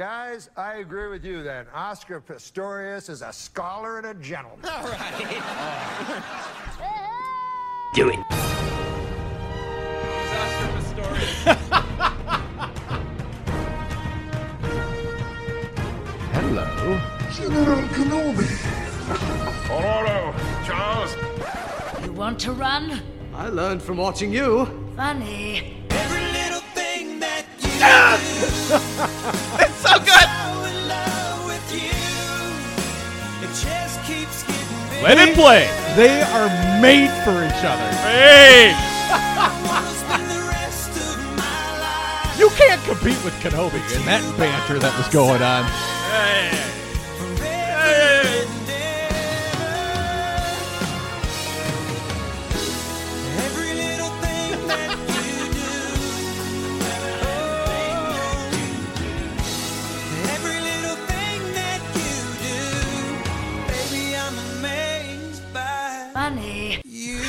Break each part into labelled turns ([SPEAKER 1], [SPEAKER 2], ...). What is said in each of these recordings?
[SPEAKER 1] Guys, I agree with you then. Oscar Pistorius is a scholar and a gentleman.
[SPEAKER 2] All right.
[SPEAKER 3] Do it.
[SPEAKER 4] Hello.
[SPEAKER 5] Charles,
[SPEAKER 6] You want to run?
[SPEAKER 4] I learned from watching you.
[SPEAKER 6] Funny.
[SPEAKER 2] Every little thing that you
[SPEAKER 3] It's so good.
[SPEAKER 2] fall in love with you, it just keeps getting bigger.
[SPEAKER 7] Let it play.
[SPEAKER 8] They are made for each other.
[SPEAKER 7] Hey,
[SPEAKER 2] Wanna spend the rest of my life
[SPEAKER 8] You can't compete with Kenobi and that banter that was going on.
[SPEAKER 7] hey,
[SPEAKER 2] forever
[SPEAKER 7] hey.
[SPEAKER 2] and ever. Every little thing that you do, oh, every little thing that you do, baby, I'm amazed by
[SPEAKER 6] Funny.
[SPEAKER 2] you.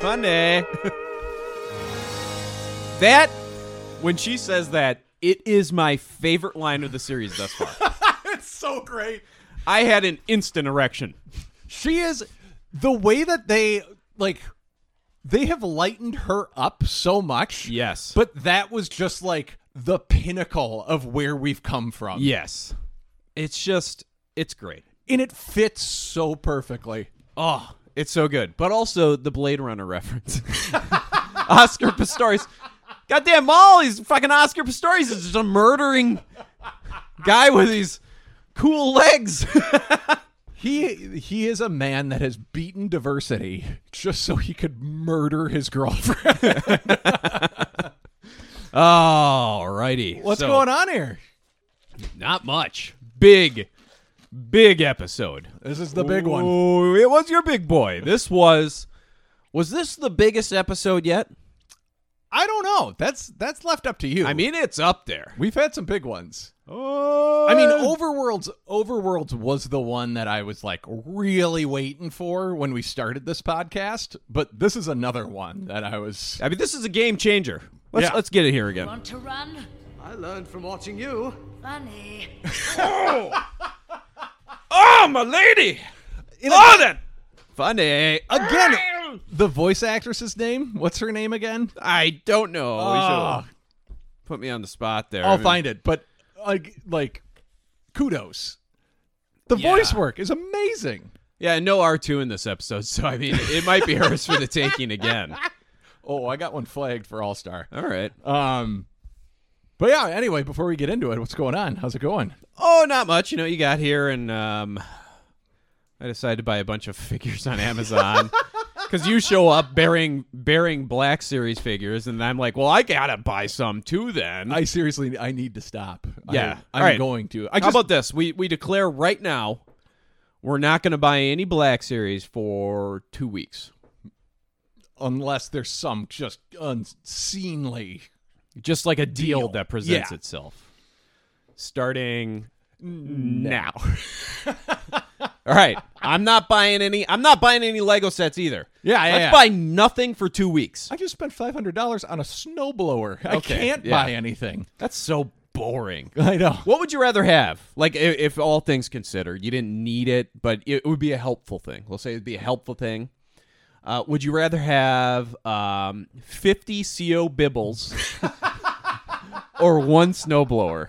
[SPEAKER 7] Funny. that, when she says that, it is my favorite line of the series thus far.
[SPEAKER 8] It's so great.
[SPEAKER 7] I had an instant erection.
[SPEAKER 8] She is the way that they like they have lightened her up so much.
[SPEAKER 7] Yes.
[SPEAKER 8] But that was just like the pinnacle of where we've come from.
[SPEAKER 7] Yes. It's just, it's great.
[SPEAKER 8] And it fits so perfectly.
[SPEAKER 7] Oh, it's so good. But also the Blade Runner reference. Oscar Pistorius. Goddamn Molly's fucking Oscar Pistorius is just a murdering guy with these cool legs.
[SPEAKER 8] He he is a man that has beaten diversity just so he could murder his girlfriend.
[SPEAKER 7] Alrighty.
[SPEAKER 8] What's
[SPEAKER 7] So,
[SPEAKER 8] going on here?
[SPEAKER 7] Not much. Big, big episode.
[SPEAKER 8] This is the big one.
[SPEAKER 7] Ooh, it was your big boy. This was. Was this the biggest episode yet?
[SPEAKER 8] I don't know. That's that's left up to you.
[SPEAKER 7] I mean, it's up there.
[SPEAKER 8] we've had some big ones.
[SPEAKER 7] Oh,
[SPEAKER 8] I mean, Overworlds Overworlds was the one that I was like really waiting for when we started this podcast, but this is another one that I was
[SPEAKER 7] I mean, this is a game changer. Let's
[SPEAKER 8] Yeah.
[SPEAKER 7] let's get it here again.
[SPEAKER 6] Want to run?
[SPEAKER 4] I learned from watching you.
[SPEAKER 6] Funny.
[SPEAKER 7] Oh, my lady! Oh, that funny again.
[SPEAKER 8] The voice actress's name? What's her name again?
[SPEAKER 7] I don't know. We
[SPEAKER 8] Ah.
[SPEAKER 7] should put me on the spot there.
[SPEAKER 8] I'll find it, but like like kudos. The
[SPEAKER 7] Yeah.
[SPEAKER 8] voice work is amazing.
[SPEAKER 7] Yeah, no R two in this episode, so I mean, it might be hers for the taking again.
[SPEAKER 8] Oh, I got one flagged for All Star.
[SPEAKER 7] All right.
[SPEAKER 8] Um But yeah, anyway, before we get into it, what's going on? How's it going?
[SPEAKER 7] Oh, not much. You know, you got here, and um, I decided to buy a bunch of figures on Amazon because you show up bearing bearing Black Series figures, and I'm like, well, I gotta buy some too. Then
[SPEAKER 8] I seriously I need to stop.
[SPEAKER 7] Yeah.
[SPEAKER 8] I,
[SPEAKER 7] All
[SPEAKER 8] am
[SPEAKER 7] right.
[SPEAKER 8] going to. I
[SPEAKER 7] How
[SPEAKER 8] just
[SPEAKER 7] about this? We we declare right now we're not going to buy any Black Series for two weeks.
[SPEAKER 8] unless there's some just unseemly
[SPEAKER 7] Just like a deal,
[SPEAKER 8] Deal.
[SPEAKER 7] that presents
[SPEAKER 8] Yeah.
[SPEAKER 7] itself. Starting now. All right. I'm not buying any I'm not buying any Lego sets either.
[SPEAKER 8] Yeah, yeah,
[SPEAKER 7] Let's
[SPEAKER 8] yeah.
[SPEAKER 7] buy nothing for two weeks.
[SPEAKER 8] I just spent five hundred dollars on a snowblower. I
[SPEAKER 7] Okay,
[SPEAKER 8] can't
[SPEAKER 7] yeah.
[SPEAKER 8] buy anything.
[SPEAKER 7] That's so boring.
[SPEAKER 8] I know.
[SPEAKER 7] What would you rather have? Like, if, if all things considered, you didn't need it, but it would be a helpful thing. We'll say it'd be a helpful thing. Uh, would you rather have um, 50 CO bibbles or one snowblower?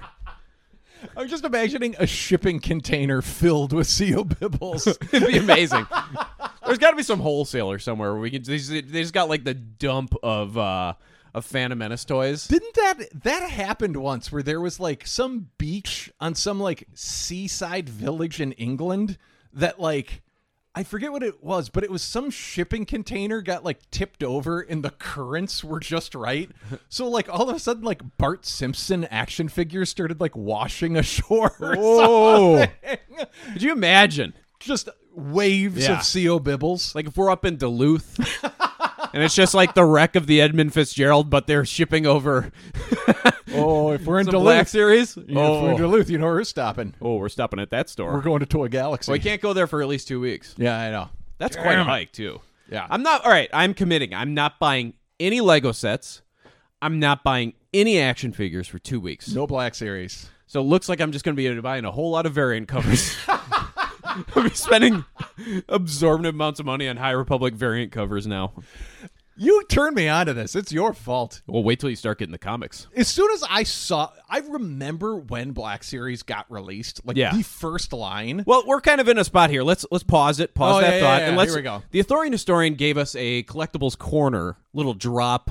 [SPEAKER 8] I'm just imagining a shipping container filled with CO bibbles.
[SPEAKER 7] It'd be amazing. There's got to be some wholesaler somewhere where we can. They just, they just got like the dump of uh, of Phantom Menace toys.
[SPEAKER 8] Didn't that that happened once where there was like some beach on some like seaside village in England that like I forget what it was, but it was some shipping container got like tipped over and the currents were just right. So like all of a sudden like Bart Simpson action figures started like washing ashore. or
[SPEAKER 7] Whoa.
[SPEAKER 8] something.
[SPEAKER 7] Could you imagine?
[SPEAKER 8] just waves
[SPEAKER 7] Yeah.
[SPEAKER 8] of CO bibbles.
[SPEAKER 7] Like if we're up in Duluth and it's just like the wreck of the Edmund Fitzgerald, but they're shipping over
[SPEAKER 8] oh, if we're in
[SPEAKER 7] some Black Series.
[SPEAKER 8] oh.
[SPEAKER 7] oh.
[SPEAKER 8] Duluth, you know where we're stopping.
[SPEAKER 7] Oh, we're stopping at that store.
[SPEAKER 8] We're going to Toy Galaxy.
[SPEAKER 7] we can't go there for at least two weeks.
[SPEAKER 8] Yeah, I know.
[SPEAKER 7] That's quite a hike too.
[SPEAKER 8] Yeah.
[SPEAKER 7] I'm not all right, I'm committing. I'm not buying any Lego sets. I'm not buying any action figures for two weeks.
[SPEAKER 8] No Black Series.
[SPEAKER 7] So it looks like I'm just going to be buying a whole lot of variant covers. I'll be spending absorbent amounts of money on High Republic variant covers now.
[SPEAKER 8] You turned me onto this. It's your fault.
[SPEAKER 7] Well, wait till you start getting the comics.
[SPEAKER 8] As soon as I saw, I remember when Black Series got released. Like
[SPEAKER 7] Yeah.
[SPEAKER 8] the first line.
[SPEAKER 7] Well, we're kind of in a spot here. Let's let's pause it. Pause
[SPEAKER 8] Oh,
[SPEAKER 7] that
[SPEAKER 8] yeah, yeah,
[SPEAKER 7] thought.
[SPEAKER 8] yeah.
[SPEAKER 7] And let's,
[SPEAKER 8] Here we go.
[SPEAKER 7] The Authorian Historian gave us a collectibles corner little drop.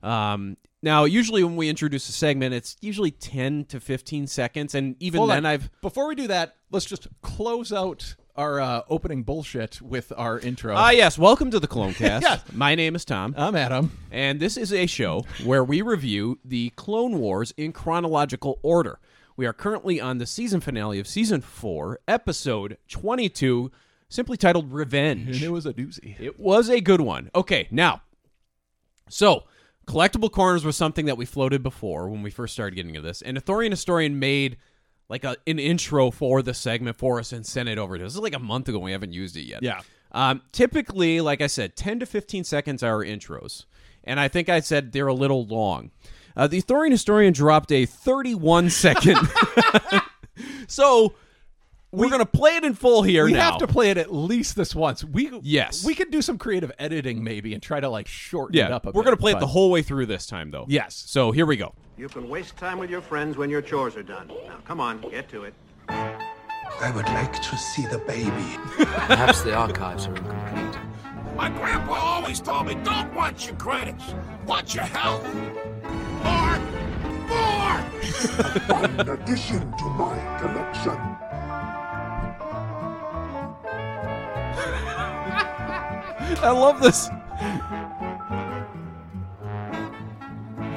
[SPEAKER 7] Um, now, usually when we introduce a segment, it's usually ten to fifteen seconds, and even
[SPEAKER 8] Hold
[SPEAKER 7] then,
[SPEAKER 8] on.
[SPEAKER 7] I've
[SPEAKER 8] Before we do that, let's just close out our uh, opening bullshit with our intro.
[SPEAKER 7] ah yes, welcome to the Clone Cast.
[SPEAKER 8] Yes.
[SPEAKER 7] My name is Tom.
[SPEAKER 8] I'm Adam.
[SPEAKER 7] And this is a show where we review the Clone Wars in chronological order. We are currently on the season finale of season 4, episode 22, simply titled Revenge.
[SPEAKER 8] And it was a doozy.
[SPEAKER 7] It was a good one. Okay, now, so collectible corners were something that we floated before when we first started getting into this, and Authorian Historian made like a, an intro for the segment for us and sent it over to us. This is like a month ago. and We haven't used it yet.
[SPEAKER 8] Yeah.
[SPEAKER 7] Um, typically, like I said, ten to fifteen seconds are our intros, and I think I said they're a little long. Uh, the Authorian Historian dropped a thirty-one second. so. We're gonna play it in full here
[SPEAKER 8] We
[SPEAKER 7] now.
[SPEAKER 8] have to play it at least this once. We
[SPEAKER 7] Yes.
[SPEAKER 8] we could do some creative editing maybe and try to like shorten it up a
[SPEAKER 7] We're
[SPEAKER 8] bit,
[SPEAKER 7] gonna play it
[SPEAKER 8] but-
[SPEAKER 7] the whole way through this time, though.
[SPEAKER 8] Yes.
[SPEAKER 7] So here we go.
[SPEAKER 5] You can waste time with your friends when your chores are done. Now, come on, get to it.
[SPEAKER 9] I would like to see the baby.
[SPEAKER 10] Perhaps the archives are incomplete.
[SPEAKER 11] My grandpa always told me, don't watch your credits, watch your health. More, more.
[SPEAKER 9] In addition to my collection,
[SPEAKER 7] I love this.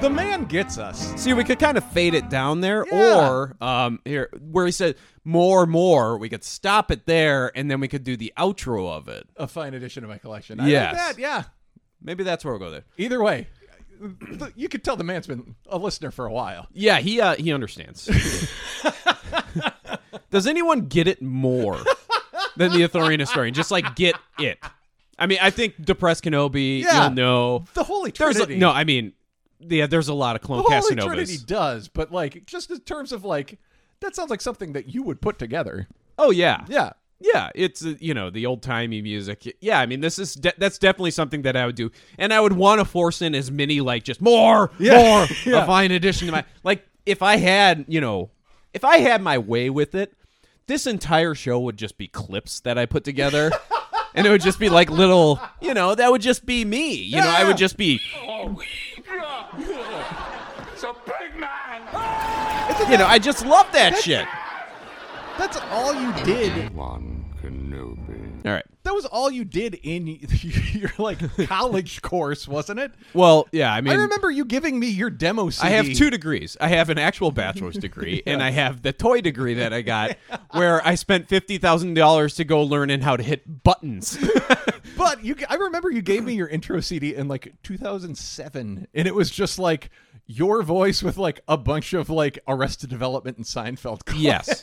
[SPEAKER 8] The man gets us.
[SPEAKER 7] See, we could kind of fade it down there,
[SPEAKER 8] Yeah.
[SPEAKER 7] or um, here where he said more, more. We could stop it there, and then we could do the outro of it.
[SPEAKER 8] A fine addition to my collection. I
[SPEAKER 7] Yes.
[SPEAKER 8] like that. Yeah.
[SPEAKER 7] Maybe that's where we'll go there.
[SPEAKER 8] Either way, th- you could tell the man's been a listener for a while.
[SPEAKER 7] Yeah, he uh, he understands. Does anyone get it more than the Authorian historian? Just like get it. I mean, I think depressed Kenobi.
[SPEAKER 8] Yeah.
[SPEAKER 7] You'll know.
[SPEAKER 8] The Holy
[SPEAKER 7] There's
[SPEAKER 8] Trinity.
[SPEAKER 7] a, no. I mean, yeah. There's a lot of
[SPEAKER 8] the
[SPEAKER 7] clone
[SPEAKER 8] Holy
[SPEAKER 7] Casanovas.
[SPEAKER 8] Trinity does, but like just in terms of like that sounds like something that you would put together.
[SPEAKER 7] Oh yeah.
[SPEAKER 8] Yeah.
[SPEAKER 7] Yeah, it's uh, you know the old timey music. Yeah, I mean this is de- that's definitely something that I would do, and I would want to force in as many like just more, more, a fine addition to my like if I had you know if I had my way with it, this entire show would just be clips that I put together, and it would just be like little you know that would just be me. You know I would just be
[SPEAKER 11] It's a big man.
[SPEAKER 7] you know I just love that shit.
[SPEAKER 8] That's all you did.
[SPEAKER 7] All right.
[SPEAKER 8] That was all you did in y- your like college course, wasn't it?
[SPEAKER 7] Well, yeah, I mean
[SPEAKER 8] I remember you giving me your demo CD.
[SPEAKER 7] I have two degrees. I have an actual bachelor's degree, and I have the toy degree that I got, where I spent fifty thousand dollars to go learning how to hit buttons.
[SPEAKER 8] But you, I remember you gave me your intro CD in like 2007, and it was just like your voice with like a bunch of like Arrested Development and Seinfeld. clips.
[SPEAKER 7] yes,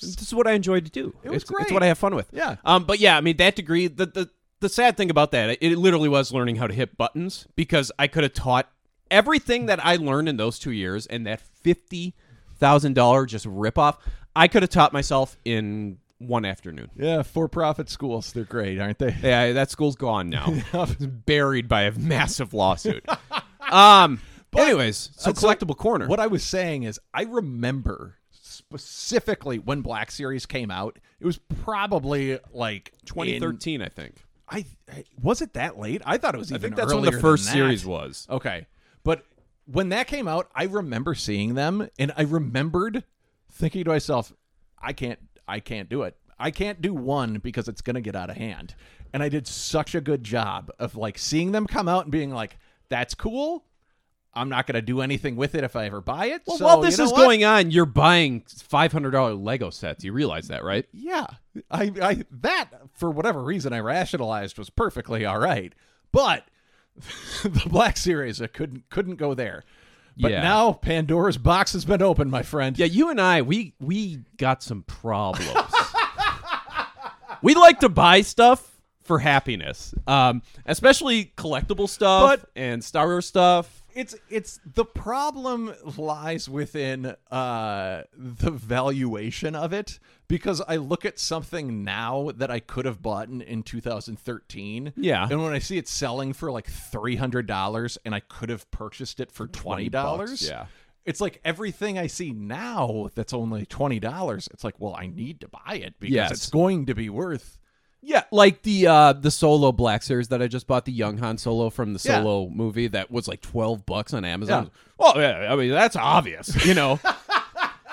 [SPEAKER 7] this is what I enjoy to do. It
[SPEAKER 8] was
[SPEAKER 7] it's, It's
[SPEAKER 8] great.
[SPEAKER 7] what I have fun with.
[SPEAKER 8] Yeah.
[SPEAKER 7] Um. But yeah, I mean that degree. The the the sad thing about that, it literally was learning how to hit buttons because I could have taught everything that I learned in those two years, and that fifty thousand dollar just ripoff, I could have taught myself in one afternoon.
[SPEAKER 8] yeah, for-profit schools, they're great, aren't they?
[SPEAKER 7] Yeah, that school's gone now. It's buried by a massive lawsuit. um. anyways, so
[SPEAKER 8] Uh,
[SPEAKER 7] collectible corner.
[SPEAKER 8] What I was saying is, I remember specifically when Black Series came out. It was probably like in-
[SPEAKER 7] 2013, I think.
[SPEAKER 8] I was it that late? I thought it was
[SPEAKER 7] I
[SPEAKER 8] even.
[SPEAKER 7] think that's when
[SPEAKER 8] earlier
[SPEAKER 7] the
[SPEAKER 8] than
[SPEAKER 7] first
[SPEAKER 8] that.
[SPEAKER 7] series was.
[SPEAKER 8] Okay, but when that came out, I remember seeing them, and I remembered thinking to myself, "I can't, I can't do it. I can't do one because it's gonna get out of hand." And I did such a good job of like seeing them come out and being like, "That's cool." I'm not gonna do anything with it if I ever buy it.
[SPEAKER 7] Well,
[SPEAKER 8] so,
[SPEAKER 7] while this
[SPEAKER 8] you know
[SPEAKER 7] is
[SPEAKER 8] what?
[SPEAKER 7] going on, you're buying $500 Lego sets. You realize that, right?
[SPEAKER 8] Yeah, I, I that for whatever reason I rationalized was perfectly all right, but the Black Series I couldn't couldn't go there. But
[SPEAKER 7] Yeah.
[SPEAKER 8] now Pandora's box has been opened, my friend.
[SPEAKER 7] Yeah, you and I, we we got some problems. we like to buy stuff for happiness, um, especially collectible stuff
[SPEAKER 8] But-
[SPEAKER 7] and Star Wars stuff.
[SPEAKER 8] it's it's the problem lies within uh the valuation of it because I look at something now that I could have bought in, in 2013.
[SPEAKER 7] Yeah.
[SPEAKER 8] And when I see it selling for like $300 and I could have purchased it for $20,
[SPEAKER 7] bucks, yeah.
[SPEAKER 8] It's like everything I see now that's only $20, it's like, well, I need to buy it because
[SPEAKER 7] Yes.
[SPEAKER 8] it's going to be worth
[SPEAKER 7] Yeah, like the uh the solo Black Series that I just bought, the young Han Solo from the
[SPEAKER 8] Yeah.
[SPEAKER 7] Solo movie that was like twelve bucks on Amazon.
[SPEAKER 8] Yeah.
[SPEAKER 7] Well, yeah, I mean that's obvious, you know.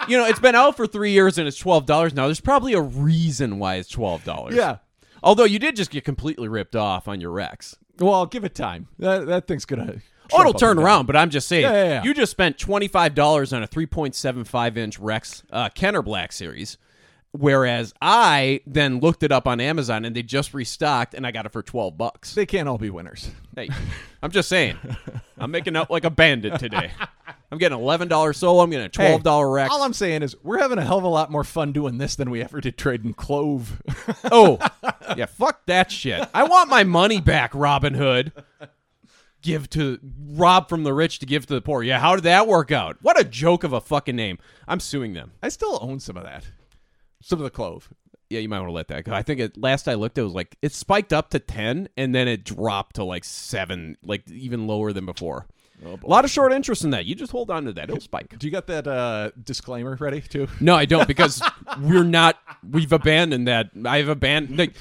[SPEAKER 7] you know, it's been out for three years and it's twelve dollars now. There's probably a reason why it's twelve dollars.
[SPEAKER 8] Yeah.
[SPEAKER 7] Although you did just get completely ripped off on your Rex.
[SPEAKER 8] Well, give it time. That, that thing's gonna.
[SPEAKER 7] Oh, it'll
[SPEAKER 8] trip up
[SPEAKER 7] turn
[SPEAKER 8] and down.
[SPEAKER 7] around, but I'm just saying,
[SPEAKER 8] Yeah, yeah, yeah.
[SPEAKER 7] you just spent twenty five dollars on a three point seven five inch Rex uh, Kenner Black Series, whereas I then looked it up on Amazon and they just restocked, and I got it for twelve bucks.
[SPEAKER 8] They can't all be winners.
[SPEAKER 7] Hey, I'm just saying, I'm making out like a bandit today. I'm getting eleven dollar solo. I'm getting a twelve dollar
[SPEAKER 8] Hey,
[SPEAKER 7] Rex.
[SPEAKER 8] All I'm saying is we're having a hell of a lot more fun doing this than we ever did trading clove.
[SPEAKER 7] oh, yeah, fuck that shit. I want my money back, Robin Hood. Give to rob from the rich to give to the poor. Yeah, how did that work out? What a joke of a fucking name. I'm suing them.
[SPEAKER 8] I still own some of that. Some of the clove.
[SPEAKER 7] yeah, you might want to let that go. I think it, last I looked, it was like it spiked up to ten, and then it dropped to like seven, like even lower than before.
[SPEAKER 8] Oh,
[SPEAKER 7] a lot of short interest in that. You just hold on to that; it'll spike.
[SPEAKER 8] Do you got that uh, disclaimer ready too?
[SPEAKER 7] No, I don't because we're not. We've abandoned that. I've abandoned. Like,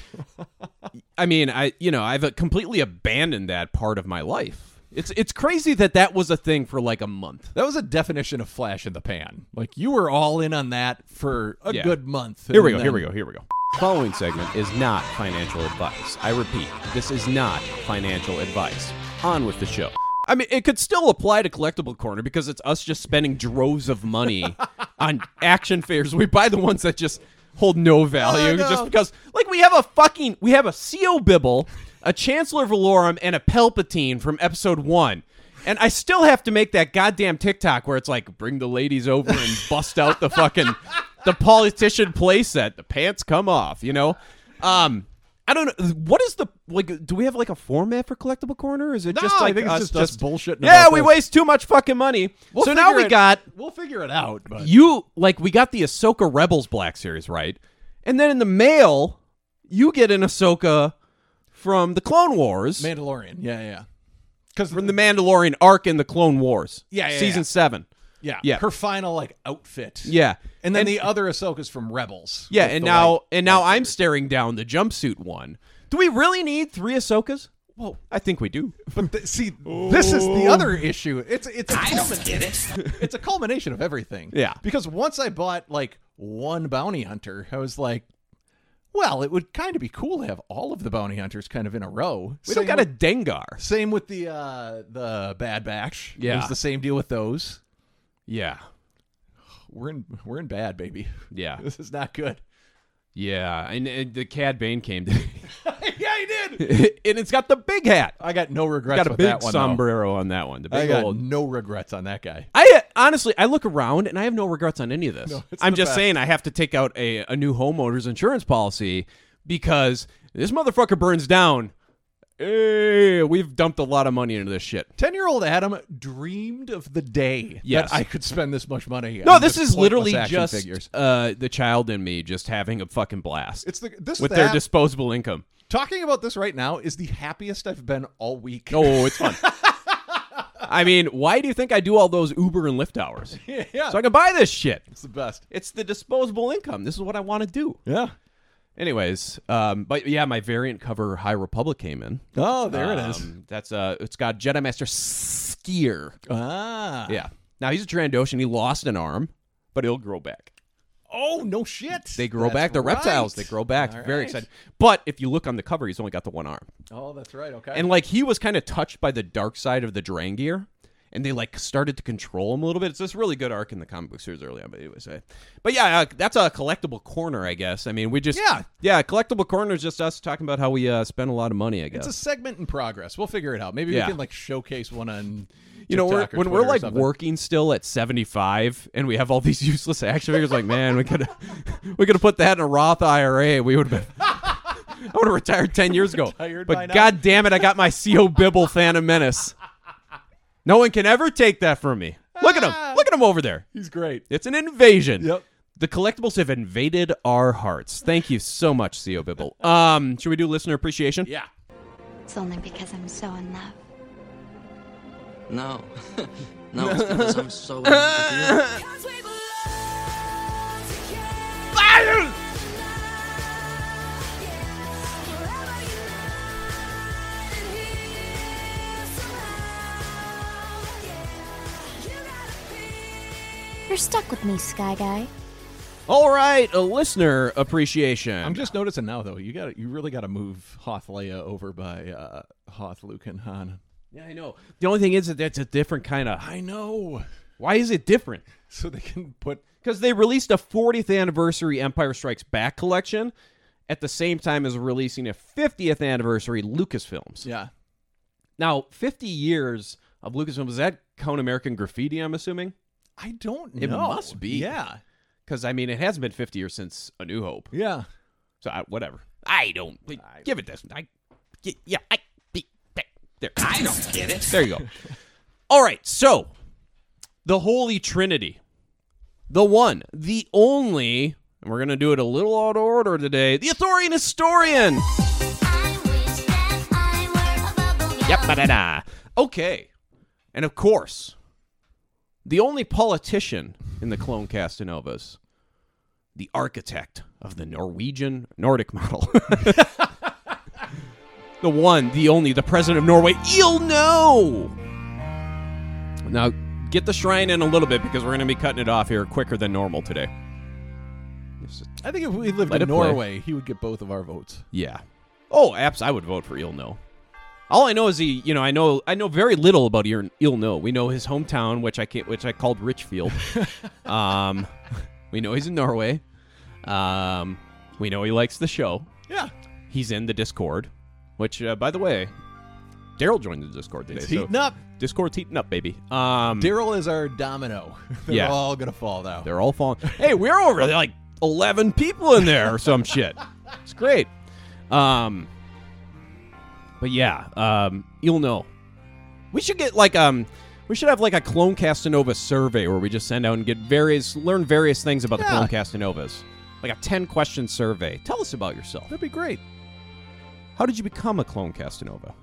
[SPEAKER 7] I mean, I you know I've completely abandoned that part of my life. It's it's crazy that that was a thing for like a month.
[SPEAKER 8] That was a definition of flash in the pan. Like you were all in on that for a
[SPEAKER 7] Yeah.
[SPEAKER 8] good month.
[SPEAKER 7] Here we
[SPEAKER 8] and
[SPEAKER 7] go. Here
[SPEAKER 8] then-
[SPEAKER 7] we go. Here we go. Following segment is not financial advice. I repeat, this is not financial advice. On with the show. I mean, it could still apply to Collectible Corner because it's us just spending droves of money on action figures. We buy the ones that just hold no value
[SPEAKER 8] Oh, no.
[SPEAKER 7] just because, like, we have a fucking, we have a CO Bibble, a Chancellor Valorum, and a Palpatine from episode one. And I still have to make that goddamn TikTok where it's like, bring the ladies over and bust out the fucking the politician playset. The pants come off, you know. Um, I don't know what is the like. Do we have like a format for collectible corner? Is it
[SPEAKER 8] No,
[SPEAKER 7] just
[SPEAKER 8] I
[SPEAKER 7] like
[SPEAKER 8] think it's
[SPEAKER 7] us
[SPEAKER 8] just us bullshitting
[SPEAKER 7] Yeah,
[SPEAKER 8] about
[SPEAKER 7] we
[SPEAKER 8] this.
[SPEAKER 7] waste too much fucking money.
[SPEAKER 8] We'll
[SPEAKER 7] so now
[SPEAKER 8] figure
[SPEAKER 7] we
[SPEAKER 8] it-
[SPEAKER 7] got
[SPEAKER 8] We'll figure it out. But
[SPEAKER 7] you like we got the Ahsoka Rebels Black Series right, and then in the mail you get an Ahsoka from the Clone Wars,
[SPEAKER 8] Mandalorian. Yeah, yeah. Because
[SPEAKER 7] from the Mandalorian arc in the Clone Wars,
[SPEAKER 8] Yeah, yeah,
[SPEAKER 7] season
[SPEAKER 8] yeah.
[SPEAKER 7] seven,
[SPEAKER 8] yeah,
[SPEAKER 7] yeah.
[SPEAKER 8] her final like outfit.
[SPEAKER 7] yeah,
[SPEAKER 8] And then the other Ahsoka's from Rebels.
[SPEAKER 7] Yeah,
[SPEAKER 8] with
[SPEAKER 7] and
[SPEAKER 8] the
[SPEAKER 7] now
[SPEAKER 8] white-
[SPEAKER 7] and now I'm staring down the jumpsuit one. Do we really need three Ahsokas? Well, I think we do.
[SPEAKER 8] But th- see, this is the other issue. It's it's a culmin- it's a culmination of everything.
[SPEAKER 7] Yeah.
[SPEAKER 8] Because once I bought like one bounty hunter, I was like, well, it would kind of be cool to have all of the bounty hunters kind of in a row.
[SPEAKER 7] We don't got a
[SPEAKER 8] with,
[SPEAKER 7] Dengar.
[SPEAKER 8] same with the uh the Bad Batch. It
[SPEAKER 7] Yeah.
[SPEAKER 8] was the same deal with those.
[SPEAKER 7] Yeah,
[SPEAKER 8] We're in we're in bad, baby.
[SPEAKER 7] Yeah.
[SPEAKER 8] This is not good.
[SPEAKER 7] yeah, and, and the Cad Bane came, to
[SPEAKER 8] yeah, he did.
[SPEAKER 7] and it's got the big hat.
[SPEAKER 8] I got no regrets
[SPEAKER 7] Got a
[SPEAKER 8] with
[SPEAKER 7] big
[SPEAKER 8] that one. though.
[SPEAKER 7] sombrero on that one. The
[SPEAKER 8] I
[SPEAKER 7] big
[SPEAKER 8] got
[SPEAKER 7] old.
[SPEAKER 8] no regrets on that guy.
[SPEAKER 7] I honestly, I look around and I have no regrets on any of this.
[SPEAKER 8] No, it's
[SPEAKER 7] I'm
[SPEAKER 8] the
[SPEAKER 7] just
[SPEAKER 8] best.
[SPEAKER 7] saying I have to take out a, a new homeowner's insurance policy because this motherfucker burns down. Hey, we've dumped a lot of money into this shit.
[SPEAKER 8] 10 year old Adam dreamed of the day
[SPEAKER 7] Yes.
[SPEAKER 8] that I could spend this much money.
[SPEAKER 7] No,
[SPEAKER 8] on
[SPEAKER 7] this
[SPEAKER 8] just
[SPEAKER 7] is literally
[SPEAKER 8] pointless
[SPEAKER 7] just
[SPEAKER 8] action Figures.
[SPEAKER 7] uh, the child in me just having a fucking blast
[SPEAKER 8] It's the, this,
[SPEAKER 7] with
[SPEAKER 8] that,
[SPEAKER 7] their disposable income.
[SPEAKER 8] talking about this right now is the happiest I've been all week.
[SPEAKER 7] Oh, it's fun. I mean, why do you think I do all those Uber and Lyft hours?
[SPEAKER 8] yeah.
[SPEAKER 7] So I can buy this shit.
[SPEAKER 8] it's the best.
[SPEAKER 7] It's the disposable income. This is what I want to do.
[SPEAKER 8] Yeah.
[SPEAKER 7] Anyways, um, but yeah, my variant cover High Republic came in.
[SPEAKER 8] Oh, there it is.
[SPEAKER 7] Um, That's uh, it's got Jedi Master Skier.
[SPEAKER 8] Ah.
[SPEAKER 7] Yeah. Now he's a Trandoshan. He lost an arm, but he'll grow back.
[SPEAKER 8] Oh, no shit.
[SPEAKER 7] They grow
[SPEAKER 8] That's
[SPEAKER 7] back. They're
[SPEAKER 8] right.
[SPEAKER 7] reptiles. They grow back.
[SPEAKER 8] All
[SPEAKER 7] Very
[SPEAKER 8] right.
[SPEAKER 7] excited. But if you look on the cover, he's only got the one arm.
[SPEAKER 8] Oh, that's right. Okay.
[SPEAKER 7] And like he was kind of touched by the dark side of the Drangir, and they like started to control him a little bit. It's this really good arc in the comic book series early on. But anyways, I, but yeah, uh, that's a collectible corner, I guess. I mean, we just
[SPEAKER 8] Yeah.
[SPEAKER 7] yeah, collectible corner is just us talking about how we uh, spend a lot of money. I guess
[SPEAKER 8] it's a segment in progress. We'll figure it out. Maybe
[SPEAKER 7] Yeah.
[SPEAKER 8] we can like showcase one on.
[SPEAKER 7] you know, we're,
[SPEAKER 8] TikTok or
[SPEAKER 7] when we're
[SPEAKER 8] Twitter or
[SPEAKER 7] like
[SPEAKER 8] something.
[SPEAKER 7] working still at 75 and we have all these useless action figures, like, man, we could we could have put that in a Roth IRA. We would have been. I would have retired 10 years ago.
[SPEAKER 8] Retired by
[SPEAKER 7] but
[SPEAKER 8] now.
[SPEAKER 7] god damn it, I got my CO Bibble Phantom Menace. No one can ever take that from me. Look at him. Look at him over there.
[SPEAKER 8] Ah. He's great.
[SPEAKER 7] It's an invasion.
[SPEAKER 8] Yep.
[SPEAKER 7] The collectibles have invaded our hearts. Thank you so much, CO Bibble. Um, should we do listener appreciation?
[SPEAKER 8] Yeah.
[SPEAKER 12] It's only because I'm so in love.
[SPEAKER 10] No. no, it's because I'm so in love with you.
[SPEAKER 12] You're stuck with me, Sky Guy.
[SPEAKER 7] All right, a listener appreciation.
[SPEAKER 8] I'm just noticing now though, you got you really got to move Hoth Leia over by uh, Hoth Luke and Han.
[SPEAKER 7] Yeah, I know. The only thing is that that's a different kind of.
[SPEAKER 8] I know.
[SPEAKER 7] Why is it different?
[SPEAKER 8] So they can put
[SPEAKER 7] Because they released a 40th anniversary Empire Strikes Back collection at the same time as releasing a 50th anniversary Lucasfilms.
[SPEAKER 8] yeah.
[SPEAKER 7] Now, 50 years of Lucasfilm, does that count American Graffiti, I'm assuming?
[SPEAKER 8] I don't know.
[SPEAKER 7] It must be.
[SPEAKER 8] Yeah.
[SPEAKER 7] Because, I mean, it hasn't been 50 years since A New Hope.
[SPEAKER 8] Yeah.
[SPEAKER 7] So, I, whatever. I don't. give it this. I, y- yeah, I. be- There. there.
[SPEAKER 11] I don't get it.
[SPEAKER 7] There you go. All right. So, the Holy Trinity, the one, the only, and we're going to do it a little out of order today the authority and historian. Yep. ba-da-da. Okay. And of course, the only politician in the clone Castanovas, the architect of the Norwegian Nordic model. the one, the only, the president of Norway, you'll know. Now, get the shrine in a little bit because we're going to be cutting it off here quicker than normal today. This is-
[SPEAKER 8] I think if we lived
[SPEAKER 7] Let
[SPEAKER 8] in
[SPEAKER 7] it play.
[SPEAKER 8] Norway, he would get both of our votes.
[SPEAKER 7] yeah. Oh, apps, I would vote for you'll know. All I know is he, you know, I know I know very little about you'll know. We know his hometown, which I can't, which I called Richfield. um, we know he's in Norway. Um, we know he likes the show.
[SPEAKER 8] Yeah.
[SPEAKER 7] He's in the Discord, which, uh, by the way, Daryl joined the Discord today.
[SPEAKER 8] It's
[SPEAKER 7] so-
[SPEAKER 8] heating up.
[SPEAKER 7] Discord's heating up, baby. Um,
[SPEAKER 8] Daryl is our domino. They're
[SPEAKER 7] Yeah.
[SPEAKER 8] all gonna fall now.
[SPEAKER 7] they're all falling. Hey, we're over there, like eleven people in there or some shit. It's great. Um, but yeah, um, you'll know. We should get like um, we should have like a clone Castanova survey where we just send out and get various, learn various things about
[SPEAKER 8] Yeah.
[SPEAKER 7] the clone Castanovas, like a ten question survey. Tell us about yourself.
[SPEAKER 8] That'd be great.
[SPEAKER 7] How did you become a clone Castanova?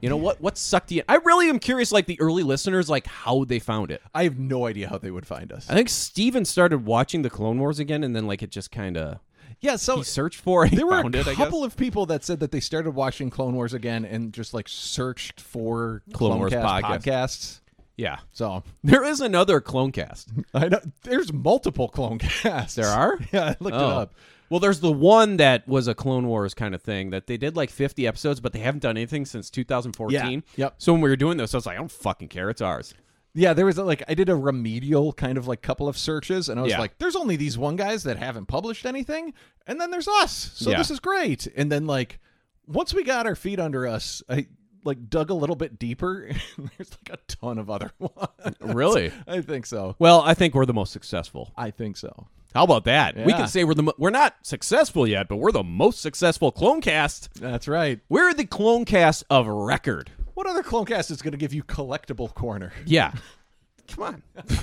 [SPEAKER 7] You know what? What sucked you? I really am curious, like the early listeners, like how they found it.
[SPEAKER 8] I have no idea how they would find us.
[SPEAKER 7] I think Steven started watching the Clone Wars again, and then like it just kind of
[SPEAKER 8] Yeah, so
[SPEAKER 7] he searched for it. he
[SPEAKER 8] there were
[SPEAKER 7] found
[SPEAKER 8] a
[SPEAKER 7] it, I guess.
[SPEAKER 8] couple of people that said that they started watching Clone Wars again and just like searched for
[SPEAKER 7] Clone Wars
[SPEAKER 8] Clonecast
[SPEAKER 7] podcast.
[SPEAKER 8] podcasts.
[SPEAKER 7] yeah,
[SPEAKER 8] So
[SPEAKER 7] there is another Clone Cast.
[SPEAKER 8] I know there's multiple clone casts.
[SPEAKER 7] There are.
[SPEAKER 8] Yeah, I looked
[SPEAKER 7] Oh.
[SPEAKER 8] it up.
[SPEAKER 7] Well, there's the one that was a Clone Wars kind of thing that they did like 50 episodes, but they haven't done anything since 2014.
[SPEAKER 8] Yeah, yep.
[SPEAKER 7] So when we were doing this, I was like, I don't fucking care. It's ours.
[SPEAKER 8] Yeah, there was like I did a remedial kind of like couple of searches, and I was
[SPEAKER 7] Yeah.
[SPEAKER 8] like, "There's only these one guys that haven't published anything, and then there's us. So
[SPEAKER 7] Yeah.
[SPEAKER 8] this is great." And then like once we got our feet under us, I like dug a little bit deeper, and there's like a ton of other ones.
[SPEAKER 7] Really?
[SPEAKER 8] I think so.
[SPEAKER 7] Well, I think we're the most successful.
[SPEAKER 8] I think so.
[SPEAKER 7] How about that? We
[SPEAKER 8] Yeah.
[SPEAKER 7] can say we're the mo- we're not successful yet, but we're the most successful Clone Cast.
[SPEAKER 8] That's right.
[SPEAKER 7] We're the Clone Cast of record.
[SPEAKER 8] What other clone cast is going to give you collectible corner?
[SPEAKER 7] Yeah. Come on.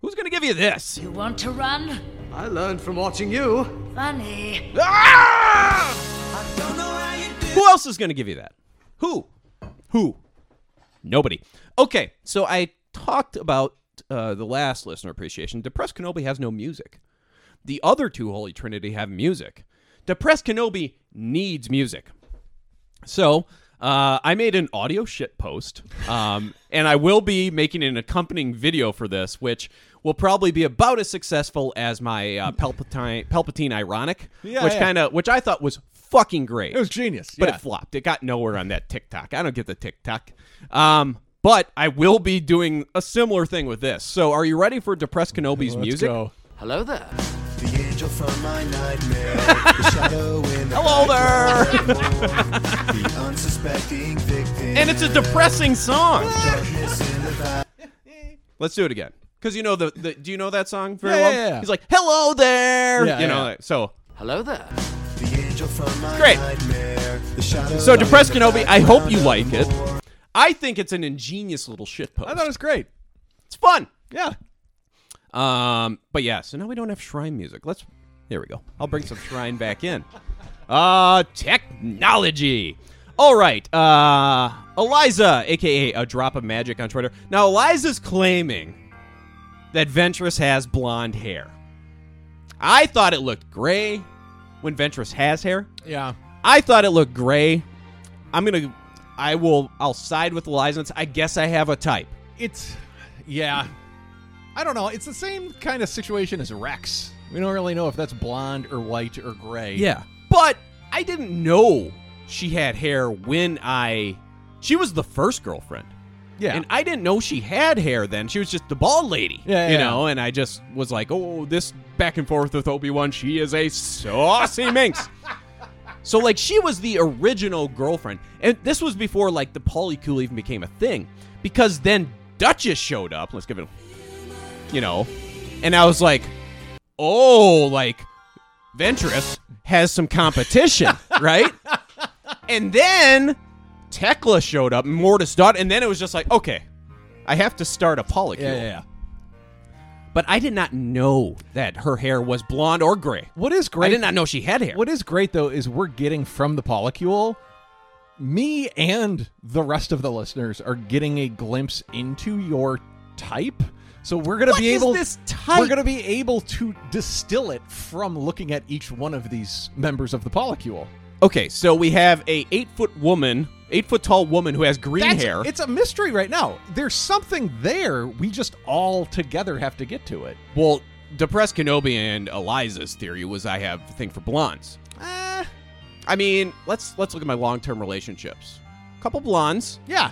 [SPEAKER 7] Who's going to give you this?
[SPEAKER 6] You want to run?
[SPEAKER 4] I learned from watching you.
[SPEAKER 6] Funny.
[SPEAKER 7] Who else is going to give you that? Who? Who? Nobody. Okay, so I talked about uh, the last listener appreciation. Depressed Kenobi has no music. The other two Holy Trinity have music. Depressed Kenobi needs music. So uh, I made an audio shit post, um, and I will be making an accompanying video for this, which will probably be about as successful as my uh, Palpatine, Palpatine ironic,
[SPEAKER 8] Yeah,
[SPEAKER 7] which
[SPEAKER 8] yeah.
[SPEAKER 7] kind of which I thought was fucking great.
[SPEAKER 8] It was genius.
[SPEAKER 7] But
[SPEAKER 8] yeah.
[SPEAKER 7] it flopped. It got nowhere on that TikTok. I don't get the TikTok. Um, but I will be doing a similar thing with this. So are you ready for Depressed Kenobi's
[SPEAKER 8] Let's
[SPEAKER 7] music?
[SPEAKER 8] go.
[SPEAKER 10] Hello there.
[SPEAKER 2] The angel from my nightmare, the shadow in the
[SPEAKER 7] Hello there.
[SPEAKER 2] the unsuspecting victim.
[SPEAKER 7] and it's a depressing song. Let's do it again. Because you know the, the do you know that song very
[SPEAKER 8] Yeah,
[SPEAKER 7] well?
[SPEAKER 8] yeah, yeah.
[SPEAKER 7] He's like, "Hello there,"
[SPEAKER 8] Yeah,
[SPEAKER 7] you know.
[SPEAKER 8] yeah.
[SPEAKER 7] like, So
[SPEAKER 10] Hello there.
[SPEAKER 2] The angel from my
[SPEAKER 7] Great.
[SPEAKER 2] nightmare, the shadow
[SPEAKER 7] So, Depressed Kenobi, I hope you like it. I think it's an ingenious little shit post.
[SPEAKER 8] I thought it was great.
[SPEAKER 7] It's fun.
[SPEAKER 8] Yeah.
[SPEAKER 7] Um, but yeah, so now we don't have shrine music. Let's here we go. I'll bring some shrine back in. Uh technology. All right. Uh Eliza, aka a drop of magic on Twitter. Now Eliza's claiming that Ventress has blonde hair. I thought it looked gray when Ventress has hair.
[SPEAKER 8] Yeah.
[SPEAKER 7] I thought it looked gray. I'm gonna I will I'll side with Eliza. and say, I guess I have a type.
[SPEAKER 8] It's yeah. I don't know. It's the same kind of situation as Rex. We don't really know if that's blonde or white or gray.
[SPEAKER 7] Yeah. But I didn't know she had hair when I. She was the first girlfriend.
[SPEAKER 8] Yeah.
[SPEAKER 7] And I didn't know she had hair then. She was just the bald lady.
[SPEAKER 8] Yeah,
[SPEAKER 7] You
[SPEAKER 8] yeah.
[SPEAKER 7] know, and I just was like, oh, this back and forth with Obi Wan, she is a saucy minx. So, like, she was the original girlfriend. And this was before, like, the polycule even became a thing. Because then Duchess showed up. Let's give it, a- you know. And I was like, oh, like, Ventress has some competition, right? And then Tekla showed up, Mortis Dot, and then it was just like, okay, I have to start a polycule.
[SPEAKER 8] yeah, yeah, yeah.
[SPEAKER 7] But I did not know that her hair was blonde or gray.
[SPEAKER 8] What is great?
[SPEAKER 7] I did not know she had hair.
[SPEAKER 8] What is great though is we're getting from the polycule. Me and the rest of the listeners are getting a glimpse into your type. So we're gonna
[SPEAKER 7] What
[SPEAKER 8] be
[SPEAKER 7] is
[SPEAKER 8] able
[SPEAKER 7] this type?
[SPEAKER 8] we're gonna be able to distill it from looking at each one of these members of the polycule.
[SPEAKER 7] Okay, so we have a eight foot woman, eight foot tall woman who has green
[SPEAKER 8] That's-
[SPEAKER 7] hair.
[SPEAKER 8] It's a mystery right now. There's something there. We just all together have to get to it.
[SPEAKER 7] well, depressed Kenobi and Eliza's theory was I have a thing for blondes.
[SPEAKER 8] Uh,
[SPEAKER 7] I mean, let's let's look at my long term relationships. Couple blondes,
[SPEAKER 8] yeah.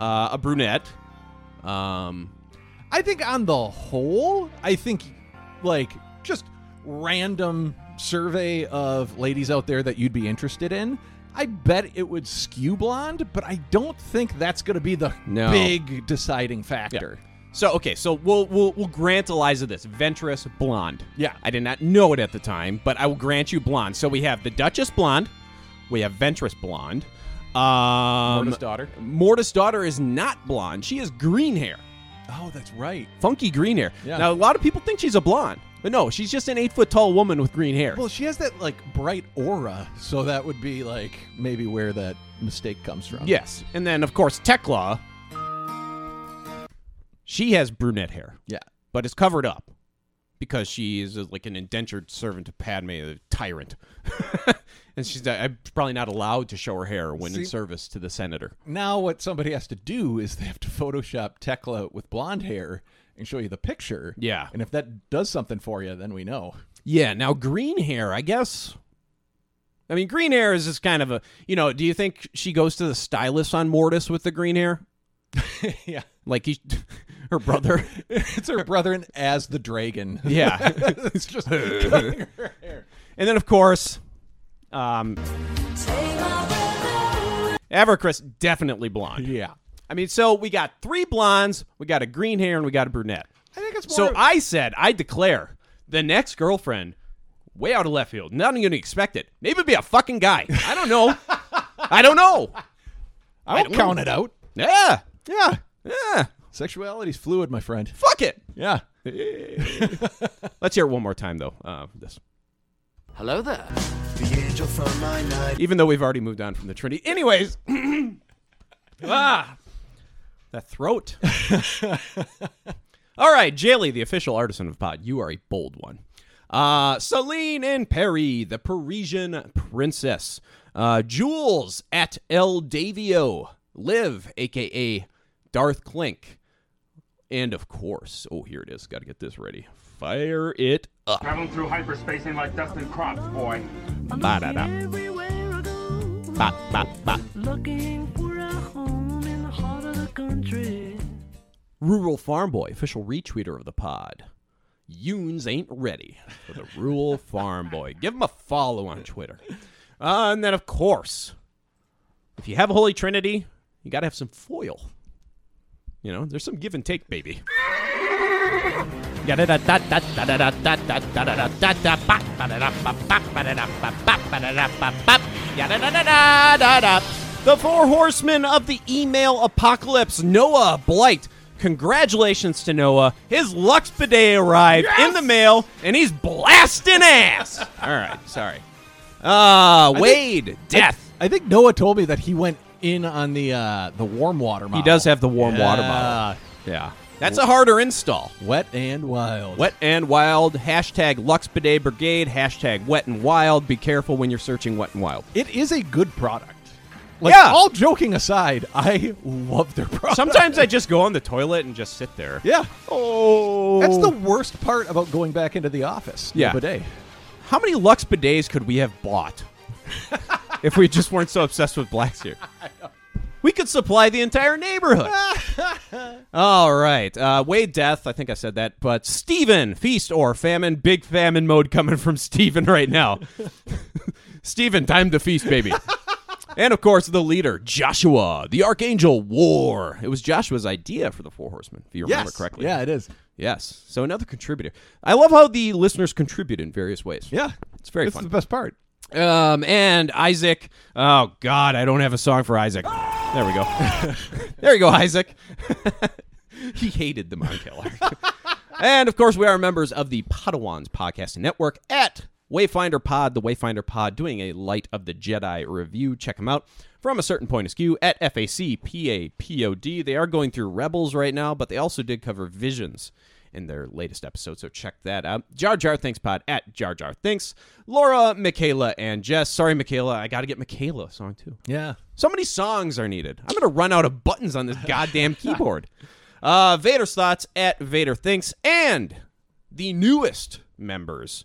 [SPEAKER 7] uh, a brunette, um,
[SPEAKER 8] I think on the whole, I think like just random survey of ladies out there that you'd be interested in. I bet it would skew blonde, but I don't think that's going to be the
[SPEAKER 7] No.
[SPEAKER 8] big deciding factor.
[SPEAKER 7] So okay, so we'll we'll we'll grant Eliza this Ventress blonde.
[SPEAKER 8] Yeah.
[SPEAKER 7] I did not know it at the time, but I will grant you blonde. So we have the Duchess blonde, we have Ventress blonde. Um,
[SPEAKER 8] Mortis daughter.
[SPEAKER 7] Mortis daughter is not blonde. She has green hair,
[SPEAKER 8] Oh, that's right.
[SPEAKER 7] funky green hair.
[SPEAKER 8] Yeah.
[SPEAKER 7] Now a lot of people think she's a blonde, but no, she's just an eight foot tall woman with green hair.
[SPEAKER 8] Well, she has that like bright aura, so that would be like maybe where that mistake comes from.
[SPEAKER 7] yes, and then of course Tekla, she has brunette hair.
[SPEAKER 8] Yeah.
[SPEAKER 7] but it's covered up because she is uh, like an indentured servant to Padme, the tyrant, and she's uh, probably not allowed to show her hair when in
[SPEAKER 8] See-
[SPEAKER 7] service to the senator.
[SPEAKER 8] Now, what somebody has to do is they have to Photoshop Tekla with blonde hair and show you the picture.
[SPEAKER 7] Yeah.
[SPEAKER 8] And if that does something for you, then we know.
[SPEAKER 7] Yeah. Now green hair, I guess. I mean, green hair is just kind of a you know. Do you think she goes to the stylist on Mortis with the green hair?
[SPEAKER 8] yeah.
[SPEAKER 7] Like he, her brother.
[SPEAKER 8] It's her brethren as the dragon.
[SPEAKER 7] yeah.
[SPEAKER 8] it's just cutting her hair.
[SPEAKER 7] And then, of course, um, Evercris definitely blonde.
[SPEAKER 8] Yeah.
[SPEAKER 7] I mean, so we got three blondes, we got a green hair, and we got a brunette.
[SPEAKER 8] I think it's more.
[SPEAKER 7] So I said, I declare, the next girlfriend, way out of left field, not even gonna expect it. Maybe it'd be a fucking guy. I don't know. I don't know.
[SPEAKER 8] I
[SPEAKER 7] don't
[SPEAKER 8] won't count it out.
[SPEAKER 7] Yeah,
[SPEAKER 8] Yeah.
[SPEAKER 7] yeah.
[SPEAKER 8] Sexuality's fluid, my friend.
[SPEAKER 7] Fuck it.
[SPEAKER 8] Yeah.
[SPEAKER 7] Let's hear it one more time though. Uh, this,
[SPEAKER 10] Hello there.
[SPEAKER 7] even though we've already moved on from the Trinity. Anyways, ah, that throat. All right, Jaylee, the official artisan of pod, you are a bold one. Uh, Celine and Perry, the Parisian princess. Uh, Jules at El Davio. Liv, aka Darth Clink. And of course, oh, here it is. Got to get this ready. Fire it up.
[SPEAKER 13] Traveling through hyperspace ain't like dusting crops, boy.
[SPEAKER 7] Ba-da-da.
[SPEAKER 14] Everywhere I go,
[SPEAKER 7] Ba, ba, ba.
[SPEAKER 14] looking for a home in the heart of the country.
[SPEAKER 7] Rural Farm Boy, official retweeter of the pod. Yoons ain't ready for the Rural Farm Boy. Give him a follow on Twitter. Uh, and then, of course, if you have a Holy Trinity, you got to have some foil. You know, there's some give and take, baby. All The four horsemen of the email apocalypse, Noah Blight. Congratulations to Noah. His Lux Bidet arrived in the mail, and he's blasting ass. All right, sorry. Ah,
[SPEAKER 8] I
[SPEAKER 7] Wade,
[SPEAKER 8] think-
[SPEAKER 7] death.
[SPEAKER 8] I, I think Noah told me that he went in on the uh, the warm water model.
[SPEAKER 7] He does have the warm water
[SPEAKER 8] Yeah.
[SPEAKER 7] model. Yeah. That's a harder install.
[SPEAKER 8] Wet and wild.
[SPEAKER 7] Wet and wild. Hashtag Lux Bidet Brigade. Hashtag wet and wild. Be careful when you're searching wet and wild.
[SPEAKER 8] It is a good product. Like,
[SPEAKER 7] Yeah.
[SPEAKER 8] all joking aside, I love their product.
[SPEAKER 7] Sometimes I just go on the toilet and just sit there.
[SPEAKER 8] Yeah.
[SPEAKER 7] Oh.
[SPEAKER 8] That's the worst part about going back into the office. the
[SPEAKER 7] Yeah.
[SPEAKER 8] bidet.
[SPEAKER 7] How many Lux bidets could we have bought if we just weren't so obsessed with blacks here? We could supply the entire neighborhood. All right. Uh, Wade Death, I think I said that, but Steven, feast or famine, big famine mode coming from Steven right now. Steven, time to feast, baby. and of course, the leader, Joshua, the Archangel War. It was Joshua's idea for the Four Horsemen, if you remember
[SPEAKER 8] Yes.
[SPEAKER 7] correctly.
[SPEAKER 8] Yeah, it is.
[SPEAKER 7] Yes. So another contributor. I love how the listeners contribute in various ways.
[SPEAKER 8] Yeah.
[SPEAKER 7] It's very
[SPEAKER 8] It's
[SPEAKER 7] fun.
[SPEAKER 8] the best part.
[SPEAKER 7] Um, and Isaac. Oh God, I don't have a song for Isaac. There we go. there you go, Isaac. he hated the Montel arc. and of course, we are members of the Padawans Podcast Network at Wayfinder Pod, the Wayfinder Pod, doing a Light of the Jedi review. Check them out from a certain point askew at FACPAPOD. They are going through Rebels right now, but they also did cover Visions in their latest episode, so check that out. Jar Jar Thinks Pod at Jar Jar Thinks. Laura, Michaela, and Jess. Sorry, Michaela, I got to get Michaela a song too.
[SPEAKER 8] Yeah.
[SPEAKER 7] So many songs are needed. I'm going to run out of buttons on this goddamn keyboard. Uh, Vader's Thoughts at Vader Thinks and the newest members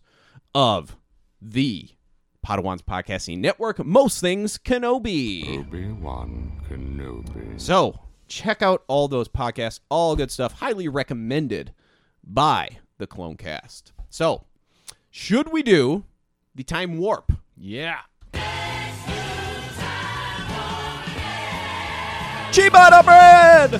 [SPEAKER 7] of the Padawan's Podcasting Network, Most Things Kenobi.
[SPEAKER 15] Obi-Wan Kenobi.
[SPEAKER 7] So check out all those podcasts, all good stuff, highly recommended by the Clone Cast. So, should we do the time warp? Yeah. Ciabatta bread!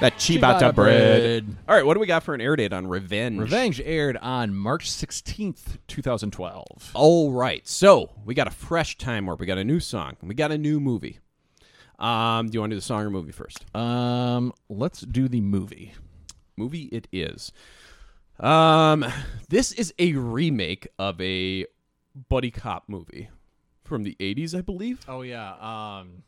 [SPEAKER 7] That ciabatta
[SPEAKER 8] Ciabatta
[SPEAKER 7] bread.
[SPEAKER 8] bread.
[SPEAKER 7] All right, what do we got for an air date on Revenge?
[SPEAKER 8] Revenge aired on March 16th, 2012.
[SPEAKER 7] All right. So we got a fresh time warp. We got a new song. We got a new movie. Um, do you want to do the song or movie first?
[SPEAKER 8] Um, let's do the movie.
[SPEAKER 7] Movie it is. Um, this is a remake of a buddy cop movie from the 80s, I believe.
[SPEAKER 8] Oh yeah. Um,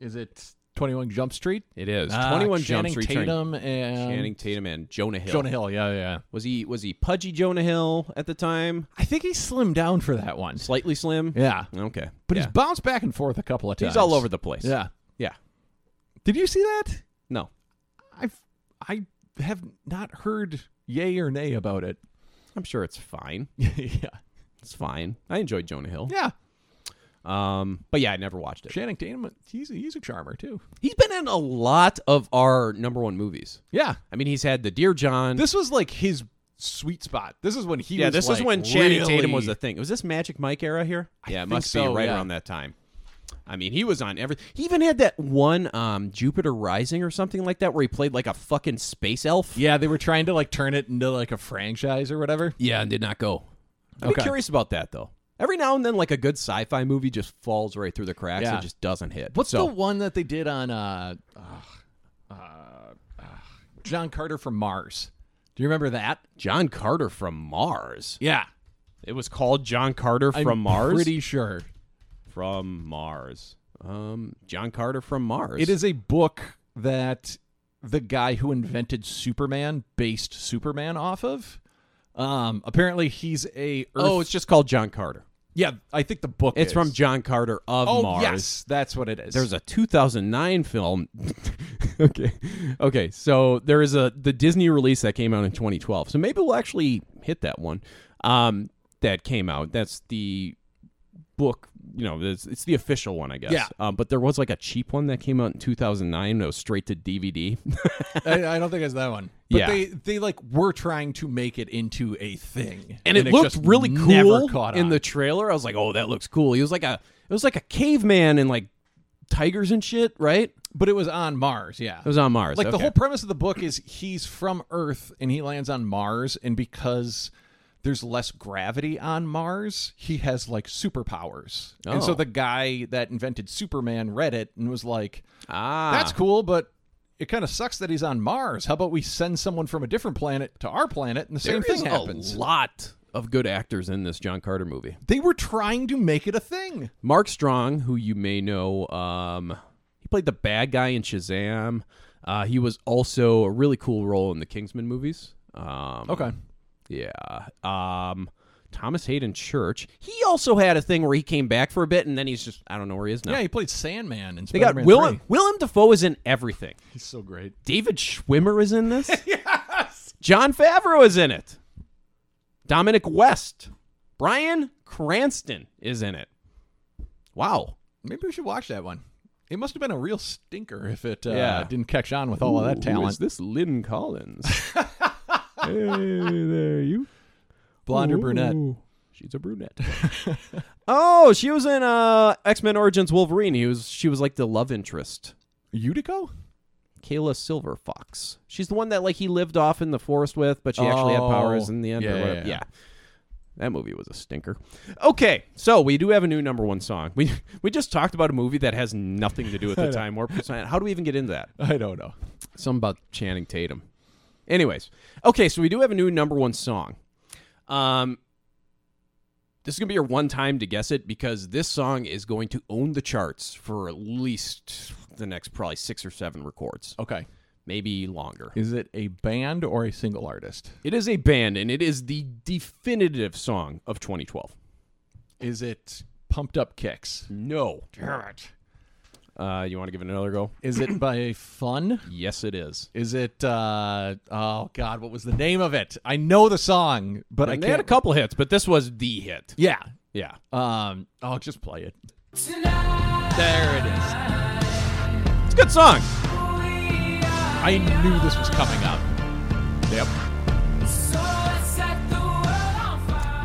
[SPEAKER 8] is it 21 Jump Street?
[SPEAKER 7] It is.
[SPEAKER 8] Ah,
[SPEAKER 7] 21 Jump
[SPEAKER 8] Channing
[SPEAKER 7] Street.
[SPEAKER 8] Tatum and
[SPEAKER 7] Channing Tatum and Jonah Hill.
[SPEAKER 8] Jonah Hill. Yeah, yeah.
[SPEAKER 7] Was he was he pudgy Jonah Hill at the time?
[SPEAKER 8] I think he slimmed down for that one.
[SPEAKER 7] Slightly slim?
[SPEAKER 8] Yeah,
[SPEAKER 7] Okay.
[SPEAKER 8] but
[SPEAKER 7] yeah.
[SPEAKER 8] he's bounced back and forth a couple of times.
[SPEAKER 7] He's all over the place.
[SPEAKER 8] Yeah.
[SPEAKER 7] Yeah.
[SPEAKER 8] Did you see that?
[SPEAKER 7] No.
[SPEAKER 8] I've I have not heard yay or nay about it.
[SPEAKER 7] I'm sure it's fine.
[SPEAKER 8] yeah.
[SPEAKER 7] It's fine. I enjoyed Jonah Hill.
[SPEAKER 8] Yeah.
[SPEAKER 7] Um, but yeah, I never watched it.
[SPEAKER 8] Channing Tatum. He's he's a charmer too.
[SPEAKER 7] He's been in a lot of our number one movies.
[SPEAKER 8] Yeah.
[SPEAKER 7] I mean, he's had the Dear John.
[SPEAKER 8] This was like his sweet spot. This is when he.
[SPEAKER 7] yeah,
[SPEAKER 8] was
[SPEAKER 7] this
[SPEAKER 8] like
[SPEAKER 7] is when Channing
[SPEAKER 8] really...
[SPEAKER 7] Tatum was the thing. Was this Magic Mike era here? yeah, it
[SPEAKER 8] think
[SPEAKER 7] must be
[SPEAKER 8] so,
[SPEAKER 7] right
[SPEAKER 8] yeah.
[SPEAKER 7] around that time. I mean, he was on every. He even had that one um, Jupiter Rising or something like that, where he played like a fucking space elf.
[SPEAKER 8] Yeah, they were trying to like turn it into like a franchise or whatever.
[SPEAKER 7] Yeah, and did not go. I'm
[SPEAKER 8] Okay.
[SPEAKER 7] curious about that though. Every now and then, like a good sci-fi movie just falls right through the cracks
[SPEAKER 8] Yeah.
[SPEAKER 7] and just doesn't hit.
[SPEAKER 8] What's
[SPEAKER 7] so,
[SPEAKER 8] the one that they did on uh, ugh, uh, ugh, John Carter from Mars? Do you remember that?
[SPEAKER 7] John Carter from Mars?
[SPEAKER 8] Yeah,
[SPEAKER 7] It was called John Carter from
[SPEAKER 8] I'm
[SPEAKER 7] Mars.
[SPEAKER 8] Pretty sure
[SPEAKER 7] from Mars. Um, John Carter from Mars.
[SPEAKER 8] it is a book that the guy who invented Superman based Superman off of. Um, apparently he's a Earth-
[SPEAKER 7] Oh, it's just called John Carter.
[SPEAKER 8] yeah. I think the book
[SPEAKER 7] It's
[SPEAKER 8] is.
[SPEAKER 7] from John Carter of
[SPEAKER 8] Oh
[SPEAKER 7] Mars.
[SPEAKER 8] yes, that's what it is.
[SPEAKER 7] There's a 2009 film. okay, okay. So there is a the Disney release that came out in 2012. So maybe we'll actually hit that one. Um, that came out. That's the book. You know, it's, it's the official one, I guess.
[SPEAKER 8] Yeah.
[SPEAKER 7] Um, but there was like a cheap one that came out in 2009. That was straight to DVD.
[SPEAKER 8] I, I don't think it's that one. But
[SPEAKER 7] Yeah.
[SPEAKER 8] they they like were trying to make it into a thing,
[SPEAKER 7] and, it, looked
[SPEAKER 8] just
[SPEAKER 7] really
[SPEAKER 8] never
[SPEAKER 7] cool
[SPEAKER 8] caught
[SPEAKER 7] in
[SPEAKER 8] on.
[SPEAKER 7] the trailer. I was like, "Oh, that looks cool." He was like a it was like a caveman and like tigers and shit, right?
[SPEAKER 8] but it was on Mars. Yeah,
[SPEAKER 7] It was on Mars.
[SPEAKER 8] Like the
[SPEAKER 7] okay.
[SPEAKER 8] whole premise of the book is he's from Earth and he lands on Mars, and because there's less gravity on Mars, he has like superpowers. And
[SPEAKER 7] Oh.
[SPEAKER 8] so the guy that invented Superman read it and was like,
[SPEAKER 7] "Ah,
[SPEAKER 8] that's cool, but it kind of sucks that he's on Mars. How about we send someone from a different planet to our planet and the same
[SPEAKER 7] There
[SPEAKER 8] thing
[SPEAKER 7] is
[SPEAKER 8] happens?"
[SPEAKER 7] A lot of good actors in this John Carter movie.
[SPEAKER 8] They were trying to make it a thing.
[SPEAKER 7] Mark Strong, who you may know, um, he played the bad guy in Shazam. Uh, he was also a really cool role in the Kingsman movies. Um,
[SPEAKER 8] Okay.
[SPEAKER 7] Yeah. Um, Thomas Hayden Church. He also had a thing where he came back for a bit, and then he's just I don't know where he is now.
[SPEAKER 8] Yeah, he played Sandman and
[SPEAKER 7] they got
[SPEAKER 8] Spider-Man
[SPEAKER 7] Willem
[SPEAKER 8] 3.
[SPEAKER 7] Willem Dafoe is in everything.
[SPEAKER 8] He's so great.
[SPEAKER 7] David Schwimmer is in this. yes. John Favreau is in it. Dominic West. Brian Cranston is in it. Wow.
[SPEAKER 8] Maybe we should watch that one. It must have been a real stinker if it uh,
[SPEAKER 7] Yeah.
[SPEAKER 8] didn't catch on with all of Oh, that
[SPEAKER 7] Ooh, who
[SPEAKER 8] talent.
[SPEAKER 7] is this Lynn Collins? hey there, you.
[SPEAKER 8] Blonde or brunette?
[SPEAKER 7] Ooh, She's a brunette. oh, she was in uh, X Men Origins Wolverine. He was she was like the love interest.
[SPEAKER 8] Utico?
[SPEAKER 7] Kayla Silver Fox. She's the one that like he lived off in the forest with, but she actually had
[SPEAKER 8] Oh,
[SPEAKER 7] powers in the end. or
[SPEAKER 8] yeah, yeah,
[SPEAKER 7] whatever.
[SPEAKER 8] yeah.
[SPEAKER 7] That movie was a stinker. Okay, so we do have a new number one song. We we just talked about a movie that has nothing to do with
[SPEAKER 8] I
[SPEAKER 7] the
[SPEAKER 8] know.
[SPEAKER 7] time warp. How do we even get into that?
[SPEAKER 8] I don't know.
[SPEAKER 7] Something about Channing Tatum. Anyways, okay, so we do have a new number one song. Um, this is gonna be your one time to guess it because this song is going to own the charts for at least the next probably six or seven records.
[SPEAKER 8] Okay.
[SPEAKER 7] maybe longer.
[SPEAKER 8] Is it a band or a single artist?
[SPEAKER 7] It is a band, and it is the definitive song of 2012.
[SPEAKER 8] Is it Pumped Up Kicks?
[SPEAKER 7] No.
[SPEAKER 8] Damn it.
[SPEAKER 7] Uh, you want to give it another go?
[SPEAKER 8] Is it by Fun?
[SPEAKER 7] Yes, it is.
[SPEAKER 8] Is it, uh, oh God, what was the name of it? I know the song, but
[SPEAKER 7] And
[SPEAKER 8] I
[SPEAKER 7] they
[SPEAKER 8] can't.
[SPEAKER 7] had a couple hits, but this was the hit.
[SPEAKER 8] Yeah.
[SPEAKER 7] Yeah.
[SPEAKER 8] Um, I'll just play it.
[SPEAKER 7] There it is. It's a good song.
[SPEAKER 8] I knew this was coming up. Yep.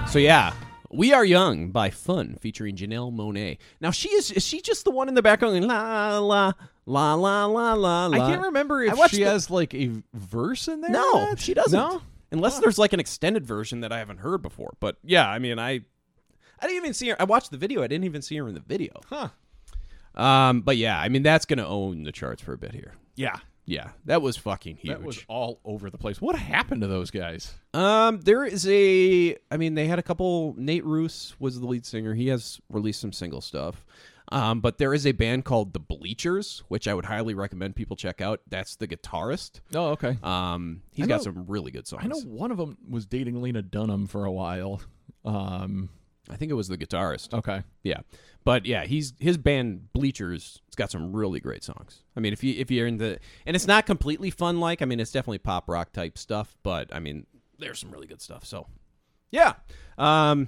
[SPEAKER 7] So yeah, we are young by Fun featuring Janelle Monet. Now she is is she just the one in the background going, la la la la la la la?
[SPEAKER 8] I can't remember
[SPEAKER 7] I
[SPEAKER 8] if
[SPEAKER 7] watched
[SPEAKER 8] she
[SPEAKER 7] the-
[SPEAKER 8] has like a verse in there. or
[SPEAKER 7] No,
[SPEAKER 8] not.
[SPEAKER 7] she doesn't.
[SPEAKER 8] No.
[SPEAKER 7] Unless there's like an extended version that I haven't heard before. But yeah, I mean, I I didn't even see her. I watched the video. I didn't even see her in the video.
[SPEAKER 8] Huh.
[SPEAKER 7] Um, but yeah, I mean, that's gonna own the charts for a bit here.
[SPEAKER 8] Yeah.
[SPEAKER 7] Yeah, that was fucking huge.
[SPEAKER 8] That was all over the place. What happened to those guys?
[SPEAKER 7] Um, there is a. I mean, they had a couple. Nate Roos was the lead singer. He has released some single stuff. Um, but there is a band called The Bleachers, which I would highly recommend people check out. That's the guitarist.
[SPEAKER 8] Oh, okay.
[SPEAKER 7] Um, he's
[SPEAKER 8] I
[SPEAKER 7] got
[SPEAKER 8] know-
[SPEAKER 7] some really good songs.
[SPEAKER 8] I know one of them was dating Lena Dunham for a while. Um,
[SPEAKER 7] I think it was the guitarist.
[SPEAKER 8] okay.
[SPEAKER 7] Yeah, but yeah, he's his band Bleachers. It's got some really great songs. I mean, if you if you're in the and it's not completely fun like. I mean, it's definitely pop rock type stuff, but I mean, there's some really good stuff. So, yeah, um,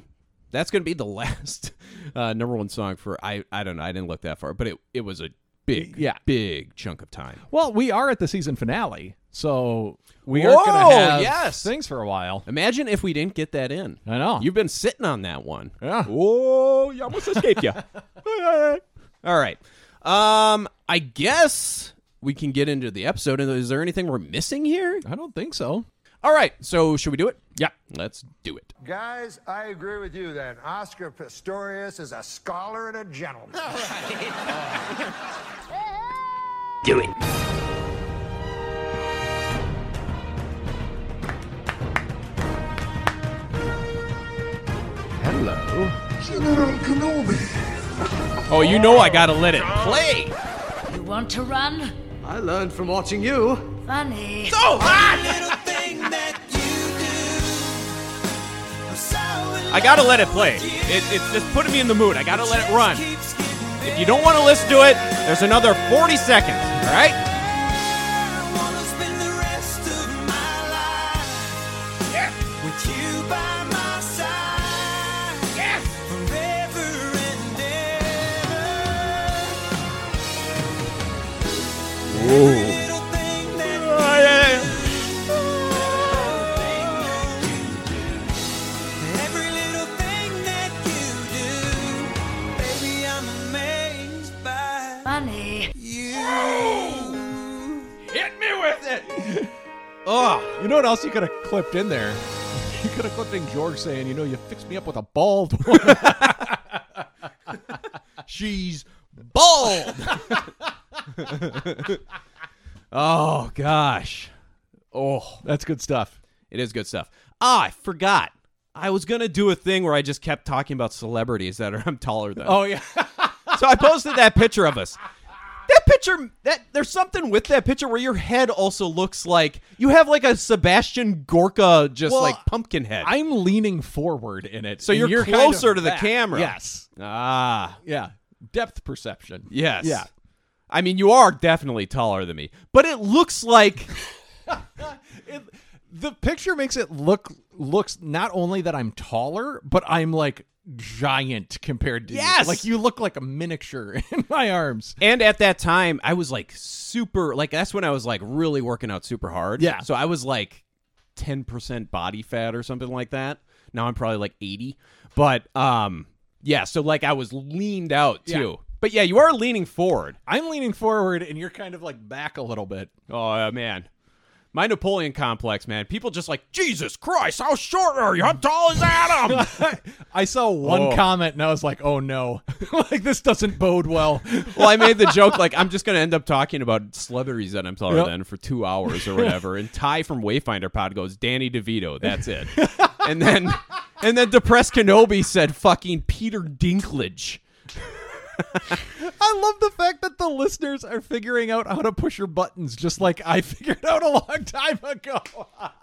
[SPEAKER 7] that's gonna be the last uh, number one song for I I don't know. I didn't look that far, but it it was a big
[SPEAKER 8] Yeah.
[SPEAKER 7] big chunk of time.
[SPEAKER 8] Well, we are at the season finale, so we
[SPEAKER 7] Whoa,
[SPEAKER 8] are going to have
[SPEAKER 7] yes.
[SPEAKER 8] things for a while.
[SPEAKER 7] Imagine if we didn't get that in.
[SPEAKER 8] I know.
[SPEAKER 7] You've been sitting on that one.
[SPEAKER 8] Yeah.
[SPEAKER 7] Oh, you almost escaped you. All right. Um, I guess we can get into the episode. Is there anything we're missing here?
[SPEAKER 8] I don't think so.
[SPEAKER 7] All right. So should we do it?
[SPEAKER 8] Yeah.
[SPEAKER 7] Let's do it.
[SPEAKER 1] Guys, I agree with you that Oscar Pistorius is a scholar and a gentleman.
[SPEAKER 10] Do it.
[SPEAKER 7] Hello.
[SPEAKER 9] General Kenobi.
[SPEAKER 7] Oh, you know I gotta let it play.
[SPEAKER 6] You want to run?
[SPEAKER 4] I learned from watching you.
[SPEAKER 6] Funny.
[SPEAKER 7] So hot.
[SPEAKER 2] Little thing that you do. I'm so in
[SPEAKER 7] I gotta
[SPEAKER 2] love
[SPEAKER 7] let it play.
[SPEAKER 2] with you.
[SPEAKER 7] It, it's just putting me in the mood. I gotta let it run.
[SPEAKER 2] Keeps getting
[SPEAKER 7] If you don't want to listen to it, there's another 40 seconds. All right.
[SPEAKER 2] better. Wanna spend the rest of my life with you by my side. Forever and ever. Little thing that Every little thing that you do, baby, I'm amazed by
[SPEAKER 6] Funny.
[SPEAKER 2] you.
[SPEAKER 7] Oh.
[SPEAKER 8] You know what else you could have clipped in there? You could have clipped in George saying, you know, you fixed me up with a bald one.
[SPEAKER 7] She's bald. oh gosh. Oh,
[SPEAKER 8] that's good stuff.
[SPEAKER 7] It is good stuff. Ah, I forgot. I was gonna do a thing where I just kept talking about celebrities that are I'm taller than.
[SPEAKER 8] Oh yeah.
[SPEAKER 7] so I posted that picture of us. That picture, that there's something with that picture where your head also looks like you have like a Sebastian Gorka, just
[SPEAKER 8] Well,
[SPEAKER 7] like pumpkin head.
[SPEAKER 8] I'm leaning forward in it.
[SPEAKER 7] so
[SPEAKER 8] and
[SPEAKER 7] you're,
[SPEAKER 8] kind of
[SPEAKER 7] closer to the
[SPEAKER 8] back.
[SPEAKER 7] camera.
[SPEAKER 8] Yes.
[SPEAKER 7] Ah.
[SPEAKER 8] Yeah. Depth perception.
[SPEAKER 7] Yes.
[SPEAKER 8] Yeah.
[SPEAKER 7] I mean, you are definitely taller than me, but it looks like
[SPEAKER 8] The picture makes it look looks not only that I'm taller, but I'm like giant compared to
[SPEAKER 7] Yes!
[SPEAKER 8] you. Like you look like a miniature in my arms.
[SPEAKER 7] And at that time, I was like super, like that's when I was like really working out super hard.
[SPEAKER 8] Yeah.
[SPEAKER 7] So I was like 10% body fat or something like that. Now I'm probably like 80. But um yeah, so like I was leaned out too. But yeah, you are leaning forward.
[SPEAKER 8] I'm leaning forward and you're kind of like back a little bit.
[SPEAKER 7] Oh uh, man. My Napoleon complex, man. People just like, Jesus Christ, how short are you? How tall is Adam?
[SPEAKER 8] I saw one
[SPEAKER 7] Oh.
[SPEAKER 8] comment and I was like, oh no. like this doesn't bode well.
[SPEAKER 7] well, I made the joke like I'm just gonna end up talking about celebrities that I'm taller
[SPEAKER 8] Yep.
[SPEAKER 7] than for two hours or whatever. And Ty from Wayfinder Pod goes Danny DeVito. That's it. and then and then depressed Kenobi said fucking Peter Dinklage.
[SPEAKER 8] I love the fact that the listeners are figuring out how to push your buttons just like I figured out a long time ago.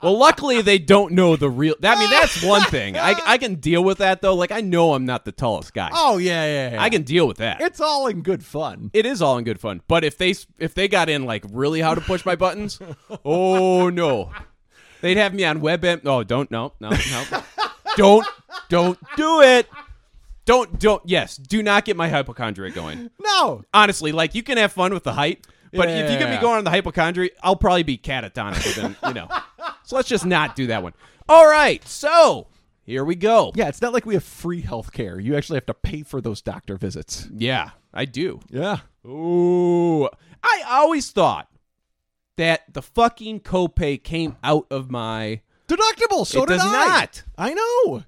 [SPEAKER 7] Well, luckily they don't know the real. I mean, that's one thing. I I can deal with that though. Like I know I'm not the tallest guy.
[SPEAKER 8] oh yeah, yeah, yeah.
[SPEAKER 7] I can deal with that.
[SPEAKER 8] It's all in good fun.
[SPEAKER 7] it is all in good fun. But if they if they got in like really how to push my buttons, oh no, they'd have me on WebM. Oh, don't no no no, don't don't do it. Don't don't yes, do not get my hypochondria going.
[SPEAKER 8] No.
[SPEAKER 7] Honestly, like you can have fun with the height, but if you get me
[SPEAKER 8] Yeah.
[SPEAKER 7] going on the hypochondria, I'll probably be catatonic. Within, you know, so let's just not do that one. All right, so here we go.
[SPEAKER 8] Yeah, it's not like we have free health care. You actually have to pay for those doctor visits.
[SPEAKER 7] yeah I do.
[SPEAKER 8] Yeah.
[SPEAKER 7] Ooh. I always thought that the fucking copay came out of my.
[SPEAKER 8] Deductible, so
[SPEAKER 7] It
[SPEAKER 8] did
[SPEAKER 7] does
[SPEAKER 8] I.
[SPEAKER 7] not.
[SPEAKER 8] I know.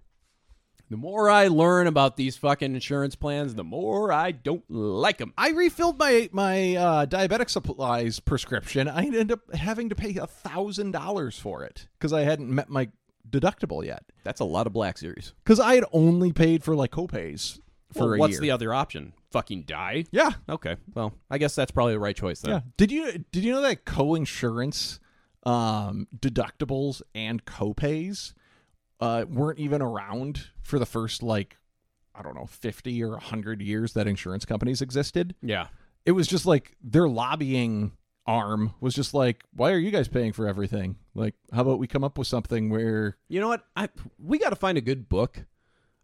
[SPEAKER 7] The more I learn about these fucking insurance plans, the more I don't like them.
[SPEAKER 8] I refilled my my uh, diabetic supplies prescription. I ended up having to pay a thousand dollars for it because I hadn't met my deductible yet.
[SPEAKER 7] That's a lot of Black Series.
[SPEAKER 8] Because I had only paid for like copays for
[SPEAKER 7] Well,
[SPEAKER 8] a
[SPEAKER 7] what's
[SPEAKER 8] year.
[SPEAKER 7] the other option? Fucking die?
[SPEAKER 8] yeah,
[SPEAKER 7] Okay. Well, I guess that's probably the right choice then.
[SPEAKER 8] yeah. Did you did you know that co-insurance um, deductibles and copays uh, weren't even around for the first like I don't know fifty or hundred years that insurance companies existed?
[SPEAKER 7] Yeah.
[SPEAKER 8] it was just like their lobbying arm was just like, why are you guys paying for everything? Like, how about we come up with something where
[SPEAKER 7] You know what? I we got to find a good book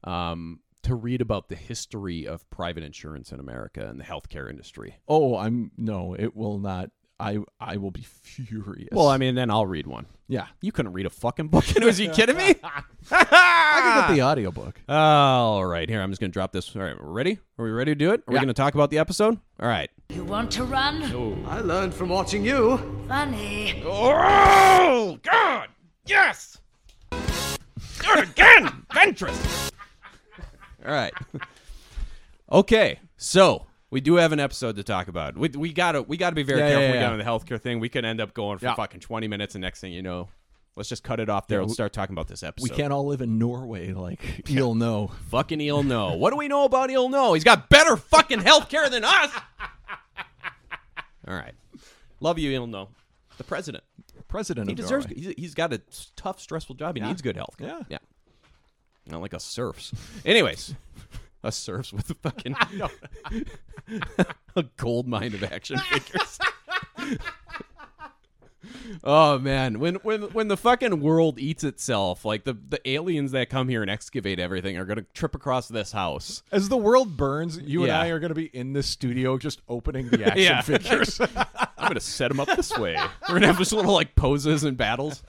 [SPEAKER 7] um to read about the history of private insurance in America and the healthcare industry.
[SPEAKER 8] oh, I'm no, it will not. I I will be furious.
[SPEAKER 7] Well, I mean, then I'll read one.
[SPEAKER 8] yeah,
[SPEAKER 7] You couldn't read a fucking book. Was you kidding me?
[SPEAKER 8] I could get the audiobook.
[SPEAKER 7] All right, here I'm just gonna drop this. All right, we're ready. Are we ready to do it? Are we
[SPEAKER 8] Yeah.
[SPEAKER 7] gonna talk about the episode? All right.
[SPEAKER 6] You want to run?
[SPEAKER 4] I learned from watching you.
[SPEAKER 6] Funny.
[SPEAKER 11] Oh, God! Yes! Do it again! Ventress!
[SPEAKER 7] All right. okay, so we do have an episode to talk about. We, we gotta we gotta be very
[SPEAKER 8] Yeah, yeah,
[SPEAKER 7] careful. We
[SPEAKER 8] yeah.
[SPEAKER 7] got on the healthcare thing. We could end up going for
[SPEAKER 8] Yeah.
[SPEAKER 7] fucking 20 minutes, and next thing you know, let's just cut it off there.
[SPEAKER 8] Yeah,
[SPEAKER 7] let's
[SPEAKER 8] we-
[SPEAKER 7] start talking about this episode.
[SPEAKER 8] We can't all live in Norway like you'll know.
[SPEAKER 7] fucking he'll know. What do we know about he'll know? He's got better fucking healthcare than us. All right. Love you, he'll know. The president.
[SPEAKER 8] President
[SPEAKER 7] He
[SPEAKER 8] of
[SPEAKER 7] deserves.
[SPEAKER 8] Norway.
[SPEAKER 7] He's, he's got a s- tough, stressful job. He needs good health. care.
[SPEAKER 8] Yeah.
[SPEAKER 7] yeah. Not like us serfs. Anyways, us serfs with a fucking a gold mine of action figures. oh man, when when when the fucking world eats itself, like the the aliens that come here and excavate everything are gonna trip across this house.
[SPEAKER 8] As the world burns, you and
[SPEAKER 7] Yeah.
[SPEAKER 8] I are going to be in this studio just opening the action
[SPEAKER 7] Yeah.
[SPEAKER 8] figures.
[SPEAKER 7] I'm gonna set them up this way. We're gonna have just little like poses and battles.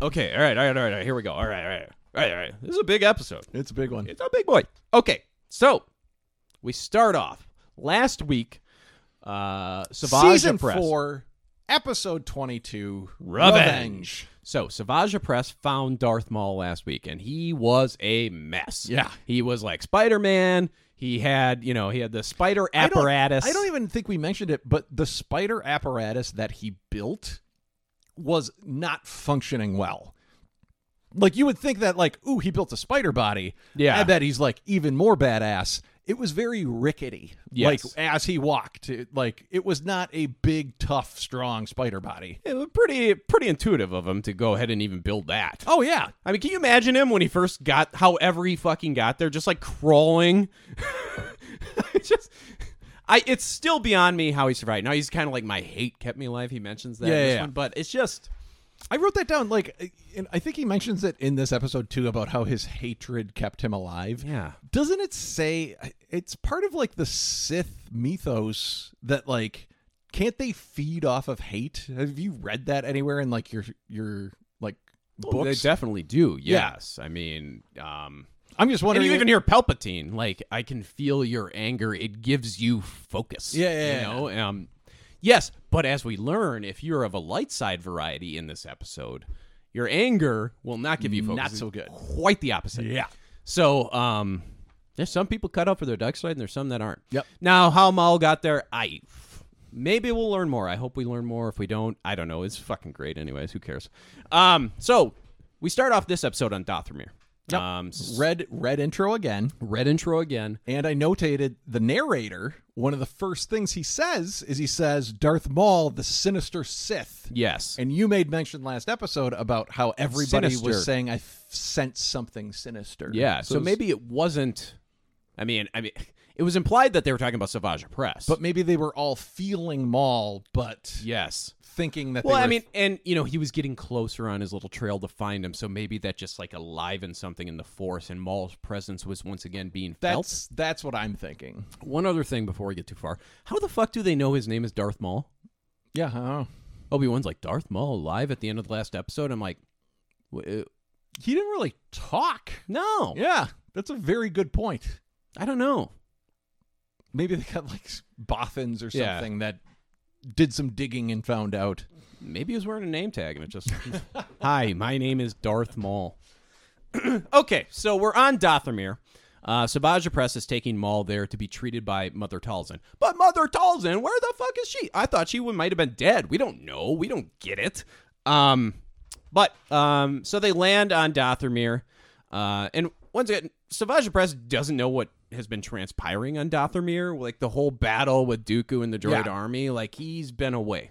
[SPEAKER 7] Okay, all right, all right, all right, all right. Here we go. All right, all right, all right, all right. This is a big episode.
[SPEAKER 8] it's a big one.
[SPEAKER 7] It's a big boy. Okay, so we start off last week. Uh, Savage
[SPEAKER 8] Season
[SPEAKER 7] Press.
[SPEAKER 8] four, episode twenty-two.
[SPEAKER 7] Revenge. So, Savage Press found Darth Maul last week, and he was a mess.
[SPEAKER 8] Yeah.
[SPEAKER 7] He was like Spider Man. He had, you know, he had the spider
[SPEAKER 8] I don't-
[SPEAKER 7] apparatus.
[SPEAKER 8] I don't, even think we mentioned it, but the spider apparatus that he built was not functioning well. Like you would think that, like, ooh, he built a spider body.
[SPEAKER 7] Yeah.
[SPEAKER 8] I bet he's like even more badass. It was very rickety.
[SPEAKER 7] Yes.
[SPEAKER 8] Like as he walked, it, like it was not a big, tough, strong spider body.
[SPEAKER 7] It was pretty pretty intuitive of him to go ahead and even build that.
[SPEAKER 8] Oh yeah.
[SPEAKER 7] I mean, can you imagine him when he first got, however he fucking got there, just like crawling? It's just, I, it's still beyond me how he survived. Now he's kind of like my hate kept me alive. He mentions that. in
[SPEAKER 8] Yeah,
[SPEAKER 7] this
[SPEAKER 8] yeah,
[SPEAKER 7] one, but it's just
[SPEAKER 8] I wrote that down. Like, and I think he mentions it in this episode too about how his hatred kept him alive.
[SPEAKER 7] Yeah.
[SPEAKER 8] Doesn't it say it's part of like the Sith mythos that like can't they feed off of hate? Have you read that anywhere in like your your like
[SPEAKER 7] Well,
[SPEAKER 8] books?
[SPEAKER 7] They definitely do.
[SPEAKER 8] Yeah.
[SPEAKER 7] Yes, I mean, um,
[SPEAKER 8] I'm just
[SPEAKER 7] and
[SPEAKER 8] wondering.
[SPEAKER 7] you even hear Palpatine like, "I can feel your anger. It gives you focus."
[SPEAKER 8] Yeah, yeah,
[SPEAKER 7] you
[SPEAKER 8] yeah.
[SPEAKER 7] know. Um, yes, but as we learn, if you're of a light side variety in this episode, your anger will not give you focus.
[SPEAKER 8] Not
[SPEAKER 7] It's
[SPEAKER 8] so good.
[SPEAKER 7] Quite the opposite.
[SPEAKER 8] Yeah.
[SPEAKER 7] So, um, there's some people cut out for their dark side, and there's some that aren't.
[SPEAKER 8] Yep.
[SPEAKER 7] Now, how Maul got there, I maybe we'll learn more. I hope we learn more. If we don't, I don't know. It's fucking great, anyways. Who cares? Um, so we start off this episode on Dothrmir.
[SPEAKER 8] Yep.
[SPEAKER 7] Um, s-
[SPEAKER 8] red red intro again.
[SPEAKER 7] red intro again.
[SPEAKER 8] And I notated the narrator. One of the first things he says is he says Darth Maul, the sinister Sith.
[SPEAKER 7] Yes.
[SPEAKER 8] And you made mention last episode about how everybody
[SPEAKER 7] Sinister.
[SPEAKER 8] was saying I f- sense something sinister.
[SPEAKER 7] yeah. So,
[SPEAKER 8] it's-
[SPEAKER 7] maybe it wasn't. I mean, I mean, it was implied that they were talking about Savage Press,
[SPEAKER 8] but maybe they were all feeling Maul, but
[SPEAKER 7] yes.
[SPEAKER 8] thinking that.
[SPEAKER 7] Well,
[SPEAKER 8] they were,
[SPEAKER 7] I mean, and you know, he was getting closer on his little trail to find him, so maybe that just like alivened something in the force, and Maul's presence was once again being felt.
[SPEAKER 8] that's that's what I'm thinking.
[SPEAKER 7] One other thing before we get too far. How the fuck do they know his name is Darth Maul?
[SPEAKER 8] Yeah. I don't know.
[SPEAKER 7] Obi Wan's like, Darth Maul alive at the end of the last episode? I'm like, w- uh,
[SPEAKER 8] He didn't really talk.
[SPEAKER 7] no.
[SPEAKER 8] Yeah, that's a very good point.
[SPEAKER 7] I don't know.
[SPEAKER 8] Maybe they got like s- boffins or
[SPEAKER 7] Yeah.
[SPEAKER 8] something that did some digging and found out.
[SPEAKER 7] Maybe he was wearing a name tag and it just, hi, my name is Darth Maul. okay, so we're on Dothamir. Uh, Sabaja Press is taking Maul there to be treated by Mother Talzin. But Mother Talzin, where the fuck is she? I thought she would- might have been dead. We don't know. We don't get it. Um, but um, so they land on Dothamir. Uh, and once again, Savage Press doesn't know what has been transpiring on Dothamir. Like the whole battle with Dooku and the droid
[SPEAKER 8] Yeah.
[SPEAKER 7] army. Like he's been away.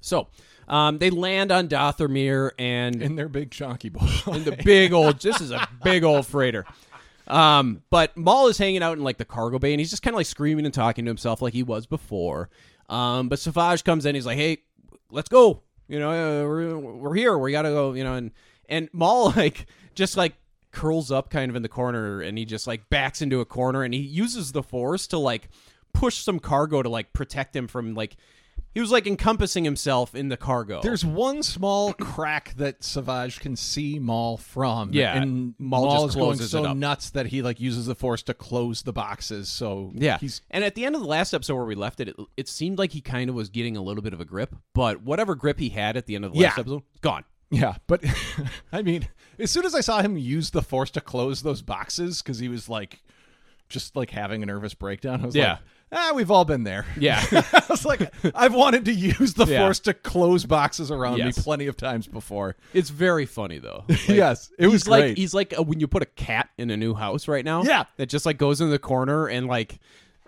[SPEAKER 7] So um, they land on Dothamir and
[SPEAKER 8] And they're big chonky boy.
[SPEAKER 7] in the big old this is a big old freighter um but maul is hanging out in like the cargo bay and he's just kind of like screaming and talking to himself like he was before um but savage comes in he's like hey let's go you know uh, we're, we're here we gotta go you know and and maul like just like curls up kind of in the corner and he just like backs into a corner and he uses the force to like push some cargo to like protect him from like he was like encompassing himself in the cargo
[SPEAKER 8] There's one small crack that Savage can see Maul from.
[SPEAKER 7] Yeah,
[SPEAKER 8] and
[SPEAKER 7] Maul
[SPEAKER 8] Maul,
[SPEAKER 7] just
[SPEAKER 8] is going
[SPEAKER 7] closes
[SPEAKER 8] so
[SPEAKER 7] it up.
[SPEAKER 8] nuts that he like uses the force to close the boxes. So
[SPEAKER 7] Yeah.
[SPEAKER 8] he's
[SPEAKER 7] and at the end of the last episode where we left it, it, it seemed like he kind of was getting a little bit of a grip, but whatever grip he had at the end of the last
[SPEAKER 8] Yeah.
[SPEAKER 7] episode, gone.
[SPEAKER 8] yeah. But I mean, as soon as I saw him use the force to close those boxes, because he was like just like having a nervous breakdown, I was
[SPEAKER 7] Yeah.
[SPEAKER 8] like, ah, we've all been there.
[SPEAKER 7] Yeah.
[SPEAKER 8] I was like, I've wanted to use the
[SPEAKER 7] Yeah.
[SPEAKER 8] force to close boxes around
[SPEAKER 7] Yes.
[SPEAKER 8] me plenty of times before.
[SPEAKER 7] It's very funny though. Like,
[SPEAKER 8] yes, it was
[SPEAKER 7] he's like
[SPEAKER 8] great.
[SPEAKER 7] he's like uh, when you put a cat in a new house right now.
[SPEAKER 8] Yeah.
[SPEAKER 7] that just like goes in the corner and like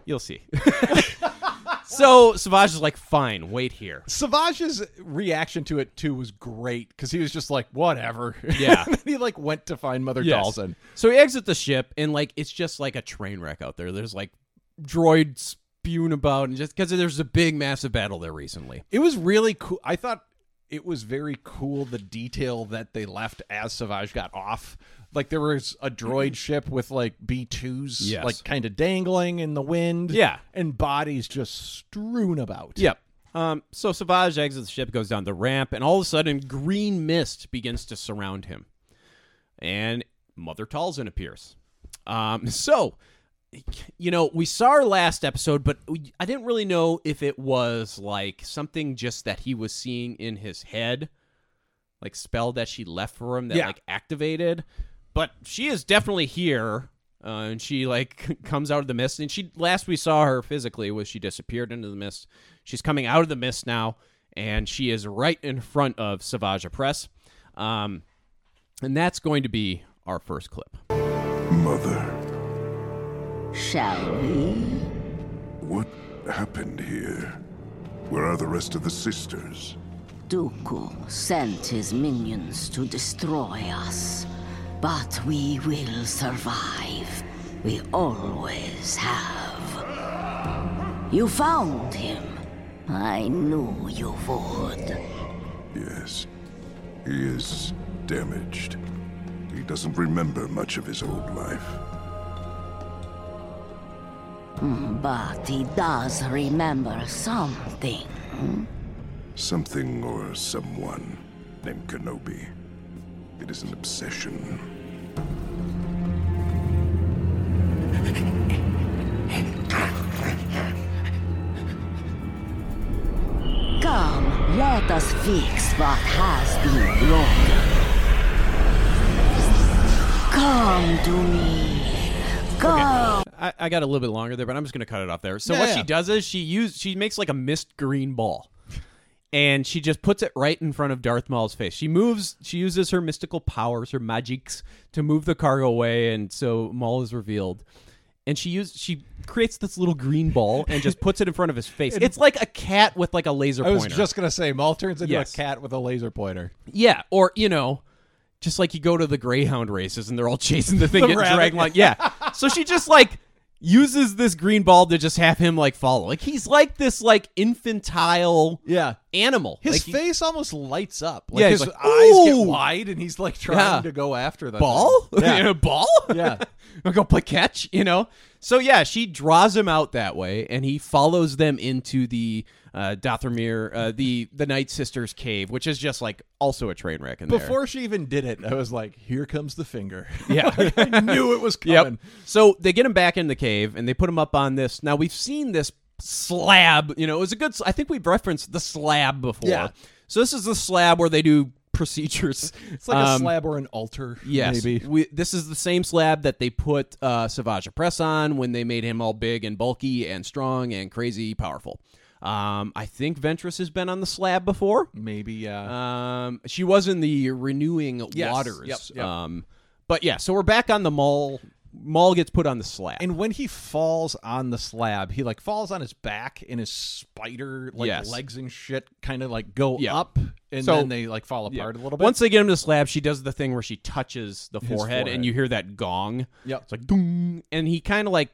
[SPEAKER 7] you'll see. so Savage is like, fine, wait here.
[SPEAKER 8] Savage's reaction to it too was great because he was just like, "Whatever."
[SPEAKER 7] Yeah.
[SPEAKER 8] And then he like went to find Mother
[SPEAKER 7] Yes.
[SPEAKER 8] Dalton.
[SPEAKER 7] So he exits the ship, and like it's just like a train wreck out there. There's like droids spewing about, and just because there's a big massive battle there recently.
[SPEAKER 8] It was really cool. I thought it was very cool the detail that they left as Savage got off. Like there was a droid ship with like B twos,
[SPEAKER 7] Mm-hmm. Yes.
[SPEAKER 8] like kind of dangling in the wind.
[SPEAKER 7] Yeah.
[SPEAKER 8] and bodies just strewn about.
[SPEAKER 7] Yep. Um, so Savage exits the ship, goes down the ramp, and all of a sudden, green mist begins to surround him. And Mother Talzin appears. Um, so, you know, we saw our last episode, but we, I didn't really know if it was like something just that he was seeing in his head like spell that she left for him that
[SPEAKER 8] Yeah.
[SPEAKER 7] like activated. But she is definitely here. Uh, and she like comes out of the mist, and she last we saw her physically was she disappeared into the mist. She's coming out of the mist now, and she is right in front of Savage Press, um, and that's going to be our first clip.
[SPEAKER 9] Mother,
[SPEAKER 16] Shall we?
[SPEAKER 9] what happened here? Where are the rest of the sisters?
[SPEAKER 16] Dooku sent his minions to destroy us, but we will survive. We always have. You found him. I knew you would.
[SPEAKER 9] Yes. He is damaged. He doesn't remember much of his old life.
[SPEAKER 16] But he does remember something.
[SPEAKER 9] Something or someone named Kenobi. It is an obsession.
[SPEAKER 16] Come, let us fix what has been broken. Come to me. Come.
[SPEAKER 7] I, I got a little bit longer there, but I'm just going to cut it off there. So
[SPEAKER 16] Yeah,
[SPEAKER 7] what
[SPEAKER 16] yeah.
[SPEAKER 7] she does is she use she makes like a mist green ball, and she just puts it right in front of Darth Maul's face. She moves. She uses her mystical powers, her magics, to move the cargo away, and so Maul is revealed. And she uses she creates this little green ball and just puts it in front of his face.
[SPEAKER 8] And-
[SPEAKER 7] It's like a cat with like a laser.
[SPEAKER 8] I was
[SPEAKER 7] pointer.
[SPEAKER 8] just gonna say, Maul turns into
[SPEAKER 7] Yes.
[SPEAKER 8] a cat with a laser pointer.
[SPEAKER 7] Yeah, or you know, just like you go to the greyhound races and they're all chasing the thing,
[SPEAKER 8] The
[SPEAKER 7] getting
[SPEAKER 8] rabbit.
[SPEAKER 7] dragged along. Yeah. so she just like uses this green ball to just have him like follow. Like he's like this like infantile
[SPEAKER 8] yeah
[SPEAKER 7] animal.
[SPEAKER 8] His
[SPEAKER 7] Like, he-
[SPEAKER 8] face almost lights up. Like
[SPEAKER 7] Yeah, he's
[SPEAKER 8] his
[SPEAKER 7] like,
[SPEAKER 8] eyes get
[SPEAKER 7] "Ooh!"
[SPEAKER 8] wide, and he's like trying
[SPEAKER 7] Yeah.
[SPEAKER 8] to go after them.
[SPEAKER 7] ball,
[SPEAKER 8] Yeah.
[SPEAKER 7] You know, ball. Yeah, I'll go play catch. You know. So yeah, she draws him out that way, and he follows them into the uh, Dathomir, uh, the the Night Sisters cave, which is just like also a train wreck in there.
[SPEAKER 8] Before she even did it, I was like, "Here comes the finger."
[SPEAKER 7] Yeah.
[SPEAKER 8] I knew it was
[SPEAKER 7] Yep.
[SPEAKER 8] coming.
[SPEAKER 7] So they get him back in the cave and they put him up on this. Now we've seen this slab. You know, it was a good. I think we've referenced the slab before.
[SPEAKER 8] Yeah.
[SPEAKER 7] So this is the slab where they do procedures.
[SPEAKER 8] It's like a
[SPEAKER 7] Um,
[SPEAKER 8] slab or an altar.
[SPEAKER 7] Yes,
[SPEAKER 8] maybe.
[SPEAKER 7] We, this is the same slab that they put uh, Savage Press on when they made him all big and bulky and strong and crazy powerful. Um, I think Ventress has been on the slab before.
[SPEAKER 8] Maybe,
[SPEAKER 7] yeah. Um, she was in the renewing
[SPEAKER 8] Yes,
[SPEAKER 7] waters.
[SPEAKER 8] yep, yep.
[SPEAKER 7] Um, but yeah, so we're back on the mall. Maul gets put on the slab.
[SPEAKER 8] And when he falls on the slab, he like falls on his back, and his spider like
[SPEAKER 7] Yes.
[SPEAKER 8] legs and shit kind of like go
[SPEAKER 7] Yeah.
[SPEAKER 8] up, and
[SPEAKER 7] So-
[SPEAKER 8] then they like fall
[SPEAKER 7] Yeah.
[SPEAKER 8] apart a little bit.
[SPEAKER 7] Once they get him to the slab, she does the thing where she touches the
[SPEAKER 8] His
[SPEAKER 7] forehead,
[SPEAKER 8] forehead.
[SPEAKER 7] and you hear that gong.
[SPEAKER 8] Yep.
[SPEAKER 7] It's like doom, and he kind of like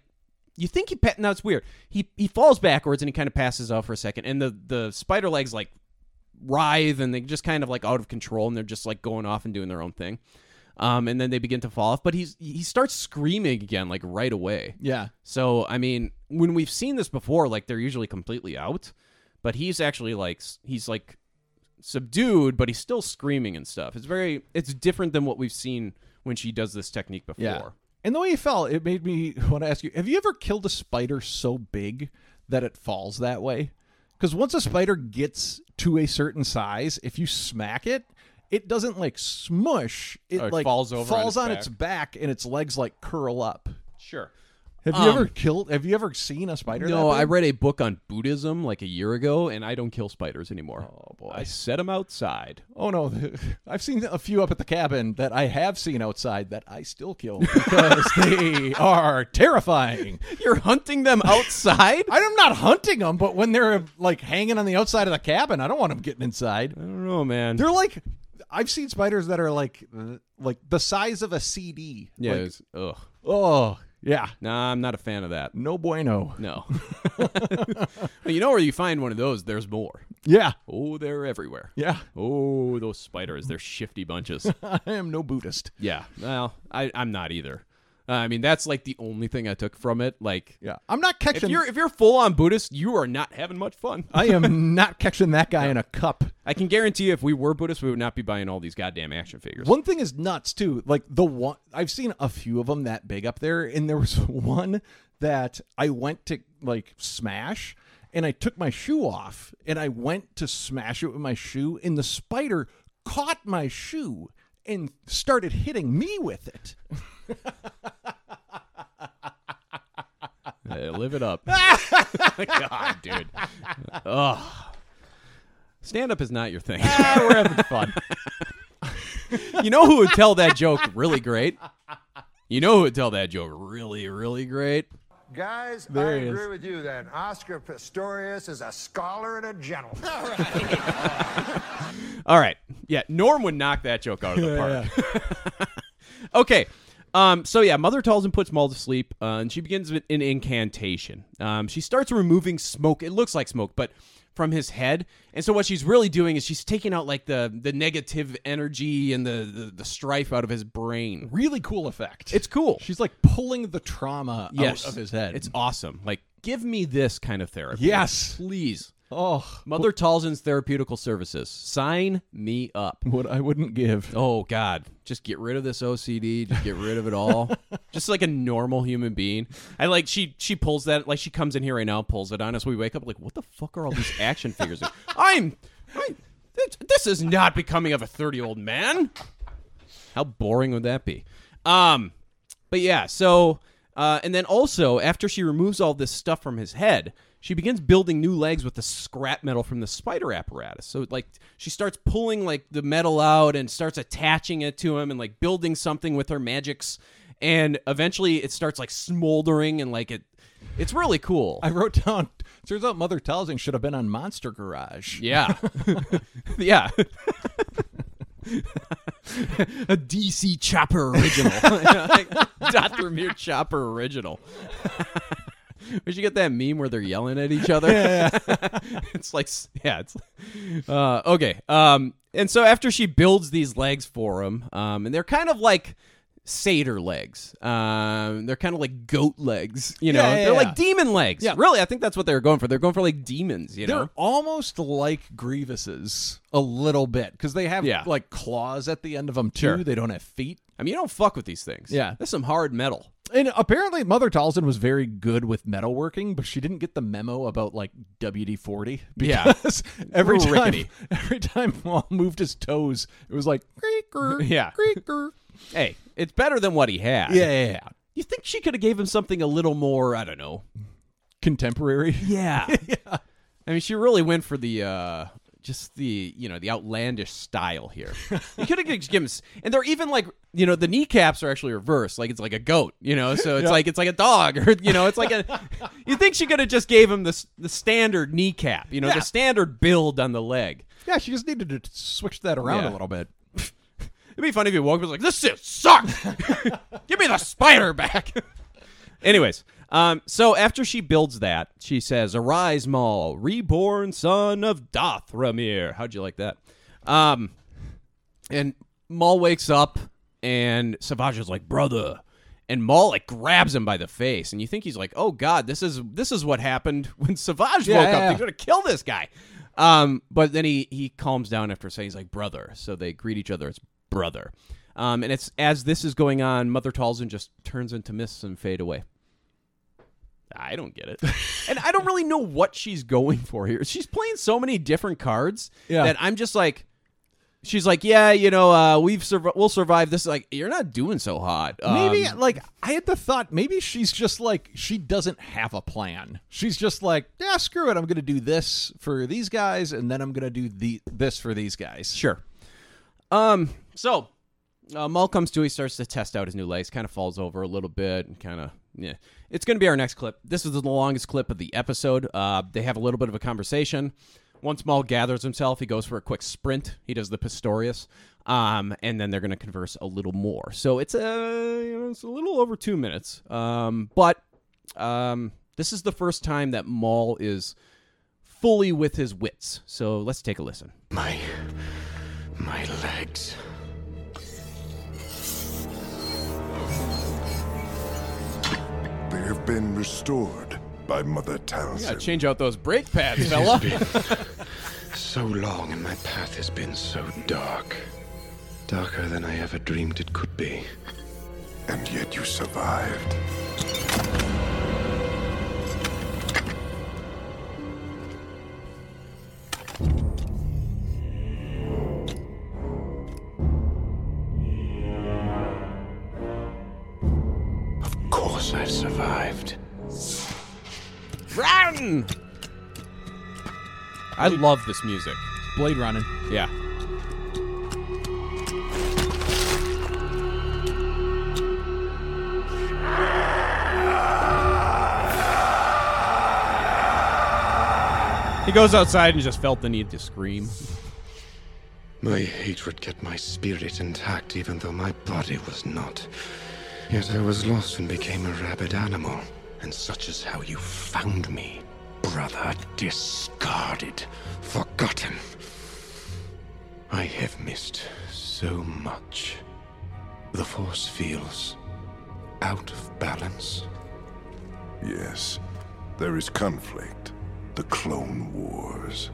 [SPEAKER 7] you think he pat. Now it's weird. He he falls backwards and he kind of passes out for a second, and the the spider legs like writhe and they just kind of like out of control, and they're just like going off and doing their own thing. Um, and then they begin to fall off, but he's he starts screaming again like right away.
[SPEAKER 8] Yeah.
[SPEAKER 7] So I mean, when we've seen this before, like they're usually completely out, but he's actually like s- he's like subdued, but he's still screaming and stuff. It's very it's different than what we've seen when she does this technique before.
[SPEAKER 8] Yeah. And the way he fell, it made me want to ask you: Have you ever killed a spider so big that it falls that way? Because once a spider gets to a certain size, if you smack it, it doesn't like smush. It,
[SPEAKER 7] Oh, it
[SPEAKER 8] like
[SPEAKER 7] falls over on its
[SPEAKER 8] falls on
[SPEAKER 7] back.
[SPEAKER 8] its back, and its legs like curl up.
[SPEAKER 7] Sure.
[SPEAKER 8] Have you
[SPEAKER 7] Um,
[SPEAKER 8] ever killed? Have you ever seen a spider?
[SPEAKER 7] No,
[SPEAKER 8] that
[SPEAKER 7] I
[SPEAKER 8] big?
[SPEAKER 7] read a book on Buddhism like a year ago, and I don't kill spiders anymore. Oh boy, I set them outside.
[SPEAKER 8] Oh no, I've seen a few up at the cabin that I have seen outside that I still kill because they are terrifying.
[SPEAKER 7] You're hunting them outside?
[SPEAKER 8] I'm not hunting them, but when they're like hanging on the outside of the cabin, I don't want them getting inside. I
[SPEAKER 7] don't know, man.
[SPEAKER 8] They're like I've seen spiders that are like th- like the size of a CD.
[SPEAKER 7] Yeah.
[SPEAKER 8] Like,
[SPEAKER 7] it was- ugh.
[SPEAKER 8] oh, yeah.
[SPEAKER 7] Nah, I'm not a fan of that.
[SPEAKER 8] No bueno.
[SPEAKER 7] No. well, you know where you find one of those, there's more.
[SPEAKER 8] Yeah.
[SPEAKER 7] Oh, they're everywhere.
[SPEAKER 8] Yeah.
[SPEAKER 7] Oh, those spiders, they're shifty bunches.
[SPEAKER 8] I am no Buddhist.
[SPEAKER 7] yeah. Well, I, I'm not either. Uh, I mean, that's like the only thing I took from it. Like,
[SPEAKER 8] yeah, I'm not catching-
[SPEAKER 7] If you're if you're full on Buddhist, you are not having much fun.
[SPEAKER 8] I am not catching that guy in a cup.
[SPEAKER 7] I can guarantee you, if we were Buddhist, we would not be buying all these goddamn action figures.
[SPEAKER 8] One thing is nuts too. Like the one I've seen a few of them that big up there, and there was one that I went to like smash, and I took my shoe off, and I went to smash it with my shoe, and the spider caught my shoe and started hitting me with it.
[SPEAKER 7] Hey, Uh, live it up. God, dude. Ugh. Stand up is not your thing. Ah, we're having fun. you know who would tell that joke really great? You know who would tell that joke really, really great?
[SPEAKER 1] Guys,
[SPEAKER 7] There
[SPEAKER 1] I
[SPEAKER 7] he
[SPEAKER 1] agree
[SPEAKER 7] is.
[SPEAKER 1] with you then. Oscar Pistorius is a scholar and a gentleman. All
[SPEAKER 7] All right. Yeah, Norm would knock that joke out of the park. okay. Um, so yeah, Mother Talzin puts Maul to sleep, uh, and she begins with an incantation. Um, she starts removing smoke. It looks like smoke, but from his head. And so what she's really doing is she's taking out like the the negative energy and the the, the strife out of his brain.
[SPEAKER 8] Really cool effect.
[SPEAKER 7] It's cool.
[SPEAKER 8] She's like pulling the trauma
[SPEAKER 7] yes.
[SPEAKER 8] out of his head.
[SPEAKER 7] It's awesome. Like, give me this kind of therapy.
[SPEAKER 8] Yes.
[SPEAKER 7] please.
[SPEAKER 8] Oh,
[SPEAKER 7] Mother Talzin's therapeutical services. Sign me up.
[SPEAKER 8] What I wouldn't give.
[SPEAKER 7] Oh God, just get rid of this OCD. Just get rid of it all. just like a normal human being. I like she she pulls that like she comes in here right now, pulls it on us. We wake up like, what the fuck are all these action figures? I'm, I'm this- this is not becoming of a thirty year old man. How boring would that be? Um, but yeah, so uh, and then also after she removes all this stuff from his head, she begins building new legs with the scrap metal from the spider apparatus. So like she starts pulling like the metal out and starts attaching it to him and like building something with her magics. And eventually it starts like smoldering and like it. It's really cool.
[SPEAKER 8] I wrote down. Turns out Mother Talzin should have been on Monster Garage.
[SPEAKER 7] Yeah. yeah. a DC Chopper original. Dot Ramir Chopper original. We should get that meme where they're yelling at each other. it's like, s- yeah, it's uh, okay. Um, and so after she builds these legs for him, um, and they're kind of like satyr legs. Um, they're kind of like goat legs. You know,
[SPEAKER 8] Yeah, yeah,
[SPEAKER 7] they're
[SPEAKER 8] yeah.
[SPEAKER 7] like demon legs. Yeah. really, I think that's what they were going for. They're going for like demons. You
[SPEAKER 8] They're
[SPEAKER 7] know,
[SPEAKER 8] almost like Grievous's a little bit because they have like claws at the end of them too.
[SPEAKER 7] Sure.
[SPEAKER 8] They don't have feet.
[SPEAKER 7] I mean, you don't fuck with these things.
[SPEAKER 8] Yeah.
[SPEAKER 7] that's some hard metal.
[SPEAKER 8] And apparently, Mother Talzin was very good with metalworking, but she didn't get the memo about like WD forty.
[SPEAKER 7] Yeah.
[SPEAKER 8] Because every time,
[SPEAKER 7] Rickety.
[SPEAKER 8] every time Maul moved his toes, it was like creaker,
[SPEAKER 7] Yeah.
[SPEAKER 8] creaker.
[SPEAKER 7] Hey, it's better than what he had.
[SPEAKER 8] Yeah, yeah, yeah.
[SPEAKER 7] You think she could have gave him something a little more? I don't know.
[SPEAKER 8] Contemporary.
[SPEAKER 7] Yeah. I mean, she really went for the uh just the you know the outlandish style here. you could have given, him s- and they're even like you know the kneecaps are actually reversed, like it's like a goat, you know. So it's
[SPEAKER 8] Yeah.
[SPEAKER 7] like it's like a dog, or you know, it's like a. you think she could have just gave him the s- the standard kneecap, you know,
[SPEAKER 8] Yeah.
[SPEAKER 7] the standard build on the leg.
[SPEAKER 8] Yeah, she just needed to switch that around
[SPEAKER 7] Yeah.
[SPEAKER 8] a little bit.
[SPEAKER 7] It'd be funny if you woke up and was like, "This shit sucks. Give me the spider back." Anyways, um, so after she builds that, she says, "Arise, Maul, reborn son of Dothramir." How'd you like that? Um, and Maul wakes up, and Savage is like, "Brother." And Maul like grabs him by the face, and you think he's like, "Oh God, this is this is what happened when Savage
[SPEAKER 8] Yeah,
[SPEAKER 7] woke
[SPEAKER 8] yeah,
[SPEAKER 7] up.
[SPEAKER 8] yeah.
[SPEAKER 7] They're gonna kill this guy." Um, but then he he calms down after saying he's like brother, so they greet each other as brother. Um, and it's as this is going on, Mother Talzin just turns into mists and fade away. I don't get it. and I don't really know what she's going for here. She's playing so many different cards
[SPEAKER 8] Yeah.
[SPEAKER 7] that I'm just like she's like, "Yeah, you know, uh, we've survi- we'll survive this." Like, you're not doing so hot.
[SPEAKER 8] Maybe
[SPEAKER 7] Um,
[SPEAKER 8] like I had the thought maybe she's just like she doesn't have a plan. She's just like, yeah, screw it. I'm going to do this for these guys and then I'm going to do the this for these guys.
[SPEAKER 7] Sure. Um. So, uh, Maul comes to. He starts to test out his new legs. Kind of falls over a little bit and kind of yeah. It's going to be our next clip. This is the longest clip of the episode. Uh, they have a little bit of a conversation. Once Maul gathers himself, he goes for a quick sprint. He does the Pistorius, um, and then they're going to converse a little more. So it's a you know, it's a little over two minutes. Um, but um, this is the first time that Maul is fully with his wits. So let's take a listen.
[SPEAKER 15] My. my legs.
[SPEAKER 9] They have been restored by Mother Talzin.
[SPEAKER 7] Yeah, change out those brake pads,
[SPEAKER 15] It
[SPEAKER 7] fella.
[SPEAKER 15] has So long, and my path has been so dark. Darker than I ever dreamed it could be.
[SPEAKER 9] And yet you survived.
[SPEAKER 15] I've survived.
[SPEAKER 7] Run! I love this music.
[SPEAKER 8] Blade running.
[SPEAKER 7] Yeah. He goes outside and just felt the need to scream.
[SPEAKER 15] My hatred kept my spirit intact, even though my body was not. Yet I was lost and became a rabid animal, and such is how you found me, brother. Discarded, forgotten. I have missed so much. The force feels out of balance.
[SPEAKER 9] Yes, there is conflict. The Clone Wars.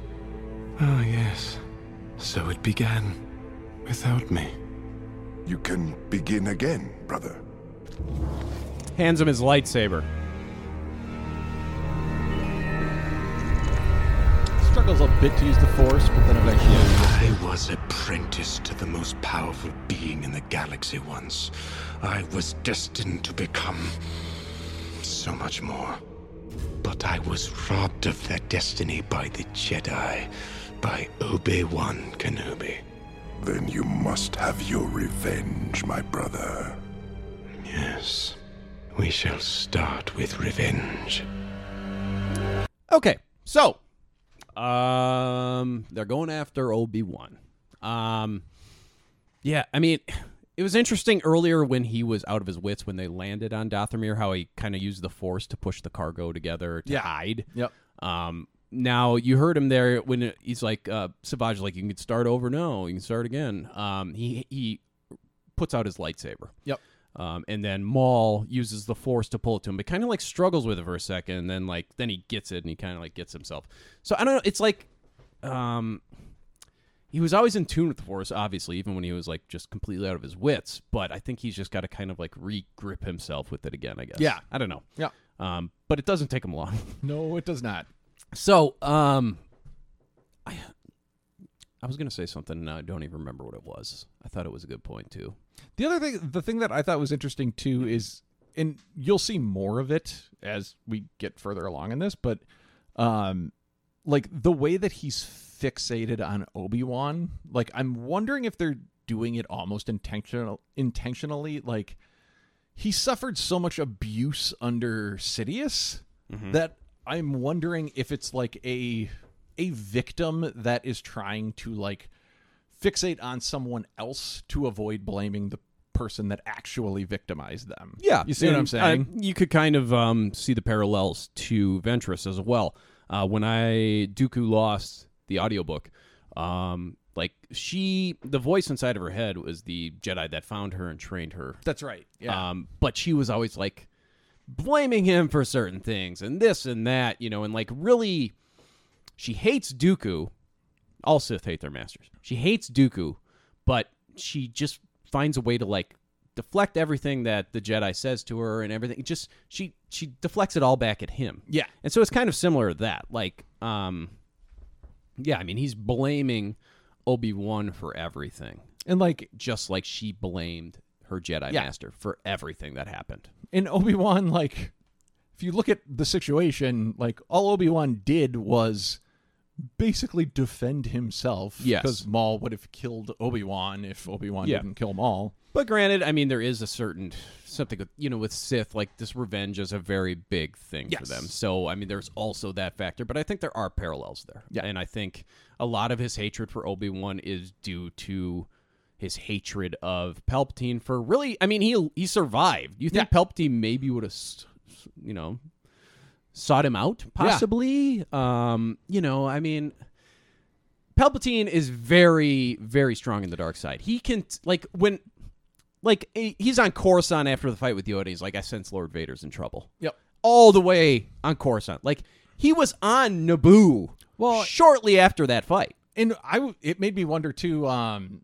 [SPEAKER 15] Ah, yes. So it began. Without me.
[SPEAKER 9] You can begin again, brother.
[SPEAKER 7] Hands him his lightsaber.
[SPEAKER 8] Struggles a bit to use the force, but then eventually.
[SPEAKER 15] I was apprenticed to the most powerful being in the galaxy once. I was destined to become so much more. But I was robbed of that destiny by the Jedi, by Obi-Wan Kenobi.
[SPEAKER 9] Then you must have your revenge, my brother.
[SPEAKER 15] Yes, we shall start with revenge.
[SPEAKER 7] Okay, so um, they're going after Obi Wan. Um, yeah, I mean, it was interesting earlier when he was out of his wits when they landed on Dathomir, how he kind of used the Force to push the cargo together to
[SPEAKER 8] Yeah.
[SPEAKER 7] hide.
[SPEAKER 8] Yep.
[SPEAKER 7] Um, now you heard him there when he's like, uh, Savage, like you can start over. No, you can start again. Um, he he puts out his lightsaber.
[SPEAKER 8] Yep.
[SPEAKER 7] Um, and then Maul uses the force to pull it to him, but kind of like struggles with it for a second, and then like then he gets it and he kind of like gets himself. So I don't know. It's like, um, he was always in tune with the force, obviously, even when he was like just completely out of his wits. But I think he's just got to kind of like re-grip himself with it again. I guess.
[SPEAKER 8] Yeah.
[SPEAKER 7] I don't know.
[SPEAKER 8] Yeah.
[SPEAKER 7] Um, but it doesn't take him long.
[SPEAKER 8] No, it does not.
[SPEAKER 7] So, um, I, I was gonna say something, and I don't even remember what it was. I thought it was a good point too.
[SPEAKER 8] The other thing, the thing that I thought was interesting too is, and you'll see more of it as we get further along in this, but um, like the way that he's fixated on Obi Wan, like I'm wondering if they're doing it almost intentional, intentionally. Like he suffered so much abuse under Sidious that I'm wondering if it's like a a victim that is trying to like fixate on someone else to avoid blaming the person that actually victimized them. You see what I'm
[SPEAKER 7] and,
[SPEAKER 8] saying?
[SPEAKER 7] uh, you could kind of um, see the parallels to Ventress as well. Uh, when I Dooku lost the audiobook, um, like she, the voice inside of her head was the Jedi that found her and trained her.
[SPEAKER 8] That's right. Yeah.
[SPEAKER 7] Um, but she was always like blaming him for certain things and this and that, you know, and like really, she hates Dooku. All Sith hate their masters. She hates Dooku, but she just finds a way to like deflect everything that the Jedi says to her and everything. Just she she deflects it all back at him.
[SPEAKER 8] Yeah.
[SPEAKER 7] And so it's kind of similar to that. Like, um, yeah, I mean, he's blaming Obi Wan for everything,
[SPEAKER 8] and like
[SPEAKER 7] just like she blamed her Jedi
[SPEAKER 8] Yeah.
[SPEAKER 7] Master for everything that happened.
[SPEAKER 8] and Obi Wan, like, if you look at the situation, like, all Obi Wan did was basically defend himself.
[SPEAKER 7] Yes.
[SPEAKER 8] Because Maul would have killed Obi Wan if Obi Wan
[SPEAKER 7] Yeah.
[SPEAKER 8] didn't kill Maul.
[SPEAKER 7] But granted, I mean, there is a certain something with you know with Sith like this revenge is a very big thing for
[SPEAKER 8] Yes.
[SPEAKER 7] them. So I mean, there's also that factor. But I think there are parallels there. Yeah. And I think a lot of his hatred for Obi Wan is due to his hatred of Palpatine for really. I mean, he he survived. You think Palpatine maybe would have, you know, sought him out possibly? Um, you know, I mean. Palpatine is very, very strong in the dark side. He can t- like when, like he- he's on Coruscant after the fight with Yoda. He's like, I sense Lord Vader's in trouble.
[SPEAKER 8] Yep.
[SPEAKER 7] All the way on Coruscant. Like he was on Naboo. Well, shortly after that fight.
[SPEAKER 8] And I, w- it made me wonder too, um,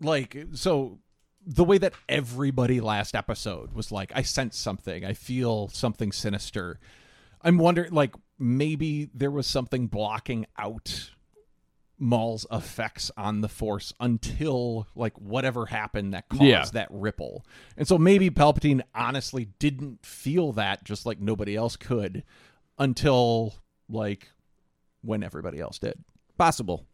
[SPEAKER 8] like, so the way that everybody last episode was like, I sense something, I feel something sinister. I'm wondering, like, maybe there was something blocking out Maul's effects on the Force until like whatever happened that caused
[SPEAKER 7] Yeah.
[SPEAKER 8] that ripple. And so maybe Palpatine honestly didn't feel that just like nobody else could until like when everybody else did.
[SPEAKER 7] Possible.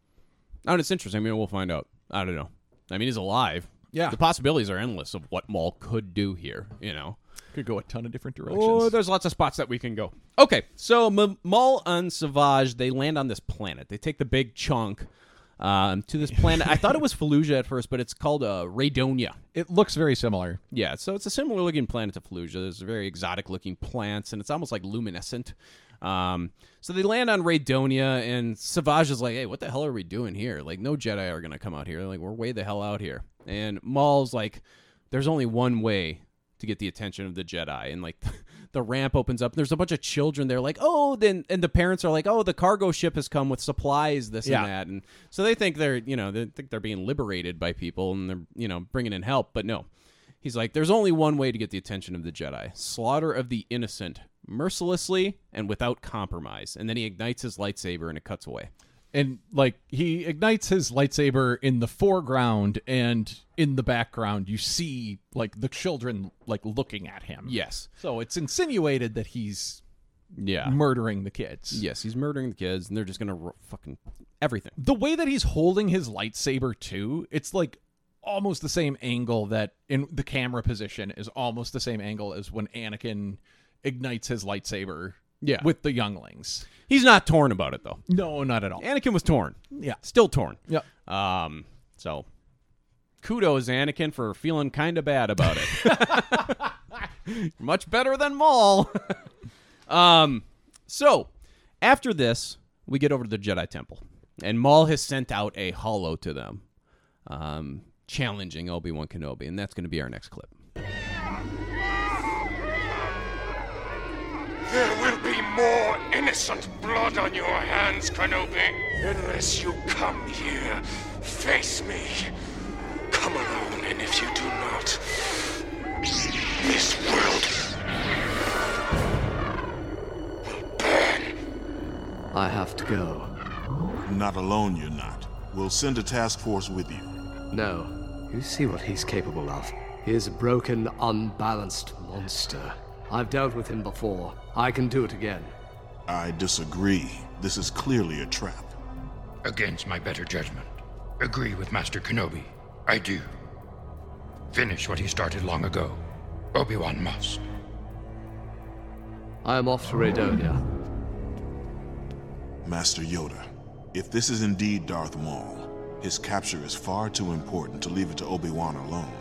[SPEAKER 7] Oh, and it's interesting. Maybe we'll find out. I don't know. I mean, he's alive.
[SPEAKER 8] Yeah.
[SPEAKER 7] The possibilities are endless of what Maul could do here, you know.
[SPEAKER 8] Could go a ton of different directions.
[SPEAKER 7] Oh, there's lots of spots that we can go. Okay, so M- Maul and Savage, they land on this planet. They take the big chunk um, to this planet. I thought it was Fallujah at first, but it's called uh, Raydonia.
[SPEAKER 8] It looks very similar.
[SPEAKER 7] Yeah, so it's a similar looking planet to Fallujah. There's very exotic looking plants, and it's almost like luminescent. Um, so they land on Raydonia, and Savage is like, "Hey, what the hell are we doing here? Like, no Jedi are gonna come out here. Like, we're way the hell out here." And Maul's like, "There's only one way to get the attention of the Jedi. And like the ramp opens up. There's a bunch of children there, like, oh, then and the parents are like, oh, the cargo ship has come with supplies, this
[SPEAKER 8] Yeah.
[SPEAKER 7] and that, and so they think they're, you know, they think they're being liberated by people and they're, you know, bringing in help, but no. He's like, there's only one way to get the attention of the Jedi: slaughter of the innocent, mercilessly and without compromise. And then he ignites his lightsaber and it cuts away.
[SPEAKER 8] and like he ignites his lightsaber in the foreground and in the background you see like the children like looking at him
[SPEAKER 7] Yes.
[SPEAKER 8] so it's insinuated that he's Ah.
[SPEAKER 7] Yeah.
[SPEAKER 8] murdering the kids
[SPEAKER 7] Yes, he's murdering the kids, and they're just gonna ro- fucking everything.
[SPEAKER 8] the way that he's holding his lightsaber too it's like almost the same angle that in the camera position is almost the same angle as when anakin ignites his lightsaber
[SPEAKER 7] Yeah.
[SPEAKER 8] with the younglings
[SPEAKER 7] He's not torn about it though.
[SPEAKER 8] no not at all
[SPEAKER 7] Anakin was torn.
[SPEAKER 8] Yeah.
[SPEAKER 7] Still torn.
[SPEAKER 8] Yep.
[SPEAKER 7] Um, so kudos, Anakin, for feeling kind of bad about it. Much better than Maul. um, so after this, we get over to the Jedi Temple, and Maul has sent out a hollow to them, um, challenging Obi Wan Kenobi, and that's going to be our next clip.
[SPEAKER 11] There will be more innocent blood on your hands, Kenobi. Unless you come here, face me. Come alone, and if you do not, this world
[SPEAKER 17] I have to go. Not alone, you're not. We'll send a task force with you.
[SPEAKER 4] No. You see what he's capable of. He is a broken, unbalanced monster. I've dealt with him before. I can do it again.
[SPEAKER 17] I disagree. This is clearly a trap. Against my better judgment.
[SPEAKER 18] Agree with Master Kenobi. I do. Finish what he started long ago. Obi Wan must.
[SPEAKER 4] I am off to Raydonia.
[SPEAKER 17] Master Yoda, if this is indeed Darth Maul, his capture is far too important to leave it to Obi Wan alone.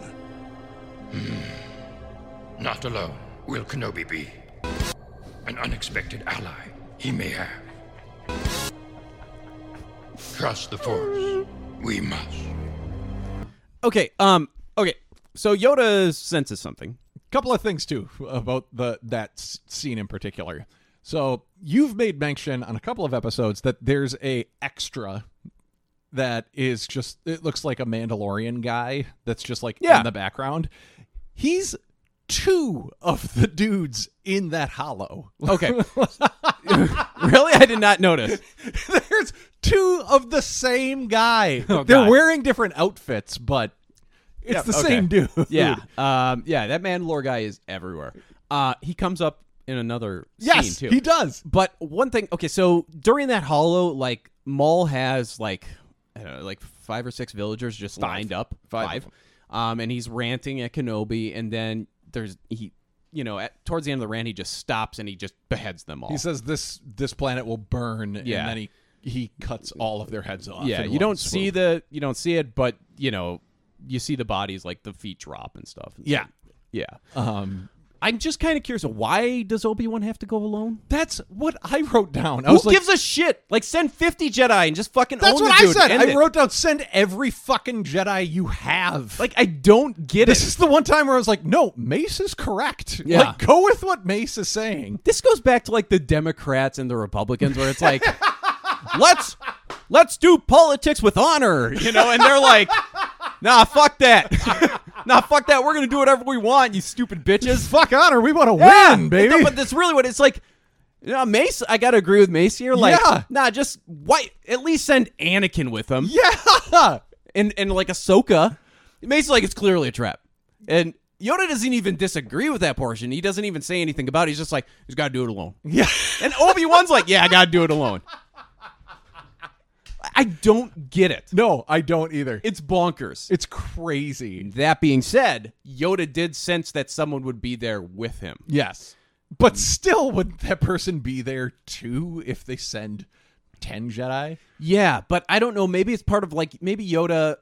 [SPEAKER 18] Not alone will Kenobi be. An unexpected ally he may have. Trust the Force. We must.
[SPEAKER 7] Okay. Um. Okay. So Yoda senses something.
[SPEAKER 8] couple of things too about the that s- scene in particular. So you've made mention on a couple of episodes that there's a extra that is just it looks like a Mandalorian guy that's just like
[SPEAKER 7] Yeah.
[SPEAKER 8] in the background. He's two of the dudes in that hollow.
[SPEAKER 7] Okay. really? I did not notice.
[SPEAKER 8] there's two of the same guy.
[SPEAKER 7] Oh,
[SPEAKER 8] They're
[SPEAKER 7] God.
[SPEAKER 8] wearing different outfits, but it's
[SPEAKER 7] Yeah,
[SPEAKER 8] the
[SPEAKER 7] okay.
[SPEAKER 8] same dude.
[SPEAKER 7] Yeah, um, yeah, that Mandalore guy is everywhere. Uh, he comes up in another
[SPEAKER 8] Yes,
[SPEAKER 7] scene too.
[SPEAKER 8] he does.
[SPEAKER 7] But one thing, okay, so during that hollow, like Maul has like I don't know, like five or six villagers just lined up,
[SPEAKER 8] Five.
[SPEAKER 7] um, and he's ranting at Kenobi, and then there's he, you know, at, towards the end of the rant, he just stops and he just beheads them all.
[SPEAKER 8] He says this this planet will burn,
[SPEAKER 7] Yeah.
[SPEAKER 8] and then he he cuts all of their heads off.
[SPEAKER 7] yeah,
[SPEAKER 8] in
[SPEAKER 7] you
[SPEAKER 8] one
[SPEAKER 7] don't
[SPEAKER 8] swoop.
[SPEAKER 7] see the you don't see it, but you know, you see the bodies like the feet drop and stuff.
[SPEAKER 8] Yeah.
[SPEAKER 7] yeah.
[SPEAKER 8] Um,
[SPEAKER 7] I'm just kind of curious. Why does Obi Wan have to go alone?
[SPEAKER 8] That's what I wrote down. I
[SPEAKER 7] Who
[SPEAKER 8] was like-
[SPEAKER 7] gives a shit? Like send 50 Jedi and just fucking
[SPEAKER 8] That's
[SPEAKER 7] own
[SPEAKER 8] what
[SPEAKER 7] the
[SPEAKER 8] I
[SPEAKER 7] dude.
[SPEAKER 8] said.
[SPEAKER 7] End
[SPEAKER 8] I
[SPEAKER 7] it.
[SPEAKER 8] wrote down send every fucking Jedi you have.
[SPEAKER 7] Like I don't get
[SPEAKER 8] this it. This is the one time where I was like, no, Mace is correct.
[SPEAKER 7] Yeah.
[SPEAKER 8] Like go with what Mace is saying.
[SPEAKER 7] This goes back to like the Democrats and the Republicans where it's like let's let's do politics with honor, you know, and they're like nah, fuck that. nah, fuck that. We're going to do whatever we want, you stupid bitches.
[SPEAKER 8] Fuck honor, we want to win,
[SPEAKER 7] Yeah.
[SPEAKER 8] baby.
[SPEAKER 7] But that's really what it's like No, Mace. I gotta agree with Mace here. Like,
[SPEAKER 8] Yeah.
[SPEAKER 7] nah, just why? At least send Anakin with him.
[SPEAKER 8] Yeah,
[SPEAKER 7] and and like Ahsoka. Mace is like it's clearly a trap, and Yoda doesn't even disagree with that portion. He doesn't even say anything about it. He's just like he's got to do it alone.
[SPEAKER 8] Yeah,
[SPEAKER 7] and Obi Wan's like, yeah, I got to do it alone. I don't get it.
[SPEAKER 8] No, I don't either.
[SPEAKER 7] It's bonkers.
[SPEAKER 8] It's crazy.
[SPEAKER 7] That being said, Yoda did sense that someone would be there with him.
[SPEAKER 8] Yes. But still, would that person be there too if they send 10 Jedi?
[SPEAKER 7] Yeah, but I don't know. Maybe it's part of like maybe Yoda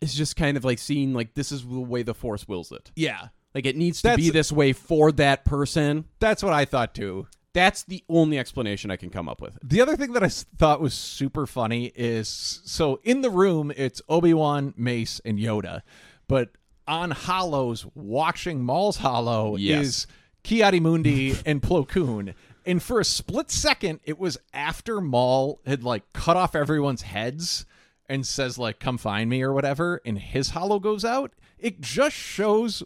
[SPEAKER 7] is just kind of like seeing like this is the way the Force wills it.
[SPEAKER 8] Yeah.
[SPEAKER 7] like it needs to
[SPEAKER 8] That's-
[SPEAKER 7] be this way for that person.
[SPEAKER 8] That's what I thought too.
[SPEAKER 7] That's the only explanation I can come up with.
[SPEAKER 8] The other thing that I s- thought was super funny is so in the room, it's Obi Wan, Mace, and Yoda. But on Hollows, watching Maul's Hollow
[SPEAKER 7] Yes.
[SPEAKER 8] is Kiadi Mundi and Plo Koon. And for a split second, it was after Maul had like cut off everyone's heads and says like "Come find me" or whatever, and his hollow goes out. It just shows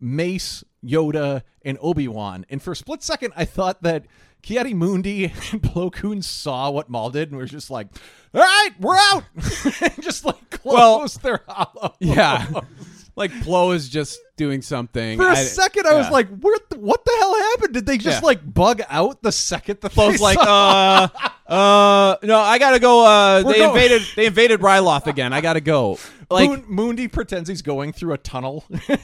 [SPEAKER 8] Mace, Yoda, and Obi Wan. And for a split second, I thought that Kiadi Mundi and Plo Koon saw what Maul did and were just like, "All right, we're out," and just like closed their hollow.
[SPEAKER 7] Yeah. like Plo is just doing something.
[SPEAKER 8] For a
[SPEAKER 7] a
[SPEAKER 8] I, second, I was like, "Where? The, what the hell happened? Did they just
[SPEAKER 7] Yeah.
[SPEAKER 8] like bug out the second that
[SPEAKER 7] Plo's
[SPEAKER 8] they
[SPEAKER 7] like,
[SPEAKER 8] saw-
[SPEAKER 7] uh, uh, no, I gotta go. Uh,
[SPEAKER 8] We're
[SPEAKER 7] they
[SPEAKER 8] going-
[SPEAKER 7] invaded, they invaded Ryloth again. I gotta go. Like
[SPEAKER 8] Moon, Mundi pretends he's going through a tunnel.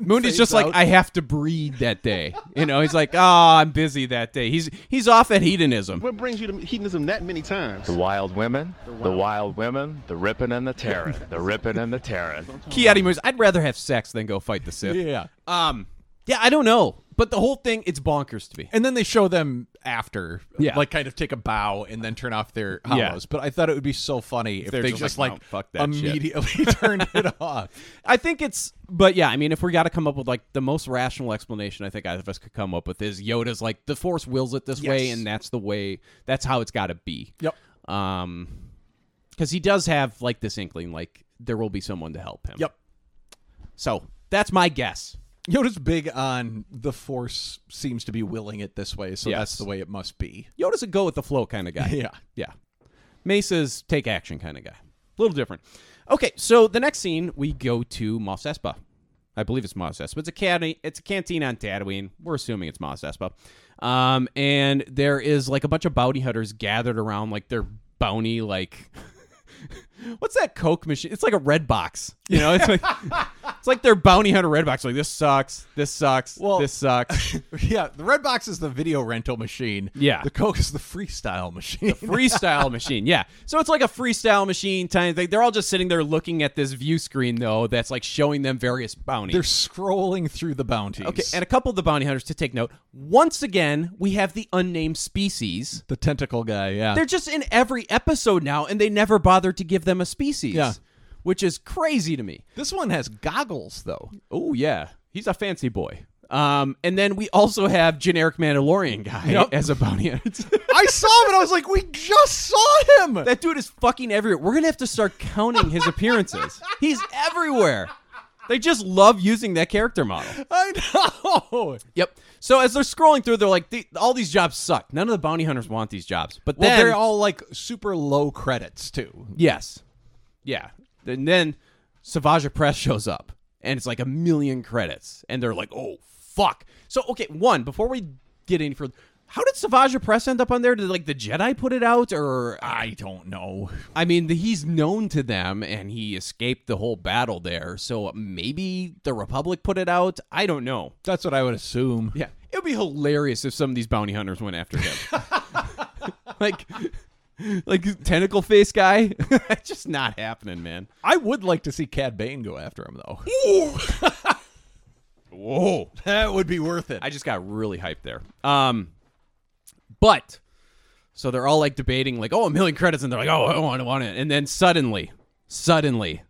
[SPEAKER 7] Mooney's
[SPEAKER 8] fades
[SPEAKER 7] just like,
[SPEAKER 8] out.
[SPEAKER 7] I have to breed that day. You know, he's like, ah, I'm busy that day. He's he's off at hedonism.
[SPEAKER 19] What brings you to hedonism that many times?
[SPEAKER 20] The wild women, the wild, women, the ripping and the tearing, the ripping and the tearing.
[SPEAKER 7] Kiadi moves. I'd rather have sex than go fight the Sith.
[SPEAKER 8] yeah.
[SPEAKER 7] Um. Yeah, I don't know, but the whole thing, it's bonkers to me.
[SPEAKER 8] And then they show them after,
[SPEAKER 7] Yeah.
[SPEAKER 8] like kind of take a bow and then turn off their hollows.
[SPEAKER 7] Yeah.
[SPEAKER 8] But I thought it would be so funny if,
[SPEAKER 7] they're
[SPEAKER 8] they
[SPEAKER 7] just
[SPEAKER 8] just,
[SPEAKER 7] like,
[SPEAKER 8] like,
[SPEAKER 7] "No, fuck that shit."
[SPEAKER 8] immediately turned it off.
[SPEAKER 7] I think it's, but yeah, I mean, if we got to come up with like the most rational explanation, I think either of us could come up with is Yoda's like the Force wills it this way,
[SPEAKER 8] Yes.
[SPEAKER 7] and that's the way, that's how it's got to be.
[SPEAKER 8] Yep.
[SPEAKER 7] Um, because he does have like this inkling, like there will be someone to help him.
[SPEAKER 8] Yep.
[SPEAKER 7] So that's my guess.
[SPEAKER 8] Yoda's big on the Force seems to be willing it this way, so
[SPEAKER 7] Yes.
[SPEAKER 8] that's the way it must be.
[SPEAKER 7] Yoda's a go with the flow kind of guy.
[SPEAKER 8] Yeah.
[SPEAKER 7] Yeah. Mesa's take action kind of guy. A little different. Okay, so the next scene we go to Mos Espa. I believe it's Mos Espa. It's a canteen. It's a canteen on Tatooine. We're assuming it's Mos Espa. Um, and there is like a bunch of bounty hunters gathered around like their bounty like. What's that Coke machine? It's like a red box. You know, it's like it's like their bounty hunter red box. Like this sucks. This sucks.
[SPEAKER 8] Well-
[SPEAKER 7] this sucks.
[SPEAKER 8] Yeah, the red box is the video rental machine.
[SPEAKER 7] Yeah.
[SPEAKER 8] The Coke is the freestyle machine.
[SPEAKER 7] freestyle machine. Yeah. So it's like a freestyle machine time thing. They're all just sitting there looking at this view screen though that's like showing them various bounties.
[SPEAKER 8] They're scrolling through the bounties.
[SPEAKER 7] okay, and a couple of the bounty hunters to take note. Once again, we have the unnamed species.
[SPEAKER 8] the tentacle guy, yeah.
[SPEAKER 7] They're just in every episode now and they never bothered to give them a species.
[SPEAKER 8] Yeah.
[SPEAKER 7] Which is crazy to me.
[SPEAKER 8] This one has goggles though.
[SPEAKER 7] Oh yeah. He's a fancy boy. Um, and then we also have generic Mandalorian guy
[SPEAKER 8] Yep.
[SPEAKER 7] as a bounty hunter.
[SPEAKER 8] I saw him and I was like, we just saw him.
[SPEAKER 7] That dude is fucking everywhere. We're gonna have to start counting his appearances. He's everywhere. They just love using that character model.
[SPEAKER 8] I know.
[SPEAKER 7] Yep. So as they're scrolling through, they're like, "The- all these jobs suck. None of the bounty hunters want these jobs. But
[SPEAKER 8] Well,
[SPEAKER 7] then,
[SPEAKER 8] they're all like super low credits too.
[SPEAKER 7] yes, yeah. And then Savage Press shows up, and it's like a million credits, and they're like, "Oh fuck." So okay, one before we get any further, how did Savage Press end up on there? Did like the Jedi put it out, or
[SPEAKER 8] I don't know.
[SPEAKER 7] I mean, the, he's known to them, and he escaped the whole battle there. So maybe the Republic put it out. I don't know.
[SPEAKER 8] That's what I would assume.
[SPEAKER 7] Yeah, it would be hilarious if some of these bounty hunters went after him, like, like tentacle face guy. It's just not happening, man.
[SPEAKER 8] I would like to see Cad Bane go after him though.
[SPEAKER 7] Whoa,
[SPEAKER 8] that would be worth it.
[SPEAKER 7] Oh. I just got really hyped there. Um, but so they're all like debating, like, oh, a million credits, and they're like, oh, I want it, want it, and then suddenly, suddenly,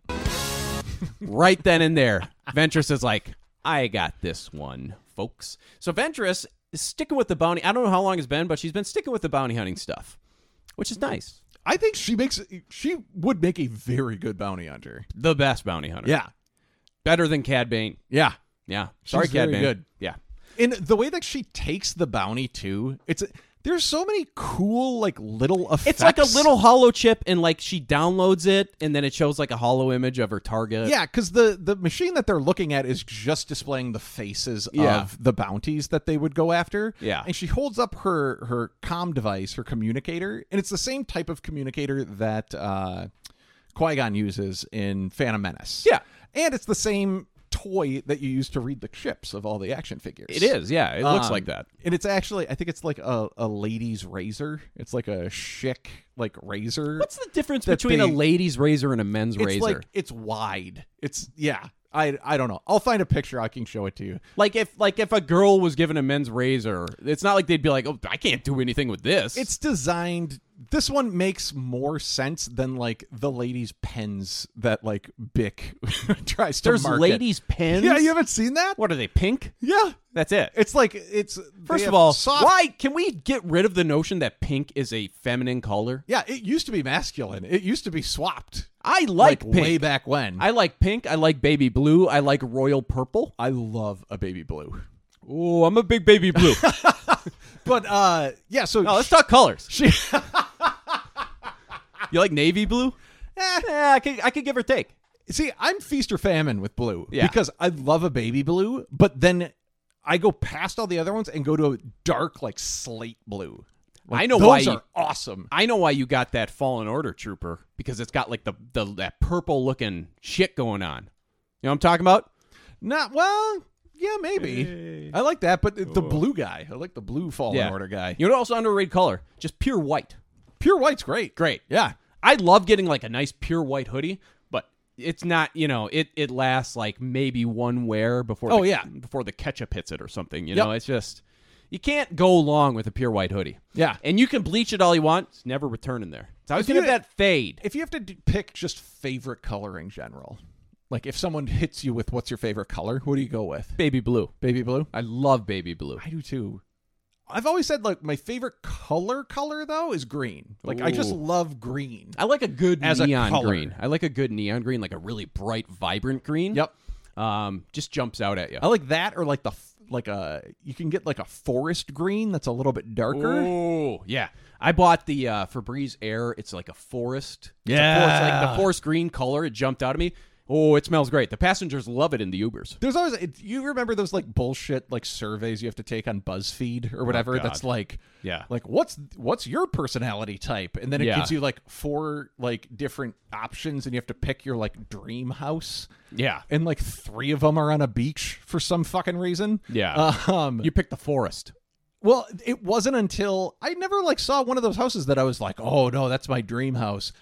[SPEAKER 7] right then and there, Ventress is like, I got this one, folks. So Ventress is sticking with the bounty. I don't know how long it's been, but she's been sticking with the bounty hunting stuff, which is nice.
[SPEAKER 8] I think she makes she would make a very good bounty hunter.
[SPEAKER 7] The best bounty hunter,
[SPEAKER 8] Yeah.
[SPEAKER 7] better than Cad Bane.
[SPEAKER 8] Yeah.
[SPEAKER 7] Yeah, sorry,
[SPEAKER 8] She's
[SPEAKER 7] Cad
[SPEAKER 8] very
[SPEAKER 7] Bane.
[SPEAKER 8] good.
[SPEAKER 7] Yeah.
[SPEAKER 8] and the way that she takes the bounty too, it's there's so many cool like little effects.
[SPEAKER 7] It's like a little hollow chip, and like she downloads it, and then it shows like a hollow image of her target.
[SPEAKER 8] Yeah, because the the machine that they're looking at is just displaying the faces
[SPEAKER 7] Yeah.
[SPEAKER 8] of the bounties that they would go after.
[SPEAKER 7] Yeah.
[SPEAKER 8] and she holds up her her comm device, her communicator, and it's the same type of communicator that uh, Qui Gon uses in Phantom Menace. Yeah, and it's the same toy that you use to read the chips of all the action figures.
[SPEAKER 7] It is, yeah. It looks like that.
[SPEAKER 8] and it's actually I think it's like a, a lady's razor. It's like a chic like razor. What's
[SPEAKER 7] the difference between a lady's razor and a men's
[SPEAKER 8] it's
[SPEAKER 7] razor.
[SPEAKER 8] Like, it's wide. It's yeah. I I don't know. I'll find a picture. I can show it to you.
[SPEAKER 7] Like if like if a girl was given a men's razor, it's not like they'd be like, "Oh, I can't do anything with this."
[SPEAKER 8] It's designed. This one makes more sense than like the ladies' pens that like Bic tries to
[SPEAKER 7] There's
[SPEAKER 8] market.
[SPEAKER 7] ladies' pens?
[SPEAKER 8] Yeah, you haven't seen that.
[SPEAKER 7] What are they pink?
[SPEAKER 8] Yeah,
[SPEAKER 7] that's it.
[SPEAKER 8] It's like it's
[SPEAKER 7] First
[SPEAKER 8] they
[SPEAKER 7] of
[SPEAKER 8] have
[SPEAKER 7] all,
[SPEAKER 8] soft-
[SPEAKER 7] why can we get rid of the notion that pink is a feminine color?
[SPEAKER 8] Yeah, it used to be masculine. It used to be swapped.
[SPEAKER 7] I like, pink.
[SPEAKER 8] way back when.
[SPEAKER 7] I like pink. I like baby blue. I like royal purple.
[SPEAKER 8] I love a baby blue.
[SPEAKER 7] Oh, I'm a big baby blue.
[SPEAKER 8] But uh, yeah. So
[SPEAKER 7] no, let's talk colors.
[SPEAKER 8] She-
[SPEAKER 7] you like navy blue?
[SPEAKER 8] Eh,
[SPEAKER 7] I could I could give or take.
[SPEAKER 8] See, I'm feast or famine with blue
[SPEAKER 7] Yeah.
[SPEAKER 8] because I love a baby blue, but then I go past all the other ones and go to a dark, like slate blue. Like,
[SPEAKER 7] I know
[SPEAKER 8] those
[SPEAKER 7] why you-
[SPEAKER 8] are awesome.
[SPEAKER 7] I know why you got that Fallen Order trooper because it's got like the, the that purple looking shit going on. You know what I'm talking about?
[SPEAKER 8] Not well, yeah, maybe. I like that, but the blue guy, I like the blue Fallen Order guy.
[SPEAKER 7] You know what else underrated color? Just pure white.
[SPEAKER 8] Pure white's great.
[SPEAKER 7] Great.
[SPEAKER 8] Yeah,
[SPEAKER 7] I love getting like a nice pure white hoodie, but it's not, you know, it it lasts like maybe one wear before
[SPEAKER 8] Oh,
[SPEAKER 7] the,
[SPEAKER 8] yeah.
[SPEAKER 7] before the ketchup hits it or something, you
[SPEAKER 8] Yep.
[SPEAKER 7] know. It's just you can't go long with a pure white hoodie.
[SPEAKER 8] Yeah.
[SPEAKER 7] And you can bleach it all you want, it's never returning there. So I was
[SPEAKER 8] If you
[SPEAKER 7] going to
[SPEAKER 8] had-
[SPEAKER 7] that fade.
[SPEAKER 8] If you have to d- pick just favorite color in general, like if someone hits you with what's your favorite color, what do you go with?
[SPEAKER 7] Baby blue.
[SPEAKER 8] Baby blue.
[SPEAKER 7] I love baby blue.
[SPEAKER 8] I do too. I've always said like my favorite color color though is green. Like I just
[SPEAKER 7] Ooh.
[SPEAKER 8] love green.
[SPEAKER 7] I like a good
[SPEAKER 8] As a
[SPEAKER 7] neon
[SPEAKER 8] color.
[SPEAKER 7] green. I like a good neon green, like a really bright, vibrant green.
[SPEAKER 8] Yep.
[SPEAKER 7] Um, just jumps out at you.
[SPEAKER 8] I like that or like the f- like a you can get like a forest green that's a little bit darker.
[SPEAKER 7] Oh yeah, I bought the uh, Febreze Air. It's like a forest. It's a forest, like
[SPEAKER 8] Yeah.
[SPEAKER 7] the forest green color. It jumped out at me. Oh, it smells great. The passengers love it in the Ubers.
[SPEAKER 8] There's always it, you remember those like bullshit like surveys you have to take on BuzzFeed or whatever
[SPEAKER 7] Oh, God.
[SPEAKER 8] that's like
[SPEAKER 7] Yeah.
[SPEAKER 8] like what's what's your personality type and then it
[SPEAKER 7] Yeah.
[SPEAKER 8] gives you like four like different options and you have to pick your like dream house
[SPEAKER 7] Yeah,
[SPEAKER 8] and like three of them are on a beach for some fucking reason.
[SPEAKER 7] yeah.
[SPEAKER 8] Um,
[SPEAKER 7] you pick the forest.
[SPEAKER 8] Well, it wasn't until I never like saw one of those houses that I was like, "Oh no, that's my dream house."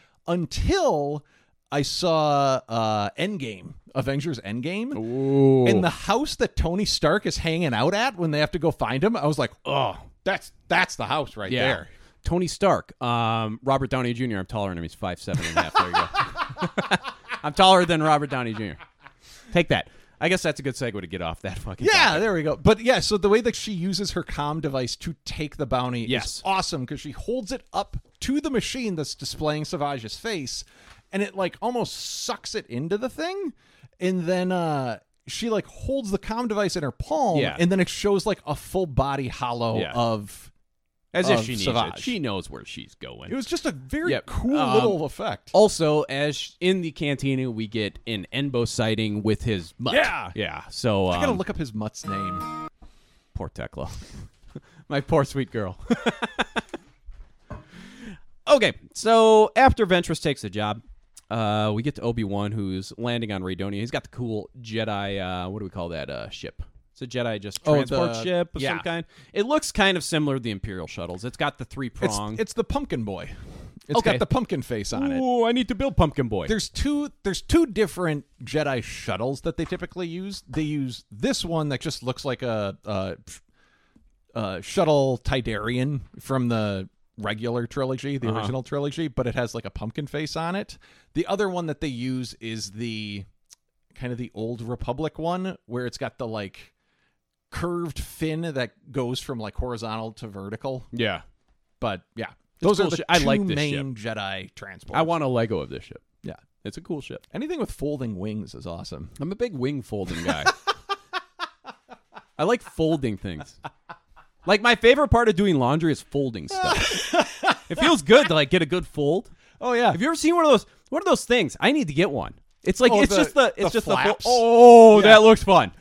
[SPEAKER 8] Until I saw uh Endgame, Avengers Endgame.
[SPEAKER 7] Ooh.
[SPEAKER 8] And the house that Tony Stark is hanging out at when they have to go find him, I was like, "Oh, that's that's the house right
[SPEAKER 7] yeah.
[SPEAKER 8] there."
[SPEAKER 7] Tony Stark. Um, Robert Downey Jr. I'm taller than him. He's five seven and a half. There you go. I'm taller than Robert Downey Jr. Take that. I guess that's a good segue to get off that fucking.
[SPEAKER 8] Yeah,
[SPEAKER 7] topic.
[SPEAKER 8] there we go. But yeah, so the way that she uses her comm device to take the bounty
[SPEAKER 7] Yes.
[SPEAKER 8] is awesome because she holds it up to the machine that's displaying Savage's face, and it like almost sucks it into the thing, and then uh she like holds the comm device in her palm,
[SPEAKER 7] Yeah.
[SPEAKER 8] and then it shows like a full body hollow
[SPEAKER 7] Yeah.
[SPEAKER 8] of.
[SPEAKER 7] As if
[SPEAKER 8] of
[SPEAKER 7] she needs
[SPEAKER 8] Savage.
[SPEAKER 7] it. She knows where she's going.
[SPEAKER 8] It was just a very
[SPEAKER 7] Yep.
[SPEAKER 8] cool
[SPEAKER 7] Um,
[SPEAKER 8] little effect.
[SPEAKER 7] Also, as sh- in the cantina, we get an Enbo sighting with his mutt.
[SPEAKER 8] Yeah.
[SPEAKER 7] yeah. So
[SPEAKER 8] I gotta
[SPEAKER 7] um,
[SPEAKER 8] look up his mutt's name.
[SPEAKER 7] poor Tekla, my poor sweet girl. okay, so after Ventress takes the job, uh, we get to Obi Wan, who's landing on Radonia. He's got the cool Jedi. Uh, what do we call that uh, ship? It's a Jedi just
[SPEAKER 8] Oh,
[SPEAKER 7] transport
[SPEAKER 8] the-
[SPEAKER 7] ship of some
[SPEAKER 8] yeah.
[SPEAKER 7] kind. It looks kind of similar to the Imperial shuttles. It's got the three
[SPEAKER 8] It's,
[SPEAKER 7] prong.
[SPEAKER 8] it's the pumpkin boy. It's
[SPEAKER 7] Okay.
[SPEAKER 8] got the pumpkin face on it.
[SPEAKER 7] Ooh, I need to build Pumpkin Boy.
[SPEAKER 8] there's two there's two different Jedi shuttles that they typically use. They use this one that just looks like a, a, a shuttle Tidarian from the regular trilogy,
[SPEAKER 7] Uh-huh.
[SPEAKER 8] the original trilogy, but it has like a pumpkin face on it. The other one that they use is the kind of the old Republic one where it's got the like curved fin that goes from like horizontal to vertical.
[SPEAKER 7] yeah,
[SPEAKER 8] But yeah, those
[SPEAKER 7] cool
[SPEAKER 8] are the
[SPEAKER 7] shit. I
[SPEAKER 8] two
[SPEAKER 7] like this
[SPEAKER 8] main Jedi transports.
[SPEAKER 7] I want a Lego of this ship.
[SPEAKER 8] yeah.
[SPEAKER 7] It's a cool ship.
[SPEAKER 8] Anything with folding wings is awesome.
[SPEAKER 7] I'm a big wing folding guy. I like folding things. Like my favorite part of doing laundry is folding stuff. it feels good to like get a good fold.
[SPEAKER 8] Oh yeah.
[SPEAKER 7] Have you ever seen one of those? What are those things? I need to get one. It's like
[SPEAKER 8] Oh,
[SPEAKER 7] it's
[SPEAKER 8] the-
[SPEAKER 7] just the it's
[SPEAKER 8] the
[SPEAKER 7] just the fo-
[SPEAKER 8] flaps?
[SPEAKER 7] oh
[SPEAKER 8] Yeah.
[SPEAKER 7] that looks fun.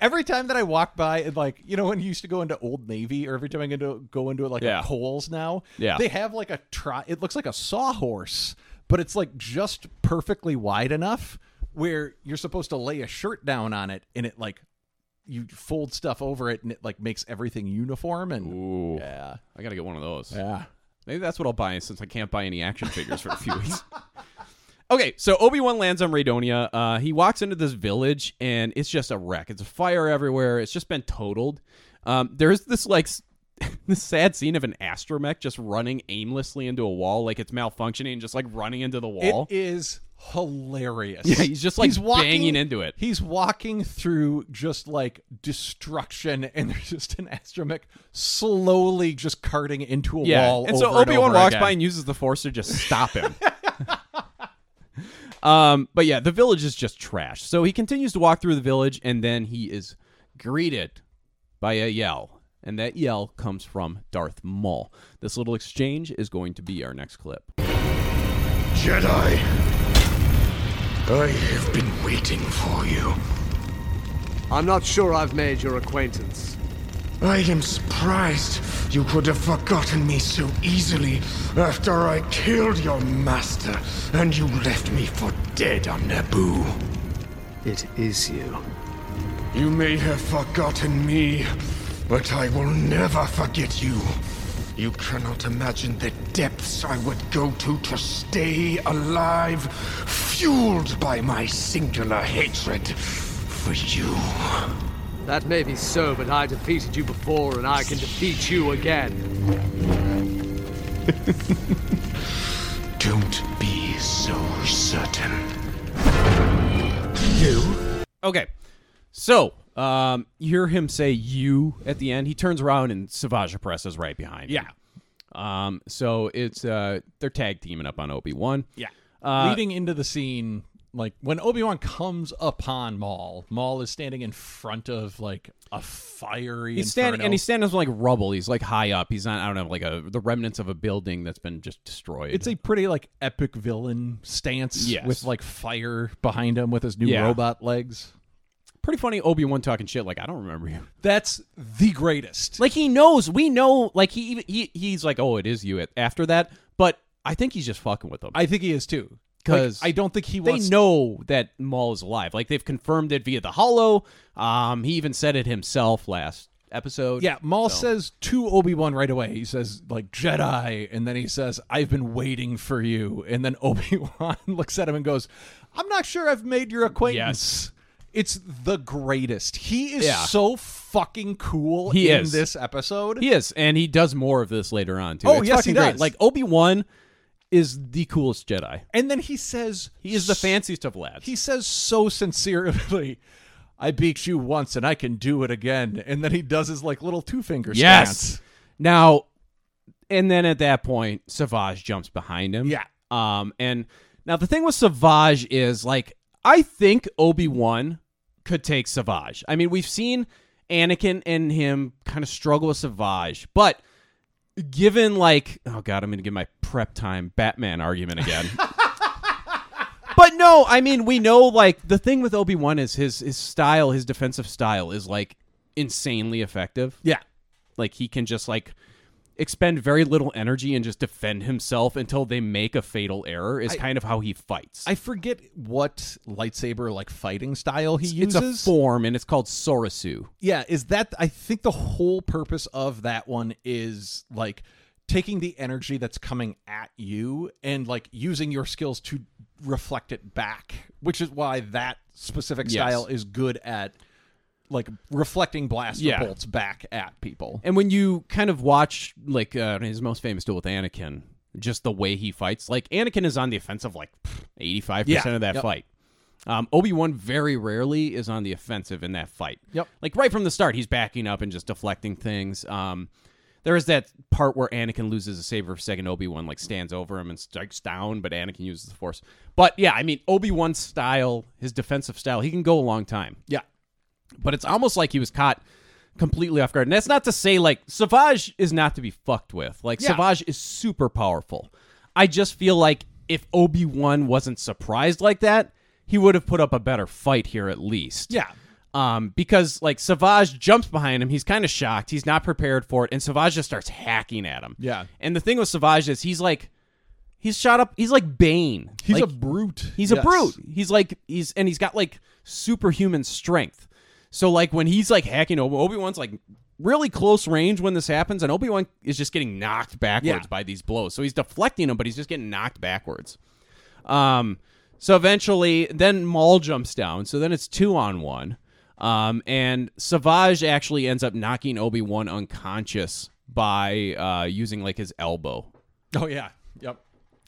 [SPEAKER 8] Every time that I walk by, and like you know, when you used to go into Old Navy, or every time I go into go into like
[SPEAKER 7] Yeah.
[SPEAKER 8] a Kohl's now,
[SPEAKER 7] Yeah.
[SPEAKER 8] they have like a try. It looks like a sawhorse, but it's like just perfectly wide enough where you're supposed to lay a shirt down on it, and it like you fold stuff over it, and it like makes everything uniform. And
[SPEAKER 7] Ooh. Yeah. I gotta get one of those.
[SPEAKER 8] Yeah.
[SPEAKER 7] Maybe that's what I'll buy since I can't buy any action figures for a few weeks. Okay, so Obi Wan lands on Raidonia. Uh, he walks into this village and it's just a wreck. It's a fire everywhere. It's just been totaled. Um, there's this like s- this sad scene of an astromech just running aimlessly into a wall, like it's malfunctioning, and just like running into the wall.
[SPEAKER 8] It is hilarious.
[SPEAKER 7] Yeah, he's just, like, banging into it.
[SPEAKER 8] He's walking through just like destruction, and there's just an astromech slowly just carting into a
[SPEAKER 7] yeah,
[SPEAKER 8] wall.
[SPEAKER 7] and so
[SPEAKER 8] over
[SPEAKER 7] Obi Wan
[SPEAKER 8] over
[SPEAKER 7] walks
[SPEAKER 8] again.
[SPEAKER 7] by and uses the Force to just stop him. um, but yeah, the village is just trash. So he continues to walk through the village, and then he is greeted by a yell, and that yell comes from Darth Maul. This little exchange is going to be our next clip.
[SPEAKER 15] Jedi, I have been waiting for you.
[SPEAKER 4] I'm not sure I've made your acquaintance.
[SPEAKER 15] I am surprised you could have forgotten me so easily after I killed your master and you left me for dead on Naboo.
[SPEAKER 4] It is you.
[SPEAKER 15] You may have forgotten me, but I will never forget you. You cannot imagine the depths I would go to to stay alive, fueled by my singular hatred for you.
[SPEAKER 4] That may be so, but I defeated you before, and I can defeat you again.
[SPEAKER 15] Don't be so certain.
[SPEAKER 7] Okay, so um, you hear him say "you" at the end. He turns around and Savage Press is right behind. him. Yeah. Um. So it's uh they're tag teaming up on Obi Wan.
[SPEAKER 8] Yeah.
[SPEAKER 7] Uh,
[SPEAKER 8] Leading into the scene, like when Obi Wan comes upon Maul, Maul is standing in front of like a fiery.
[SPEAKER 7] He's standing
[SPEAKER 8] inferno.
[SPEAKER 7] and he's standing on like rubble. He's like high up. He's not. I don't know, like a the remnants of a building that's been just destroyed.
[SPEAKER 8] It's a pretty like epic villain stance
[SPEAKER 7] Yes.
[SPEAKER 8] with like fire behind him with his new
[SPEAKER 7] Yeah.
[SPEAKER 8] robot legs.
[SPEAKER 7] pretty funny. Obi Wan talking shit. Like I don't remember you.
[SPEAKER 8] That's the greatest.
[SPEAKER 7] Like he knows. We know. Like he even he he's like, oh, it is you. at- After that, but I think he's just fucking with them.
[SPEAKER 8] I think he is too.
[SPEAKER 7] Because
[SPEAKER 8] Like, I don't think he
[SPEAKER 7] they
[SPEAKER 8] wants-
[SPEAKER 7] know that Maul is alive. Like they've confirmed it via the Hollow. Um, he even said it himself last episode.
[SPEAKER 8] Yeah, Maul says to Obi Wan right away. He says like Jedi, and then he says, "I've been waiting for you." And then Obi Wan looks at him and goes, "I'm not sure I've made your acquaintance." It's the greatest. He is
[SPEAKER 7] Yeah.
[SPEAKER 8] so fucking cool
[SPEAKER 7] He
[SPEAKER 8] in
[SPEAKER 7] is.
[SPEAKER 8] this episode.
[SPEAKER 7] He is, and he does more of this later on too.
[SPEAKER 8] Oh,
[SPEAKER 7] It's
[SPEAKER 8] yes,
[SPEAKER 7] fucking
[SPEAKER 8] he
[SPEAKER 7] great.
[SPEAKER 8] does.
[SPEAKER 7] Like Obi Wan is the coolest Jedi.
[SPEAKER 8] And then he says,
[SPEAKER 7] He is the fanciest of lads.
[SPEAKER 8] He says so sincerely, "I beat you once, and I can do it again." And then he does his like little two finger stance.
[SPEAKER 7] Now, and then at that point, Savage jumps behind him.
[SPEAKER 8] Yeah.
[SPEAKER 7] Um, and now the thing with Savage is like, I think Obi Wan could take Savage. I mean, we've seen Anakin and him kind of struggle with Savage, but given like, oh god, I'm gonna give my prep time Batman argument again. But no, I mean we know like the thing with Obi Wan is his his style, his defensive style is like insanely effective.
[SPEAKER 8] Yeah.
[SPEAKER 7] Like he can just like expend very little energy and just defend himself until they make a fatal error is
[SPEAKER 8] I-
[SPEAKER 7] kind of how he fights.
[SPEAKER 8] I forget what lightsaber like fighting style he
[SPEAKER 7] it's
[SPEAKER 8] uses.
[SPEAKER 7] a form and it's called Sorasu.
[SPEAKER 8] Yeah, is that I think the whole purpose of that one is like taking the energy that's coming at you and like using your skills to reflect it back, which is why that specific
[SPEAKER 7] Yes.
[SPEAKER 8] style is good at like reflecting blaster
[SPEAKER 7] Yeah.
[SPEAKER 8] bolts back at people.
[SPEAKER 7] And when you kind of watch like uh, his most famous duel with Anakin, just the way he fights, like Anakin is on the offensive like eighty five percent
[SPEAKER 8] Yeah,
[SPEAKER 7] of that
[SPEAKER 8] yep.
[SPEAKER 7] fight. Um, Obi Wan very rarely is on the offensive in that fight.
[SPEAKER 8] Yep.
[SPEAKER 7] Like right from the start, he's backing up and just deflecting things. Um, there is that part where Anakin loses a saber for a second. Obi Wan like stands over him and strikes down, but Anakin uses the Force. But yeah, I mean Obi Wan's style, his defensive style, he can go a long time
[SPEAKER 8] Yeah.
[SPEAKER 7] but it's almost like he was caught completely off guard. And that's not to say like Savage is not to be fucked with. Like
[SPEAKER 3] Yeah.
[SPEAKER 7] Savage is super powerful. I just feel like if Obi Wan wasn't surprised like that, he would have put up a better fight here at least.
[SPEAKER 8] Yeah.
[SPEAKER 7] Um, because like Savage jumps behind him, he's kind of shocked. He's not prepared for it, and Savage just starts hacking at him.
[SPEAKER 8] Yeah.
[SPEAKER 7] And the thing with Savage is he's like he's shot up he's like Bane.
[SPEAKER 8] He's a
[SPEAKER 7] Like,
[SPEAKER 8] brute.
[SPEAKER 7] He's a
[SPEAKER 8] Yes.
[SPEAKER 7] brute. He's like he's and he's got like superhuman strength. So like when he's like hacking Obi Obi Wan's like really close range when this happens, and Obi Wan is just getting knocked backwards
[SPEAKER 8] Yeah.
[SPEAKER 7] by these blows. So he's deflecting them, but he's just getting knocked backwards. Um, so eventually, then Maul jumps down. So then it's two on one. Um, and Savage actually ends up knocking Obi Wan unconscious by uh, using like his elbow
[SPEAKER 8] Oh yeah. Yep.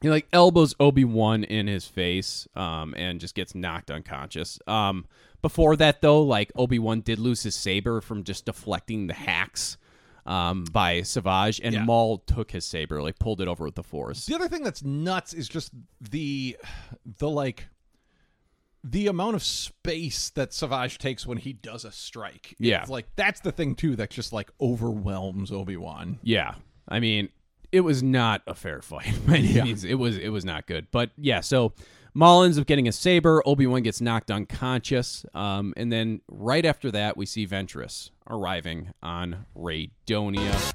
[SPEAKER 7] he like elbows Obi Wan in his face, um, and just gets knocked unconscious. Um, before that though, like Obi Wan did lose his saber from just deflecting the hacks, um, by Savage, and Maul took his saber, like pulled it over with the Force.
[SPEAKER 8] The other thing that's nuts is just the the like the amount of space that Savage takes when he does a strike.
[SPEAKER 7] Yeah.
[SPEAKER 8] It's like that's the thing too that just like overwhelms Obi-Wan.
[SPEAKER 7] Yeah, I mean, it was not a fair fight by any
[SPEAKER 8] Yeah.
[SPEAKER 7] means. It was it was not good. But yeah, so Maul ends up getting a saber. Obi Wan gets knocked unconscious, um, and then right after that, we see Ventress arriving on Raidonia.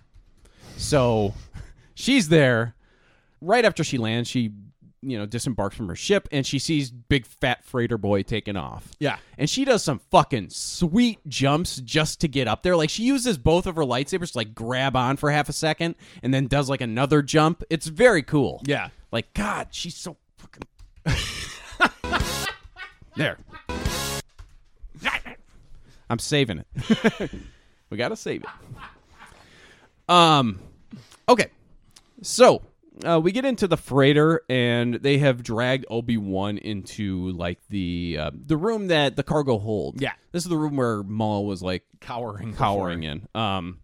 [SPEAKER 7] So she's there. Right after she lands, she you know disembarks from her ship and she sees big fat freighter boy taking off.
[SPEAKER 8] Yeah.
[SPEAKER 7] And she does some fucking sweet jumps just to get up there. Like she uses both of her lightsabers to like grab on for half a second and then does like another jump. It's very cool.
[SPEAKER 8] Yeah.
[SPEAKER 7] Like God, she's so fucking There. I'm saving it. we gotta save it. Um Okay. So uh, we get into the freighter, and they have dragged Obi Wan into like the uh, the room that the cargo holds.
[SPEAKER 8] Yeah.
[SPEAKER 7] this is the room where Maul was like cowering, cowering in. Um,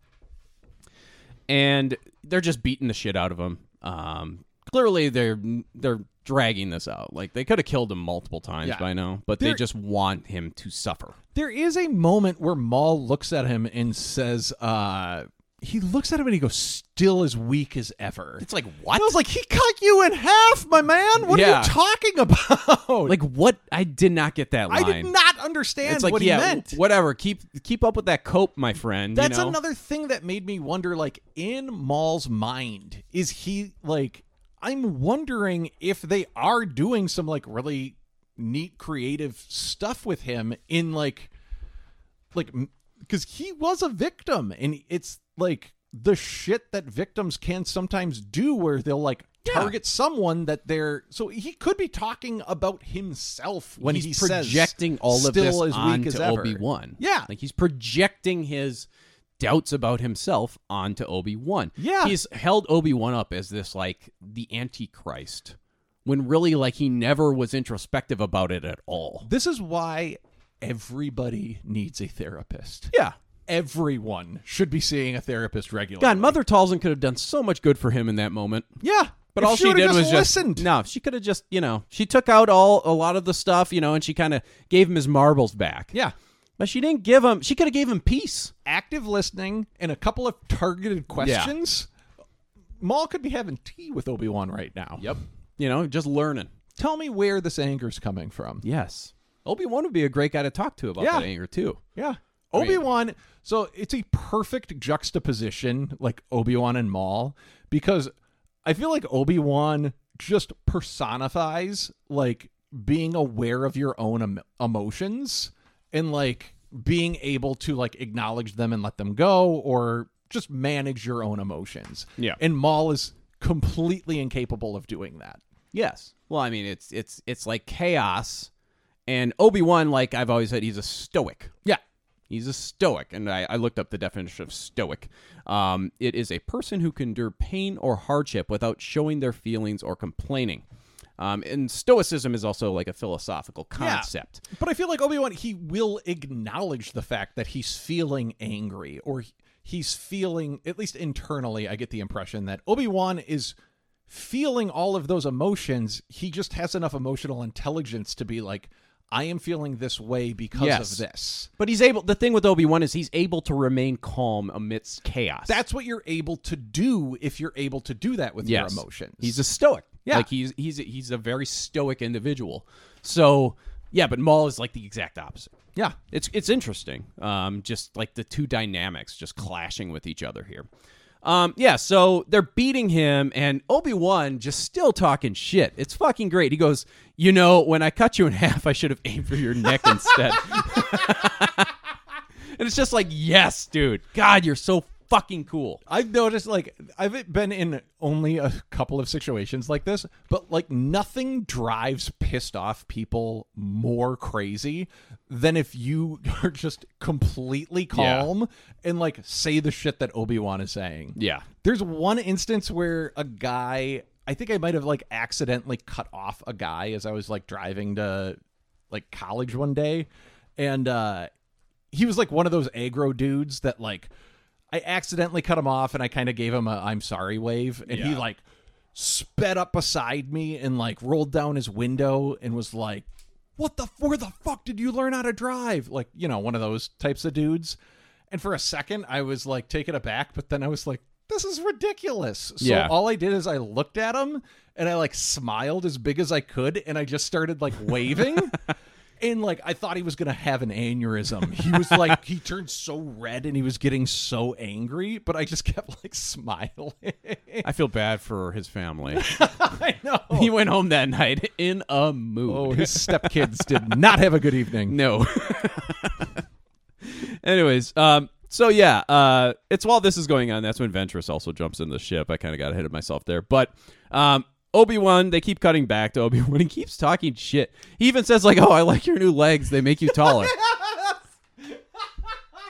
[SPEAKER 7] and they're just beating the shit out of him. Um, clearly they're they're dragging this out. Like they could have killed him multiple times
[SPEAKER 8] Yeah.
[SPEAKER 7] by now, but they
[SPEAKER 8] They're-
[SPEAKER 7] just want him to suffer.
[SPEAKER 8] There is a moment where Maul looks at him and says, uh, he looks at him and he goes, still as weak as ever. It's
[SPEAKER 7] like, what?
[SPEAKER 8] I was like, he cut you in half, my man. What
[SPEAKER 7] Yeah.
[SPEAKER 8] are you talking about?
[SPEAKER 7] Like what? I did not get that line.
[SPEAKER 8] I did not understand
[SPEAKER 7] It's like
[SPEAKER 8] what
[SPEAKER 7] yeah,
[SPEAKER 8] he meant.
[SPEAKER 7] whatever. Keep keep up with that cope, my friend. you
[SPEAKER 8] That's
[SPEAKER 7] know?
[SPEAKER 8] another thing that made me wonder like in Maul's mind is he like I'm wondering if they are doing some like really neat creative stuff with him in like like cuz he was a victim and it's like the shit that victims can sometimes do where they'll like target someone that they're so he could be talking about himself when
[SPEAKER 7] he's
[SPEAKER 8] he says
[SPEAKER 7] projecting all of
[SPEAKER 8] still
[SPEAKER 7] this
[SPEAKER 8] as weak
[SPEAKER 7] onto
[SPEAKER 8] as ever."
[SPEAKER 7] Obi Wan.
[SPEAKER 8] Yeah.
[SPEAKER 7] like he's projecting his doubts about himself onto Obi Wan.
[SPEAKER 8] Yeah.
[SPEAKER 7] he's held Obi Wan up as this like the Antichrist, when really like he never was introspective about it at all.
[SPEAKER 8] This is why everybody needs a therapist.
[SPEAKER 7] Yeah.
[SPEAKER 8] Everyone should be seeing a therapist regularly.
[SPEAKER 7] God, Mother Talzin could have done so much good for him in that moment.
[SPEAKER 8] Yeah.
[SPEAKER 7] But
[SPEAKER 8] If
[SPEAKER 7] all
[SPEAKER 8] she
[SPEAKER 7] she,
[SPEAKER 8] would've
[SPEAKER 7] did
[SPEAKER 8] just
[SPEAKER 7] was just
[SPEAKER 8] listened.
[SPEAKER 7] no. She could have just you know she took out all a lot of the stuff you know and she kind of gave him his marbles back.
[SPEAKER 8] Yeah.
[SPEAKER 7] but she didn't give him. She could have gave him peace.
[SPEAKER 8] Active listening and a couple of targeted questions. Maul could be having tea with Obi Wan right now.
[SPEAKER 7] Yep. You know, just learning.
[SPEAKER 8] Tell me where this anger's coming from.
[SPEAKER 7] Yes. Obi Wan would be a great guy to talk to about
[SPEAKER 8] Yeah.
[SPEAKER 7] that anger too.
[SPEAKER 8] Yeah.
[SPEAKER 7] I mean-
[SPEAKER 8] Obi Wan. So it's a perfect juxtaposition, like Obi Wan and Maul, because I feel like Obi Wan just personifies like being aware of your own em- emotions and like being able to like acknowledge them and let them go or just manage your own emotions.
[SPEAKER 7] Yeah.
[SPEAKER 8] And Maul is completely incapable of doing that.
[SPEAKER 7] Yes. Well, I mean, it's it's it's like chaos, and Obi Wan, like I've always said, he's a stoic.
[SPEAKER 8] Yeah.
[SPEAKER 7] He's a stoic, and I, I looked up the definition of stoic. Um, it is a person who can endure pain or hardship without showing their feelings or complaining. Um, and stoicism is also like a philosophical concept.
[SPEAKER 8] But I feel like Obi Wan, he will acknowledge the fact that he's feeling angry, or he- he's feeling, at least internally, I get the impression that Obi Wan is feeling all of those emotions. He just has enough emotional intelligence to be like, I am feeling this way because
[SPEAKER 7] yes.
[SPEAKER 8] of this.
[SPEAKER 7] But he's able. The thing with Obi Wan is he's able to remain calm amidst chaos.
[SPEAKER 8] That's what you're able to do if you're able to do that with
[SPEAKER 7] Yes.
[SPEAKER 8] your emotions.
[SPEAKER 7] He's a stoic.
[SPEAKER 8] Yeah.
[SPEAKER 7] Like he's he's he's a very stoic individual. So yeah, but Maul is like the exact opposite.
[SPEAKER 8] Yeah.
[SPEAKER 7] It's it's interesting. Um, just like the two dynamics just clashing with each other here. Um, yeah, so they're beating him and Obi-Wan just still talking shit. It's fucking great. He goes, "You know, when I cut you in half, I should have aimed for your neck instead." and it's just like, "Yes, dude. God, you're so fucking cool."
[SPEAKER 8] I've noticed like I've been in only a couple of situations like this, but like nothing drives pissed off people more crazy than if you are just completely
[SPEAKER 7] Yeah.
[SPEAKER 8] calm and like say the shit that Obi-Wan is saying.
[SPEAKER 7] Yeah.
[SPEAKER 8] There's one instance where a guy, I think I might have like accidentally cut off a guy as I was like driving to like college one day. And uh he was like one of those aggro dudes that like I accidentally cut him off and I kind of gave him a I'm sorry wave. And he
[SPEAKER 7] Yeah.
[SPEAKER 8] like sped up beside me and like rolled down his window and was like, What the where the fuck did you learn how to drive? Like, you know, one of those types of dudes. And for a second I was like taken aback, but then I was like, This is ridiculous. So
[SPEAKER 7] Yeah.
[SPEAKER 8] all I did is I looked at him and I like smiled as big as I could and I just started like waving. And like I thought he was gonna have an aneurysm. He was like he turned so red and he was getting so angry, but I just kept like smiling.
[SPEAKER 7] I feel bad for his family.
[SPEAKER 8] I know.
[SPEAKER 7] He went home that night in a mood.
[SPEAKER 8] Oh, his stepkids did not have a good evening.
[SPEAKER 7] No. Anyways, um, so yeah, uh, it's while this is going on that's when Ventress also jumps in the ship. I kind of got ahead of myself there, but um, Obi Wan they keep cutting back to Obi Wan. He keeps talking shit. He even says like, "Oh, I like your new legs. They make you taller."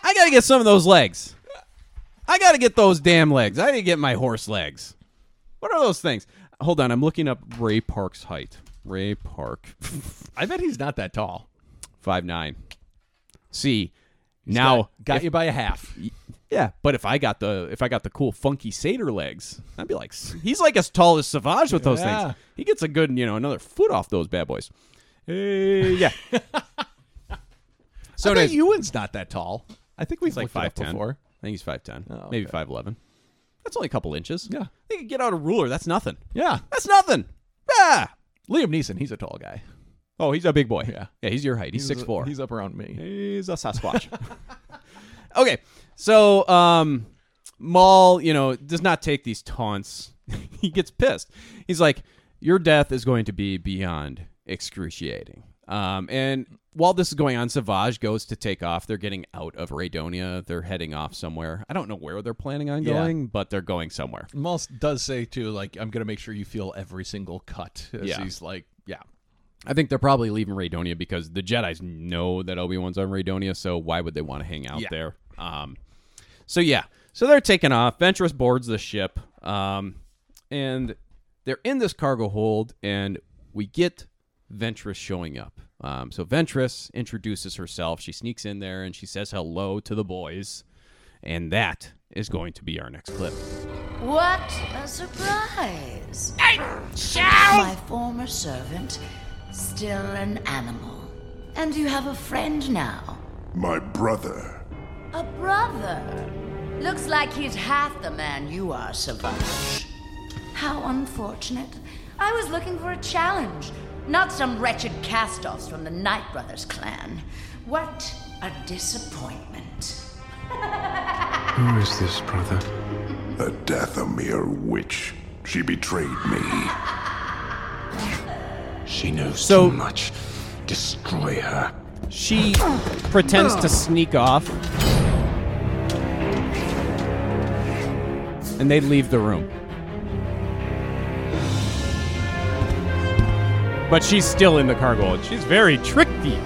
[SPEAKER 7] I gotta get some of those legs. I gotta get those damn legs. I didn't get my horse legs. What are those things? Hold on, I'm looking up Ray Park's height. Ray Park,
[SPEAKER 8] I bet he's not that tall.
[SPEAKER 7] five nine. See, now
[SPEAKER 8] got, got
[SPEAKER 7] if-
[SPEAKER 8] you by a half.
[SPEAKER 7] yeah, but if I got the if I got the cool funky satyr legs, I'd be like, he's like as tall as Savage with those
[SPEAKER 8] Yeah.
[SPEAKER 7] things. He gets a good you know another foot off those bad boys. Hey, yeah. so
[SPEAKER 8] I bet
[SPEAKER 7] anyways,
[SPEAKER 8] Ewan's not that tall. I think we've
[SPEAKER 7] he's like
[SPEAKER 8] looked it up
[SPEAKER 7] five ten.
[SPEAKER 8] before.
[SPEAKER 7] I think he's five ten,
[SPEAKER 8] Oh,
[SPEAKER 7] maybe
[SPEAKER 8] okay.
[SPEAKER 7] five eleven. That's only a couple inches.
[SPEAKER 8] Yeah.
[SPEAKER 7] they could get out a ruler. That's nothing.
[SPEAKER 8] Yeah,
[SPEAKER 7] That's nothing. Ah.
[SPEAKER 8] Liam Neeson, he's a tall guy.
[SPEAKER 7] Oh, he's a big boy.
[SPEAKER 8] Yeah.
[SPEAKER 7] yeah, he's your height. He's six four.
[SPEAKER 8] He's up around me.
[SPEAKER 7] He's a Sasquatch. okay, so um, Maul, you know, does not take these taunts. he gets pissed. He's like, "Your death is going to be beyond excruciating." Um, and while this is going on, Savage goes to take off. They're getting out of Radonia. They're heading off somewhere. I don't know where they're planning on
[SPEAKER 8] Yeah.
[SPEAKER 7] going, but they're going somewhere.
[SPEAKER 8] Moss does say too, like I'm gonna make sure you feel every single cut. As
[SPEAKER 7] Yeah.
[SPEAKER 8] He's like, yeah,
[SPEAKER 7] I think they're probably leaving Raydonia because the Jedi's know that Obi Wan's on Raydonia, so why would they want to hang out
[SPEAKER 8] Yeah.
[SPEAKER 7] there? Um, so yeah, so they're taking off. Ventress boards the ship, um, and they're in this cargo hold, and we get Ventress showing up. Um, so Ventress introduces herself. She sneaks in there and she says hello to the boys, and that is going to be our next clip.
[SPEAKER 6] What a surprise! My former servant, still an animal. And you have a friend now.
[SPEAKER 9] My brother.
[SPEAKER 6] A brother. Looks like he's half the man you are, Savage. How unfortunate. I was looking for a challenge, not some wretched cast offs from the Knight Brothers clan. What a disappointment.
[SPEAKER 9] Who is this brother? A Dathomir witch. She betrayed me.
[SPEAKER 15] She knows
[SPEAKER 7] So-
[SPEAKER 15] too much. Destroy her.
[SPEAKER 7] She pretends to sneak off. And they leave the room. But she's still in the cargo hold. She's very tricky.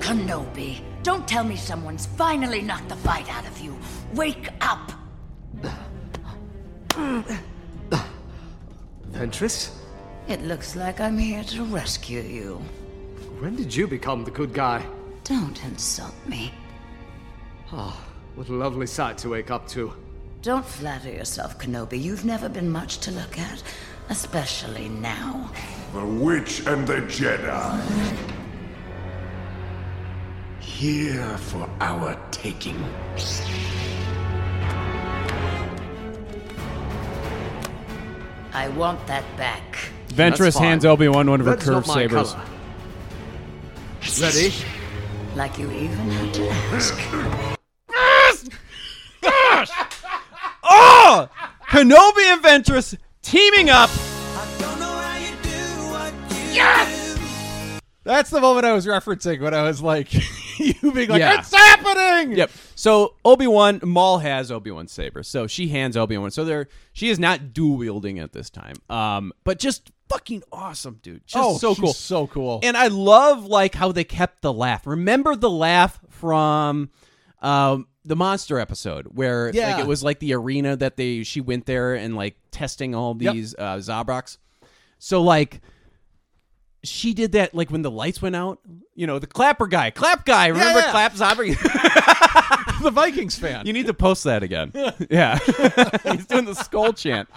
[SPEAKER 6] Kenobi, don't tell me someone's finally knocked the fight out of you. Wake up!
[SPEAKER 4] Ventress?
[SPEAKER 6] It looks like I'm here to rescue you.
[SPEAKER 4] When did you become the good guy?
[SPEAKER 6] Don't insult me.
[SPEAKER 4] Ah, what a lovely sight to wake up to.
[SPEAKER 6] Don't flatter yourself, Kenobi. You've never been much to look at, especially now.
[SPEAKER 9] The witch and the Jedi.
[SPEAKER 15] here for our taking.
[SPEAKER 6] I want that back.
[SPEAKER 7] Ventress hands Obi Wan one of her curved sabers.
[SPEAKER 4] Ready?
[SPEAKER 6] Like you even had to ask.
[SPEAKER 7] Oh! Kenobi and Ventress teaming up.
[SPEAKER 8] That's the moment I was referencing when I was like, you being like,
[SPEAKER 7] Yeah.
[SPEAKER 8] it's happening.
[SPEAKER 7] Yep. So Obi Wan Maul has Obi Wan's saber, so she hands Obi Wan. So there, she is not dual wielding at this time. Um, but just fucking awesome, dude. Just
[SPEAKER 8] oh,
[SPEAKER 7] so
[SPEAKER 8] she's
[SPEAKER 7] cool.
[SPEAKER 8] So cool.
[SPEAKER 7] And I love like how they kept the laugh. Remember the laugh from um the monster episode where
[SPEAKER 8] Yeah.
[SPEAKER 7] like it was like the arena that they she went there and like testing all
[SPEAKER 8] Yep.
[SPEAKER 7] these uh Zabraks. So like she did that like when the lights went out, you know, the clapper guy, clap guy, remember
[SPEAKER 8] yeah.
[SPEAKER 7] clap Zabrak?
[SPEAKER 8] the Vikings fan.
[SPEAKER 7] you need to post that again. yeah. He's doing the skull chant.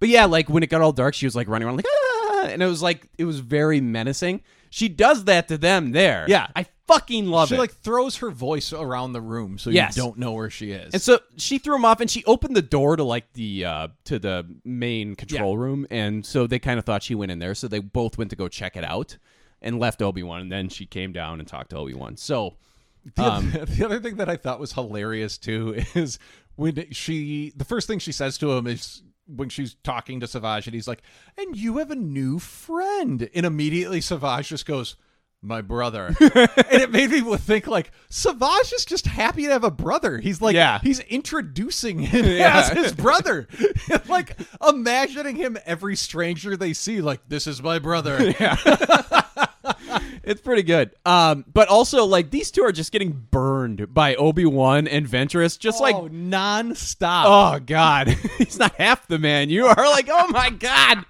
[SPEAKER 7] But yeah, like when it got all dark, she was like running around like ah, and it was like it was very menacing. She does that to them there.
[SPEAKER 8] Yeah.
[SPEAKER 7] I fucking love
[SPEAKER 8] she
[SPEAKER 7] it.
[SPEAKER 8] like throws her voice around the room so
[SPEAKER 7] Yes.
[SPEAKER 8] you don't know where she is.
[SPEAKER 7] and so she threw him off, and she opened the door to like the uh, to the main control room, and so they kind of thought she went in there. So they both went to go check it out, and left Obi Wan, and then she came down and talked to Obi Wan. So
[SPEAKER 8] The,
[SPEAKER 7] Um,
[SPEAKER 8] other, the other thing that I thought was hilarious too is when she, the first thing she says to him is when she's talking to Savage, and he's like, "And you have a new friend," and immediately Savage just goes. My brother, and it made me think like Savage is just happy to have a brother. He's like,
[SPEAKER 7] Yeah.
[SPEAKER 8] he's introducing him
[SPEAKER 7] Yeah.
[SPEAKER 8] as his brother, like imagining him every stranger they see, like this is my brother. Yeah,
[SPEAKER 7] It's pretty good. Um, but also like these two are just getting burned by Obi Wan and Ventress, just like
[SPEAKER 8] oh, nonstop.
[SPEAKER 7] oh god, he's not half the man you are. Like oh my god,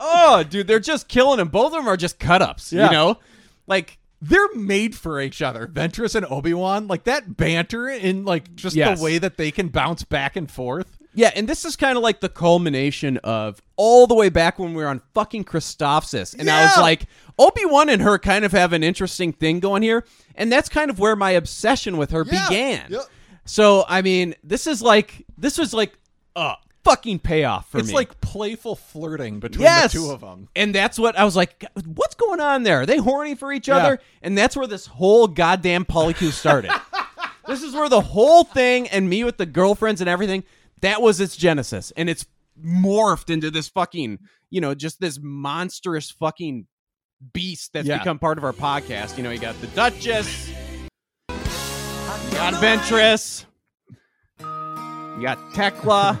[SPEAKER 7] oh dude, they're just killing him. Both of them are just cut ups.
[SPEAKER 8] Yeah.
[SPEAKER 7] You know, like
[SPEAKER 8] they're made for each other. Ventress and Obi Wan, like that banter and like just
[SPEAKER 7] Yes.
[SPEAKER 8] the way that they can bounce back and forth.
[SPEAKER 7] yeah. And this is kind of like the culmination of all the way back when we were on fucking Christophsis, and I was
[SPEAKER 8] Yeah.
[SPEAKER 7] like Obi Wan and her kind of have an interesting thing going here, and that's kind of where my obsession with her
[SPEAKER 8] Yeah.
[SPEAKER 7] began.
[SPEAKER 8] Yep.
[SPEAKER 7] So I mean, this is like this was like a fucking payoff for
[SPEAKER 8] it's
[SPEAKER 7] me.
[SPEAKER 8] like playful flirting between
[SPEAKER 7] yes,
[SPEAKER 8] the two of them.
[SPEAKER 7] and that's what I was like. What's going on there? Are they horny for each
[SPEAKER 8] Yeah.
[SPEAKER 7] other? And that's where this whole goddamn polycule started. this is where the whole thing and me with the girlfriends and everything that was its genesis, and it's morphed into this fucking you know just this monstrous fucking beast that's
[SPEAKER 8] Yeah.
[SPEAKER 7] become part of our podcast. You know, you got the Duchess, you got Ventress, you got Tekla,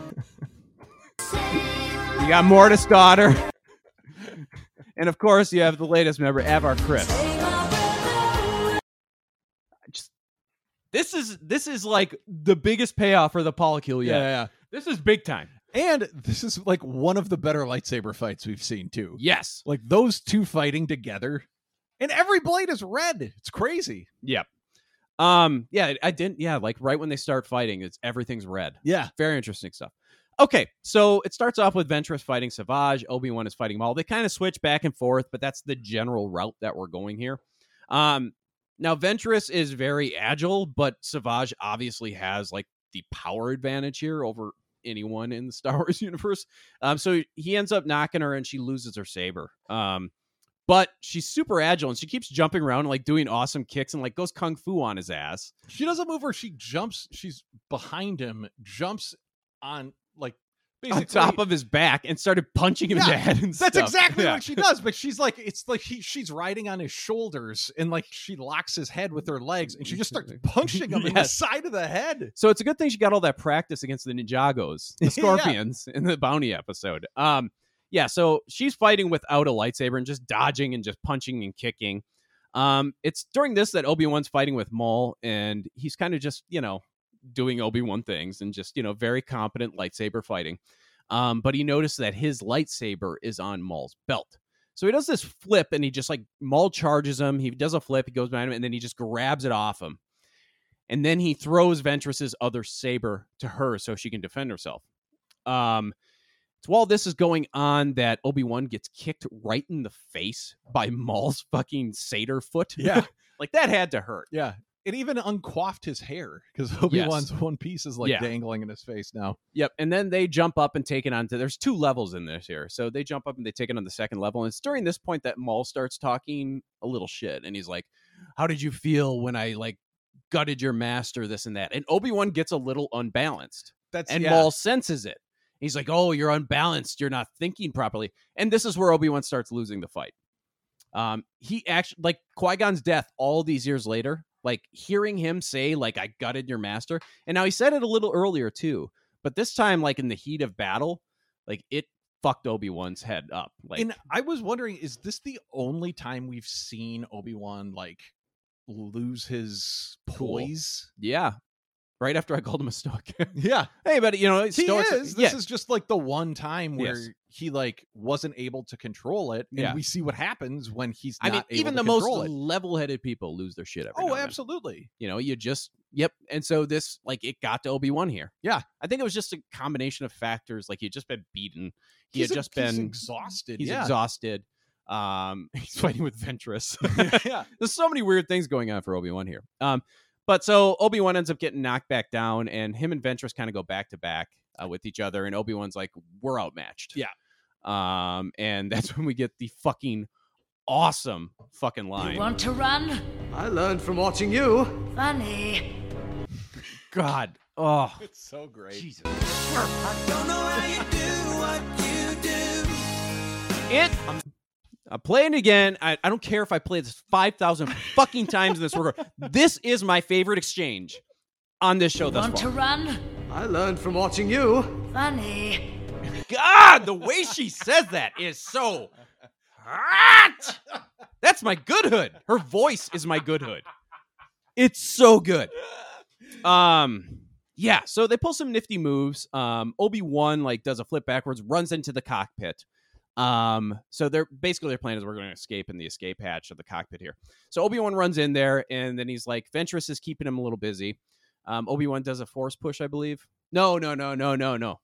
[SPEAKER 7] you got Mortis Daughter, and of course you have the latest member, Avar Chris. Just- This is this is like the biggest payoff for the polycule
[SPEAKER 8] Yeah.
[SPEAKER 7] yet.
[SPEAKER 8] yeah,
[SPEAKER 7] This is big time.
[SPEAKER 8] yeah. And this is like one of the better lightsaber fights we've seen too.
[SPEAKER 7] Yes.
[SPEAKER 8] Like those two fighting together, and every blade is red. It's crazy.
[SPEAKER 7] Yep. Um. Yeah. I didn't. Yeah. Like right when they start fighting, it's everything's red.
[SPEAKER 8] Yeah,
[SPEAKER 7] Very interesting stuff. Okay, so it starts off with Ventress fighting Savage, Obi Wan is fighting Maul. They kind of switch back and forth, but that's the general route that we're going here. Um, now Ventress is very agile, but Savage obviously has like the power advantage here over anyone in the Star Wars universe. Um, so he ends up knocking her, and she loses her saber. Um, but she's super agile, and she keeps jumping around, and, like doing awesome kicks, and like goes kung fu on his ass.
[SPEAKER 8] she doesn't move her. She jumps. She's behind him. Jumps on like basically
[SPEAKER 7] On top of his back and started punching him in
[SPEAKER 8] Yeah,
[SPEAKER 7] the head and
[SPEAKER 8] That's
[SPEAKER 7] stuff.
[SPEAKER 8] exactly
[SPEAKER 7] Yeah.
[SPEAKER 8] what she does, but she's like, it's like he, she's riding on his shoulders and like she locks his head with her legs and she just starts punching him in the
[SPEAKER 7] Yes.
[SPEAKER 8] side of the head.
[SPEAKER 7] So it's a good thing she got all that practice against the Ninjagos, the
[SPEAKER 8] Yeah.
[SPEAKER 7] Scorpions in the Bounty episode. Um, yeah, so she's fighting without a lightsaber and just dodging and just punching and kicking. Um, it's during this that Obi Wan's fighting with Maul, and he's kind of just you know doing Obi Wan things and just you know very competent lightsaber fighting. Um, but he noticed that his lightsaber is on Maul's belt. So he does this flip and he just like Maul charges him. He does a flip, he goes behind him, and then he just grabs it off him. And then he throws Ventress's other saber to her so she can defend herself. Um, it's while this is going on that Obi Wan gets kicked right in the face by Maul's fucking satyr foot.
[SPEAKER 8] Yeah.
[SPEAKER 21] Like that had to hurt.
[SPEAKER 8] Yeah. It even uncoiffed his hair because Obi Wan's one piece is like
[SPEAKER 7] Yeah.
[SPEAKER 8] dangling in his face now.
[SPEAKER 7] Yep. And then they jump up and take it onto. There's two levels in this here. So they jump up and they take it on the second level. And it's during this point that Maul starts talking a little shit. And he's like, How did you feel when I like gutted your master, this and that? And Obi Wan gets a little unbalanced.
[SPEAKER 8] That's-
[SPEAKER 7] and
[SPEAKER 8] yeah.
[SPEAKER 7] Maul senses it. He's like, Oh, you're unbalanced. You're not thinking properly. And this is where Obi Wan starts losing the fight. Um, he actually like Qui Gon's death all these years later. Like hearing him say, like, I gutted your master. And now he said it a little earlier too, but this time, like in the heat of battle, like it fucked Obi Wan's head up. Like
[SPEAKER 8] and I was wondering, is this the only time we've seen Obi Wan like lose his
[SPEAKER 7] cool.
[SPEAKER 8] poise?
[SPEAKER 7] Yeah. Right after I called him a stoic.
[SPEAKER 8] Yeah.
[SPEAKER 7] hey, but you know,
[SPEAKER 8] He
[SPEAKER 7] stoics-
[SPEAKER 8] is.
[SPEAKER 7] yeah.
[SPEAKER 8] This is just like the one time where
[SPEAKER 7] Yes.
[SPEAKER 8] he like wasn't able to control it, and
[SPEAKER 7] Yeah.
[SPEAKER 8] we see what happens when he's.
[SPEAKER 7] I
[SPEAKER 8] Not
[SPEAKER 7] mean,
[SPEAKER 8] able
[SPEAKER 7] even
[SPEAKER 8] to
[SPEAKER 7] the most
[SPEAKER 8] control it.
[SPEAKER 7] level-headed people lose their shit every now
[SPEAKER 8] Oh,
[SPEAKER 7] and then.
[SPEAKER 8] absolutely.
[SPEAKER 7] You know, you just yep. And so this like it got to Obi Wan here.
[SPEAKER 8] Yeah.
[SPEAKER 7] I think it was just a combination of factors. Like he'd just been beaten. He
[SPEAKER 8] He's
[SPEAKER 7] had
[SPEAKER 8] a-
[SPEAKER 7] just
[SPEAKER 8] he's
[SPEAKER 7] been
[SPEAKER 8] exhausted,
[SPEAKER 7] He's
[SPEAKER 8] yeah.
[SPEAKER 7] exhausted. Um, he's fighting with Ventress. yeah. There's so many weird things going on for Obi Wan here. Um, but so Obi Wan ends up getting knocked back down, and him and Ventress kind of go back to back uh, with each other, and Obi Wan's like, "We're outmatched."
[SPEAKER 8] Yeah.
[SPEAKER 7] Um, and that's when we get the fucking awesome fucking line.
[SPEAKER 6] You want to run?
[SPEAKER 4] I learned from watching you.
[SPEAKER 6] Funny.
[SPEAKER 7] God. Oh.
[SPEAKER 8] It's so great.
[SPEAKER 7] It. I'm, I'm playing again. I, I don't care if I play this 5,000 fucking times in this order. This is my favorite exchange on this show thus
[SPEAKER 6] Want to
[SPEAKER 7] far.
[SPEAKER 6] run?
[SPEAKER 4] I learned from watching you.
[SPEAKER 6] Funny.
[SPEAKER 7] God, the way she says that is so hot. That's my good hood. Her voice is my good hood. It's so good. Um, yeah. So they pull some nifty moves. Um, Obi Wan like does a flip backwards, runs into the cockpit. Um, so they're basically their plan is we're going to escape in the escape hatch of the cockpit here. So Obi Wan runs in there, and then he's like, Ventress is keeping him a little busy. Um, Obi Wan does a force push, I believe. No, no, no, no, no, no.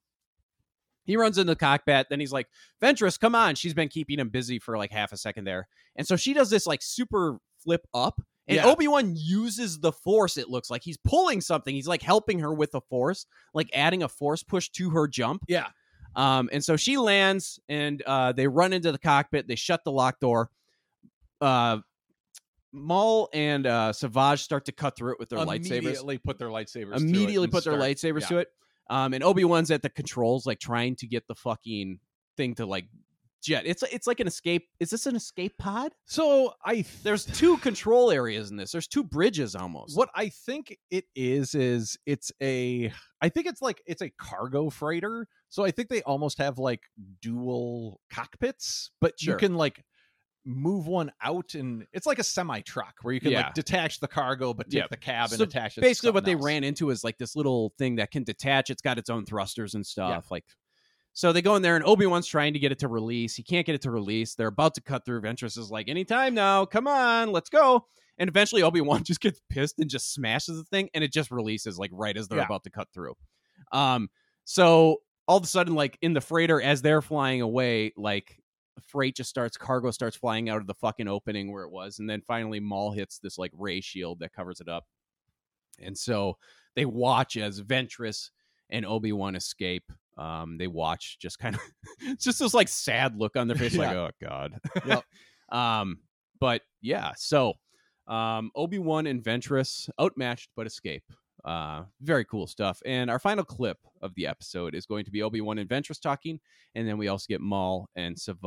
[SPEAKER 7] He runs in the cockpit. Then he's like, Ventress, come on. She's been keeping him busy for like half a second there. And so she does this like super flip up. And
[SPEAKER 8] Yeah.
[SPEAKER 7] Obi Wan uses the force, it looks like. He's pulling something. He's like helping her with the force, like adding a force push to her jump.
[SPEAKER 8] Yeah.
[SPEAKER 7] Um, and so she lands and uh, they run into the cockpit. They shut the lock door. Uh, Maul and uh, Savage start to cut through it with their lightsabers
[SPEAKER 8] Immediately put their lightsabers. to it
[SPEAKER 7] immediately
[SPEAKER 8] and
[SPEAKER 7] put their
[SPEAKER 8] start-
[SPEAKER 7] lightsabers
[SPEAKER 8] yeah.
[SPEAKER 7] to it. Um, and Obi Wan's at the controls, like trying to get the fucking thing to like jet. It's it's like an escape. Is this an escape pod?
[SPEAKER 8] So I
[SPEAKER 7] there's two control areas in this. There's two bridges almost.
[SPEAKER 8] What I think it is is it's a I think it's like it's a cargo freighter. So I think they almost have like dual cockpits, but
[SPEAKER 7] Sure.
[SPEAKER 8] you can like move one out and it's like a semi truck where you can
[SPEAKER 7] Yeah.
[SPEAKER 8] like detach the cargo but take
[SPEAKER 7] Yeah.
[SPEAKER 8] the cab and
[SPEAKER 7] So
[SPEAKER 8] attach it. to
[SPEAKER 7] Basically, what
[SPEAKER 8] something
[SPEAKER 7] they
[SPEAKER 8] else.
[SPEAKER 7] ran into is like this little thing that can detach. It's got its own thrusters and stuff. Like, so they go in there, and Obi Wan's trying to get it to release. He can't get it to release. They're about to cut through. Ventress is like, "Anytime now, come on, let's go." And eventually, Obi Wan just gets pissed and just smashes the thing, and it just releases like right as they're
[SPEAKER 8] Yeah.
[SPEAKER 7] about to cut through. Um, so all of a sudden, like in the freighter, as they're flying away, like freight just starts cargo starts flying out of the fucking opening where it was, and then finally Maul hits this like ray shield that covers it up, and so they watch as Ventress and Obi Wan escape. Um, they watch just kind of it's just this like sad look on their face, like
[SPEAKER 8] Yeah.
[SPEAKER 7] oh god.
[SPEAKER 8] Yep.
[SPEAKER 7] um, but yeah, so um, Obi Wan and Ventress outmatched but escape. Uh, very cool stuff. And our final clip of the episode is going to be Obi Wan and Ventress talking, and then we also get Maul and Savage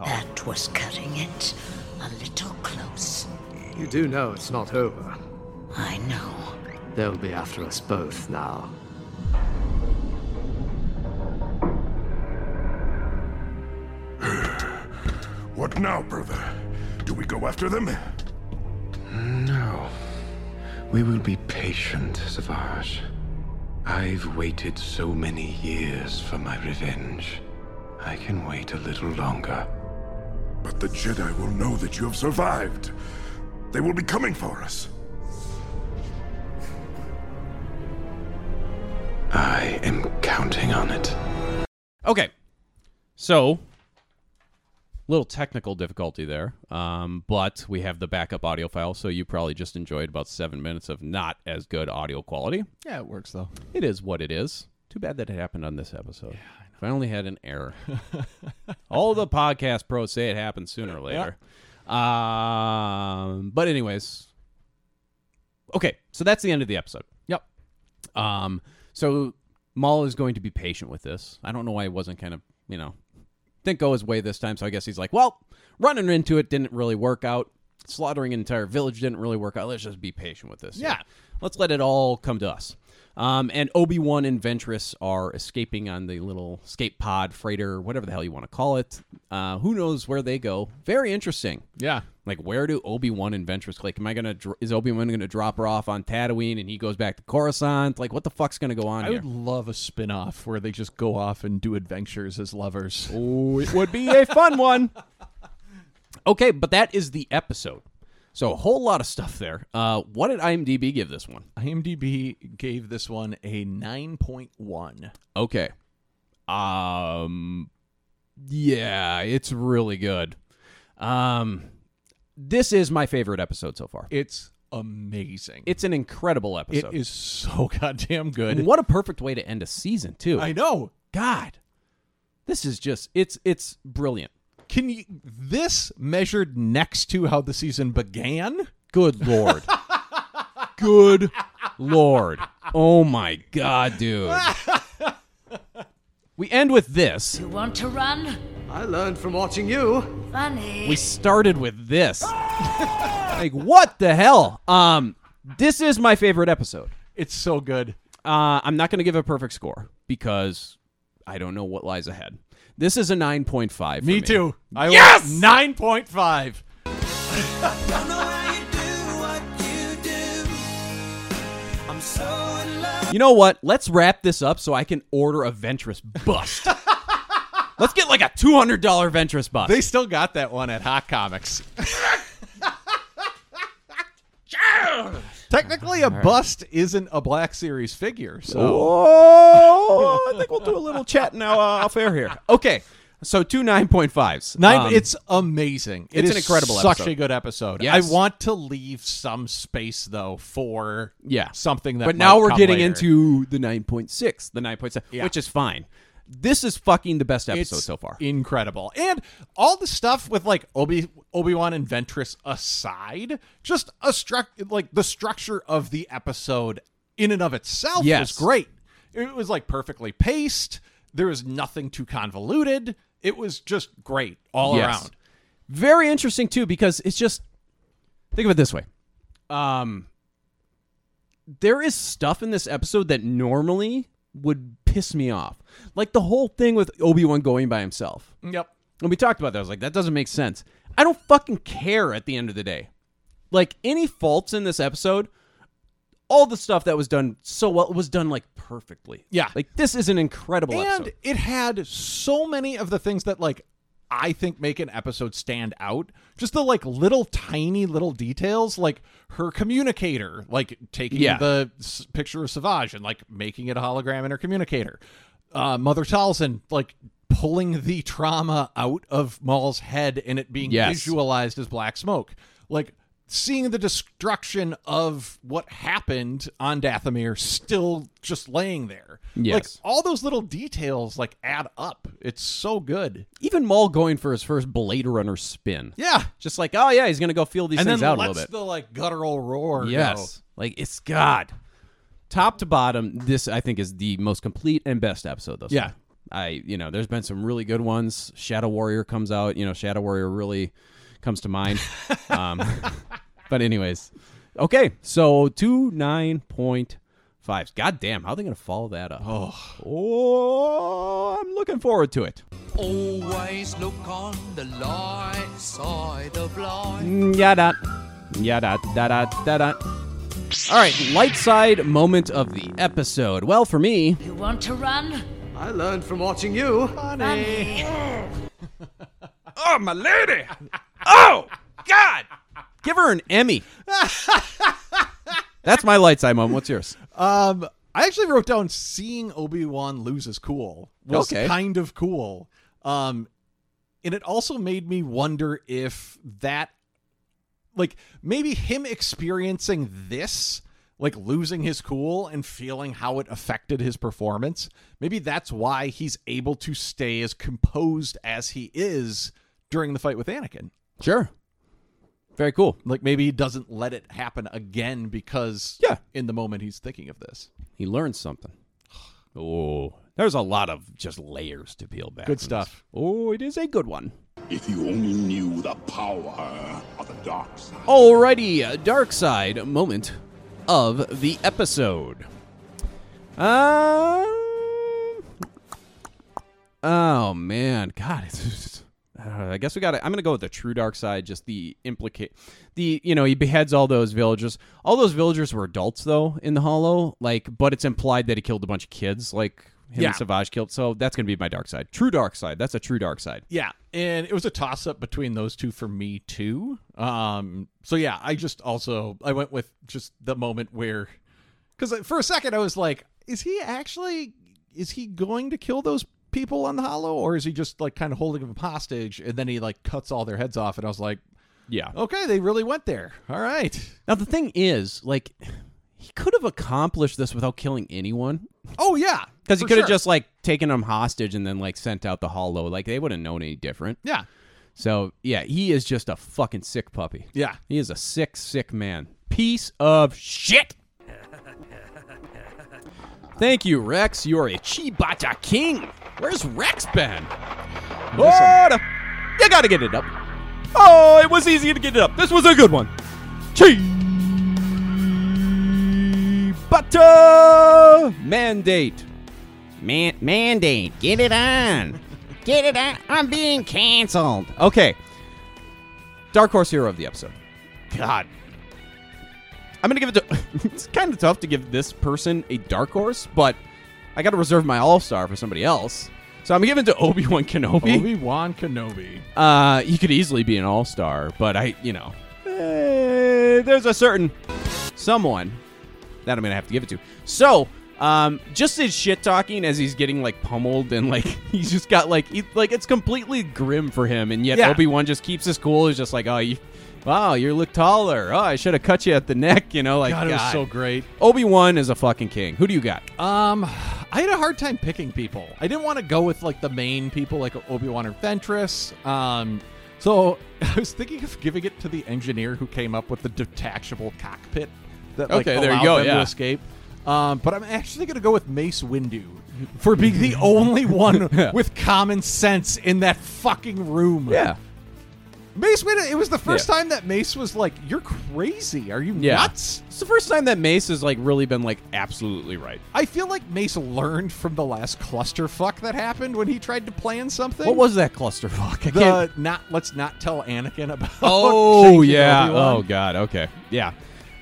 [SPEAKER 8] Oh.
[SPEAKER 7] talking.
[SPEAKER 6] That was cutting it a little close.
[SPEAKER 4] You do know it's not over.
[SPEAKER 6] I know.
[SPEAKER 4] They'll be after us both now.
[SPEAKER 9] What now, brother? Do we go after them?
[SPEAKER 15] No. We will be patient, Savage. I've waited so many years for my revenge. I can wait a little longer.
[SPEAKER 9] But the Jedi will know that you have survived. They will be coming for us.
[SPEAKER 15] I am counting on it.
[SPEAKER 7] Okay. So little technical difficulty there, um, but we have the backup audio file, so you probably just enjoyed about seven minutes of not as good audio quality.
[SPEAKER 8] Yeah, it works though.
[SPEAKER 7] It is what it is. Too bad that it happened on this episode. if I only had an error. All the podcast pros say it happens sooner or later. Um, but anyways, okay, so that's the end of the episode.
[SPEAKER 8] Yep.
[SPEAKER 7] Um, so Maul is going to be patient with this. I don't know why he wasn't kind of, you know, didn't go his way this time. So I guess he's like, well, running into it didn't really work out. Slaughtering an entire village didn't really work out. Let's just be patient with this.
[SPEAKER 8] Yeah.
[SPEAKER 7] Let's let it all come to us. Um, and Obi Wan and Ventress are escaping on the little escape pod, freighter, whatever the hell you want to call it. Uh, who knows where they go? Very interesting.
[SPEAKER 8] Yeah.
[SPEAKER 7] Like, where do Obi Wan and Ventress like? Am I gonna dr- is Obi Wan gonna drop her off on Tatooine and he goes back to Coruscant? Like, what the fuck's gonna go on
[SPEAKER 8] I
[SPEAKER 7] here?
[SPEAKER 8] would love a spin off where they just go off and do adventures as lovers.
[SPEAKER 7] Oh, it would be a fun one. Okay, but that is the episode. So a whole lot of stuff there. Uh, what did IMDb give this one?
[SPEAKER 8] IMDb gave this one a 9.1.
[SPEAKER 7] Okay. Um yeah, it's really good. Um this is my favorite episode so far.
[SPEAKER 8] It's amazing.
[SPEAKER 7] It's an incredible
[SPEAKER 8] It
[SPEAKER 7] episode.
[SPEAKER 8] is so goddamn good.
[SPEAKER 7] And what a perfect way to end a season, too.
[SPEAKER 8] I know.
[SPEAKER 7] God. This is just it's it's brilliant.
[SPEAKER 8] Can you this measured next to how the season began?
[SPEAKER 7] Good lord. Good lord. Oh my god, dude. We end with this.
[SPEAKER 6] You want to run?
[SPEAKER 4] I learned from watching you.
[SPEAKER 6] Funny.
[SPEAKER 7] We started with this. like what the hell? Um this is my favorite episode.
[SPEAKER 8] It's so good.
[SPEAKER 7] Uh, I'm not going to give a perfect score because I don't know what lies ahead. This is a 9.5. for
[SPEAKER 8] Me,
[SPEAKER 7] me
[SPEAKER 8] too. I yes! 9.5.
[SPEAKER 2] I'm so in love.
[SPEAKER 7] You know what? Let's wrap this up so I can order a Ventress bust. Let's get like a $200 Ventress bust.
[SPEAKER 8] They still got that one at Hot Comics. Technically, a bust isn't a Black Series figure, so
[SPEAKER 7] Oh, I think we'll do a little chat now uh, off air here. Okay, so two 9.5s.
[SPEAKER 8] nine.
[SPEAKER 7] Um,
[SPEAKER 8] it's amazing. It
[SPEAKER 7] it's an
[SPEAKER 8] is
[SPEAKER 7] incredible
[SPEAKER 8] such
[SPEAKER 7] episode.
[SPEAKER 8] a good episode.
[SPEAKER 7] Yes.
[SPEAKER 8] I want to leave some space though for
[SPEAKER 7] Yeah.
[SPEAKER 8] something that.
[SPEAKER 7] But
[SPEAKER 8] might
[SPEAKER 7] now we're
[SPEAKER 8] come
[SPEAKER 7] getting
[SPEAKER 8] later.
[SPEAKER 7] into the 9.6, the 9.7,
[SPEAKER 8] Yeah.
[SPEAKER 7] which is fine. This is fucking the best episode
[SPEAKER 8] It's
[SPEAKER 7] so far.
[SPEAKER 8] Incredible. And all the stuff with like Obi Obi-Wan and Ventress aside, just a struct like the structure of the episode in and of itself
[SPEAKER 7] Yes.
[SPEAKER 8] was great. It was like perfectly paced. There was nothing too convoluted. It was just great all
[SPEAKER 7] Yes.
[SPEAKER 8] around.
[SPEAKER 7] Very interesting too, because it's just think of it this way. Um there is stuff in this episode that normally would piss me off. Like the whole thing with Obi-Wan going by himself.
[SPEAKER 8] Yep.
[SPEAKER 7] And we talked about that. I was like, that doesn't make sense. I don't fucking care at the end of the day. Like any faults in this episode, all the stuff that was done so well was done like perfectly.
[SPEAKER 8] Yeah.
[SPEAKER 7] Like this is an incredible
[SPEAKER 8] and
[SPEAKER 7] episode.
[SPEAKER 8] it had so many of the things that like i think make an episode stand out just the like little tiny little details like her communicator like taking
[SPEAKER 7] Yeah.
[SPEAKER 8] the s- picture of savage and like making it a hologram in her communicator uh mother talzin like pulling the trauma out of maul's head and it being
[SPEAKER 7] Yes.
[SPEAKER 8] visualized as black smoke like seeing the destruction of what happened on dathomir still just laying there like
[SPEAKER 7] Yes.
[SPEAKER 8] all those little details like add up. It's so good.
[SPEAKER 7] Even Maul going for his first Blade Runner spin.
[SPEAKER 8] Yeah.
[SPEAKER 7] Just like, oh yeah, he's gonna go feel these
[SPEAKER 8] and
[SPEAKER 7] things
[SPEAKER 8] then
[SPEAKER 7] out a
[SPEAKER 8] lets
[SPEAKER 7] little bit.
[SPEAKER 8] the like guttural roar.
[SPEAKER 7] yes, like it's God, top to bottom. This I think is the most complete and best episode. Thus
[SPEAKER 8] Yeah.
[SPEAKER 7] far. I you know, there's been some really good ones. Shadow Warrior comes out. You know, Shadow Warrior really comes to mind. um, but anyways, okay, so two nine point fives. God damn, how are they gonna follow that up? Oh, oh, I'm looking forward to it.
[SPEAKER 2] Always look on the light side of life.
[SPEAKER 7] Mm, Yada. Yada da da da da. All right, light side moment of the episode. Well, for me,
[SPEAKER 6] You want to run?
[SPEAKER 4] I learned from watching you.
[SPEAKER 6] Funny.
[SPEAKER 7] oh my lady, oh God, give her an Emmy. That's my light side moment. What's yours?
[SPEAKER 8] No. Um I actually wrote down seeing Obi-Wan lose is cool. Was
[SPEAKER 7] Okay.
[SPEAKER 8] kind of cool. Um And it also made me wonder if that, like, maybe him experiencing this, like losing his cool and feeling how it affected his performance, maybe that's why he's able to stay as composed as he is during the fight with Anakin.
[SPEAKER 7] Sure. Very cool.
[SPEAKER 8] Like maybe he doesn't let it happen again because
[SPEAKER 7] yeah.
[SPEAKER 8] in the moment he's thinking of this.
[SPEAKER 7] He learned something. Oh, there's a lot of just layers to peel back.
[SPEAKER 8] Good
[SPEAKER 7] from
[SPEAKER 8] stuff.
[SPEAKER 7] this. Oh, it is a good one.
[SPEAKER 21] If you only knew the power of the dark side.
[SPEAKER 7] Alrighty, dark side moment of the episode. Um, oh man, God, it's just, I, don't know. I guess we got. to I'm gonna go with the true dark side. Just the implicate, the you know, he beheads all those villagers. All those villagers were adults though in the hollow. Like, but it's implied that he killed a bunch of kids. Like him
[SPEAKER 8] Yeah.
[SPEAKER 7] and Savage killed. So that's gonna be my dark side. True dark side. That's a true dark side.
[SPEAKER 8] Yeah, and it was a toss up between those two for me too. Um, so yeah, I just also I went with just the moment where, because for a second I was like, is he actually is he going to kill those people on the hollow, or is he just like kind of holding them hostage? And then he like cuts all their heads off, and I was like,
[SPEAKER 7] Yeah.
[SPEAKER 8] okay, they really went there. All right.
[SPEAKER 7] Now the thing is, like, he could have accomplished this without killing anyone.
[SPEAKER 8] Oh yeah,
[SPEAKER 7] Because he
[SPEAKER 8] for
[SPEAKER 7] could have
[SPEAKER 8] sure.
[SPEAKER 7] just like taken them hostage and then like sent out the hollow. Like they wouldn't have known any different.
[SPEAKER 8] Yeah.
[SPEAKER 7] So yeah, he is just a fucking sick puppy.
[SPEAKER 8] Yeah.
[SPEAKER 7] He is a sick, sick man. Piece of shit. Thank you, Rex. You are a Chibata king. Where's Rex been? Oh, the- you gotta get it up. Oh, it was easy to get it up. This was a good one. Chibata mandate. Man- mandate. Get it on. Get it on. I'm being canceled. Okay. Dark Horse Hero of the episode. God. I'm going to give it to. it's kind of tough to give this person a Dark Horse, but I got to reserve my All Star for somebody else. So I'm giving it to Obi Wan Kenobi.
[SPEAKER 8] Obi Wan Kenobi.
[SPEAKER 7] Uh, he could easily be an all star, but I, you know, eh, there's a certain someone that I'm gonna have to give it to. So, um, just his shit talking as he's getting like pummeled and like he's just got like he, like it's completely grim for him, and yet
[SPEAKER 8] Yeah.
[SPEAKER 7] Obi Wan just keeps his cool. He's just like, oh, you, wow, you look taller. Oh, I should have cut you at the neck. You know, like
[SPEAKER 8] God, it was so great.
[SPEAKER 7] Obi Wan is a fucking king. Who do you got?
[SPEAKER 8] Um, I had a hard time picking people. I didn't want to go with like the main people, like Obi Wan and Ventress. Um, so I was thinking of giving it to the engineer who came up with the detachable cockpit that like
[SPEAKER 7] Okay, there you
[SPEAKER 8] allowed
[SPEAKER 7] go,
[SPEAKER 8] them to
[SPEAKER 7] yeah.
[SPEAKER 8] escape. Um, but I'm actually going to go with Mace Windu for being the only one with common sense in that fucking room.
[SPEAKER 7] Yeah.
[SPEAKER 8] Mace Windu. It was the first
[SPEAKER 7] Yeah.
[SPEAKER 8] time that Mace was like, "You're crazy. Are you
[SPEAKER 7] Yeah,
[SPEAKER 8] nuts?"
[SPEAKER 7] it's the first time that Mace has like really been like absolutely right.
[SPEAKER 8] I feel like Mace learned from the last clusterfuck that happened when he tried to plan something.
[SPEAKER 7] What was that clusterfuck? I
[SPEAKER 8] the not? Let's not tell Anakin about.
[SPEAKER 7] Oh
[SPEAKER 8] shaking
[SPEAKER 7] yeah.
[SPEAKER 8] Obi-Wan.
[SPEAKER 7] Oh god. Okay. Yeah.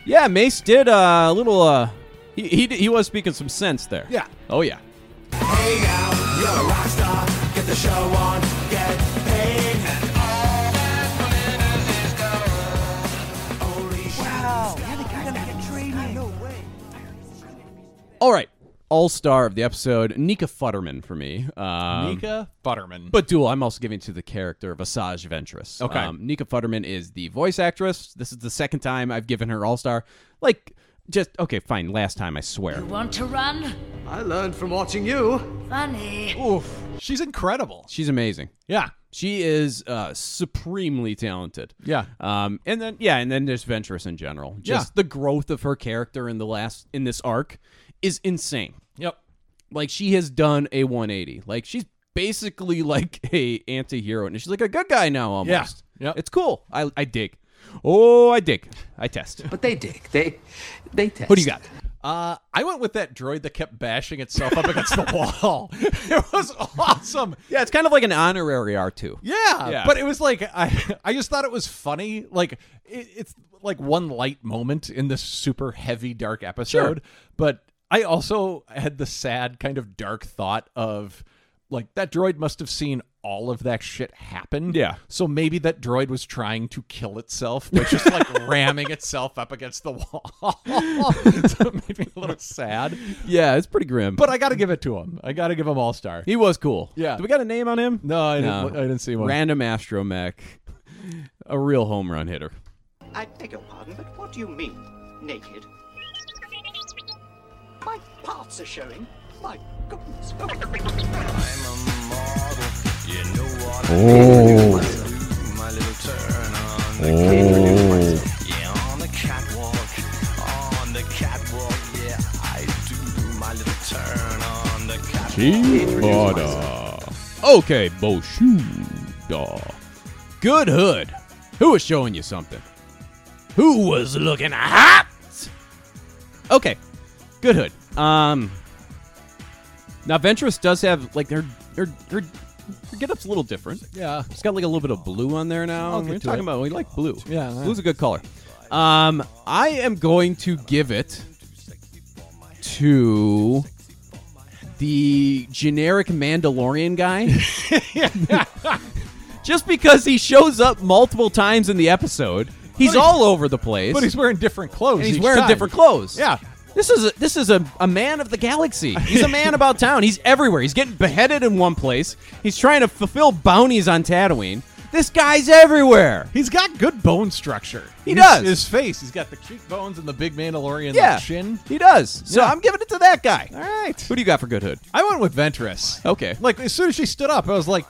[SPEAKER 7] Yeah. Mace did uh, a little. Uh, he, he he was speaking some sense there.
[SPEAKER 8] Yeah.
[SPEAKER 7] Oh yeah.
[SPEAKER 2] You're a rock star, get the show on, get paid.
[SPEAKER 22] Wow, yeah, the guy got a training. No way.
[SPEAKER 7] All right. All star of the episode, Nika Futterman for me. Um,
[SPEAKER 8] Nika Futterman.
[SPEAKER 7] But dual, I'm also giving it to the character of Asajj Ventress. Um,
[SPEAKER 8] Okay.
[SPEAKER 7] Nika Futterman is the voice actress. This is the second time I've given her all star. Like, just okay, fine. Last time, I swear.
[SPEAKER 6] Want to run?
[SPEAKER 4] I learned from watching you.
[SPEAKER 6] Funny.
[SPEAKER 8] she's incredible.
[SPEAKER 7] She's amazing.
[SPEAKER 8] Yeah.
[SPEAKER 7] She is uh, supremely talented.
[SPEAKER 8] Yeah.
[SPEAKER 7] Um, and then yeah, and then there's Ventress in general. Just
[SPEAKER 8] Yeah.
[SPEAKER 7] the growth of her character in the last in this arc is insane.
[SPEAKER 8] Yep.
[SPEAKER 7] Like she has done a 180. Like she's basically like a anti-hero and she's like a good guy now almost.
[SPEAKER 8] Yeah. Yep.
[SPEAKER 7] It's cool. I I dig. Oh, I dig. I test.
[SPEAKER 10] But they dig. They they test.
[SPEAKER 7] What do you got?
[SPEAKER 8] Uh, I went with that droid that kept bashing itself up against the wall. It was awesome.
[SPEAKER 7] Yeah, it's kind of like an honorary R2.
[SPEAKER 8] Yeah,
[SPEAKER 7] Yeah.
[SPEAKER 8] but it was like I, I just thought it was funny. Like it, it's like one light moment in this super heavy dark episode, but I also had the sad kind of dark thought of like that droid must have seen all of that shit happen.
[SPEAKER 7] Yeah.
[SPEAKER 8] So maybe that droid was trying to kill itself, but just like ramming itself up against the wall. so it made me a little sad.
[SPEAKER 7] Yeah, it's pretty grim.
[SPEAKER 8] But I got to give it to him. I got to give him all star.
[SPEAKER 7] He was cool.
[SPEAKER 8] Yeah.
[SPEAKER 7] Do we got a name on him?
[SPEAKER 8] No, I didn't. I didn't see one.
[SPEAKER 7] Random astromech, a real home run hitter.
[SPEAKER 5] I beg your pardon, but what do you mean, naked? My parts are showing. My goodness.
[SPEAKER 12] Oh.
[SPEAKER 7] Chibada. Okay, Boshuda. Good hood. Who was showing you something? Who was looking hot? Okay, good hood. Um, now Ventress does have like her her her, her getup's a little different.
[SPEAKER 8] Yeah.
[SPEAKER 7] it's got like a little bit of blue on there now.
[SPEAKER 8] I'll
[SPEAKER 7] and
[SPEAKER 8] get
[SPEAKER 7] We're
[SPEAKER 8] to
[SPEAKER 7] talking
[SPEAKER 8] it.
[SPEAKER 7] about we like blue.
[SPEAKER 8] Yeah,
[SPEAKER 7] blue's a good color. Um, I am going to give it to the generic Mandalorian guy. Just because he shows up multiple times in the episode, he's
[SPEAKER 8] But he's-
[SPEAKER 7] all over the place.
[SPEAKER 8] But he's wearing different clothes.
[SPEAKER 7] And he's
[SPEAKER 8] each
[SPEAKER 7] wearing
[SPEAKER 8] time.
[SPEAKER 7] different clothes.
[SPEAKER 8] Yeah.
[SPEAKER 7] This is a, this is a, a man of the galaxy. He's a man about town. He's everywhere. He's getting beheaded in one place. He's trying to fulfill bounties on Tatooine. This guy's everywhere.
[SPEAKER 8] He's got good bone structure.
[SPEAKER 7] He
[SPEAKER 8] His-
[SPEAKER 7] does.
[SPEAKER 8] His face. He's got the cheekbones and the big Mandalorian
[SPEAKER 7] yeah,
[SPEAKER 8] like, chin.
[SPEAKER 7] He does. So
[SPEAKER 8] Yeah.
[SPEAKER 7] I'm giving it to that guy.
[SPEAKER 8] All right.
[SPEAKER 7] Who do you got for good hood?
[SPEAKER 8] I went with Ventress.
[SPEAKER 7] Okay.
[SPEAKER 8] Like as soon as she stood up, I was like,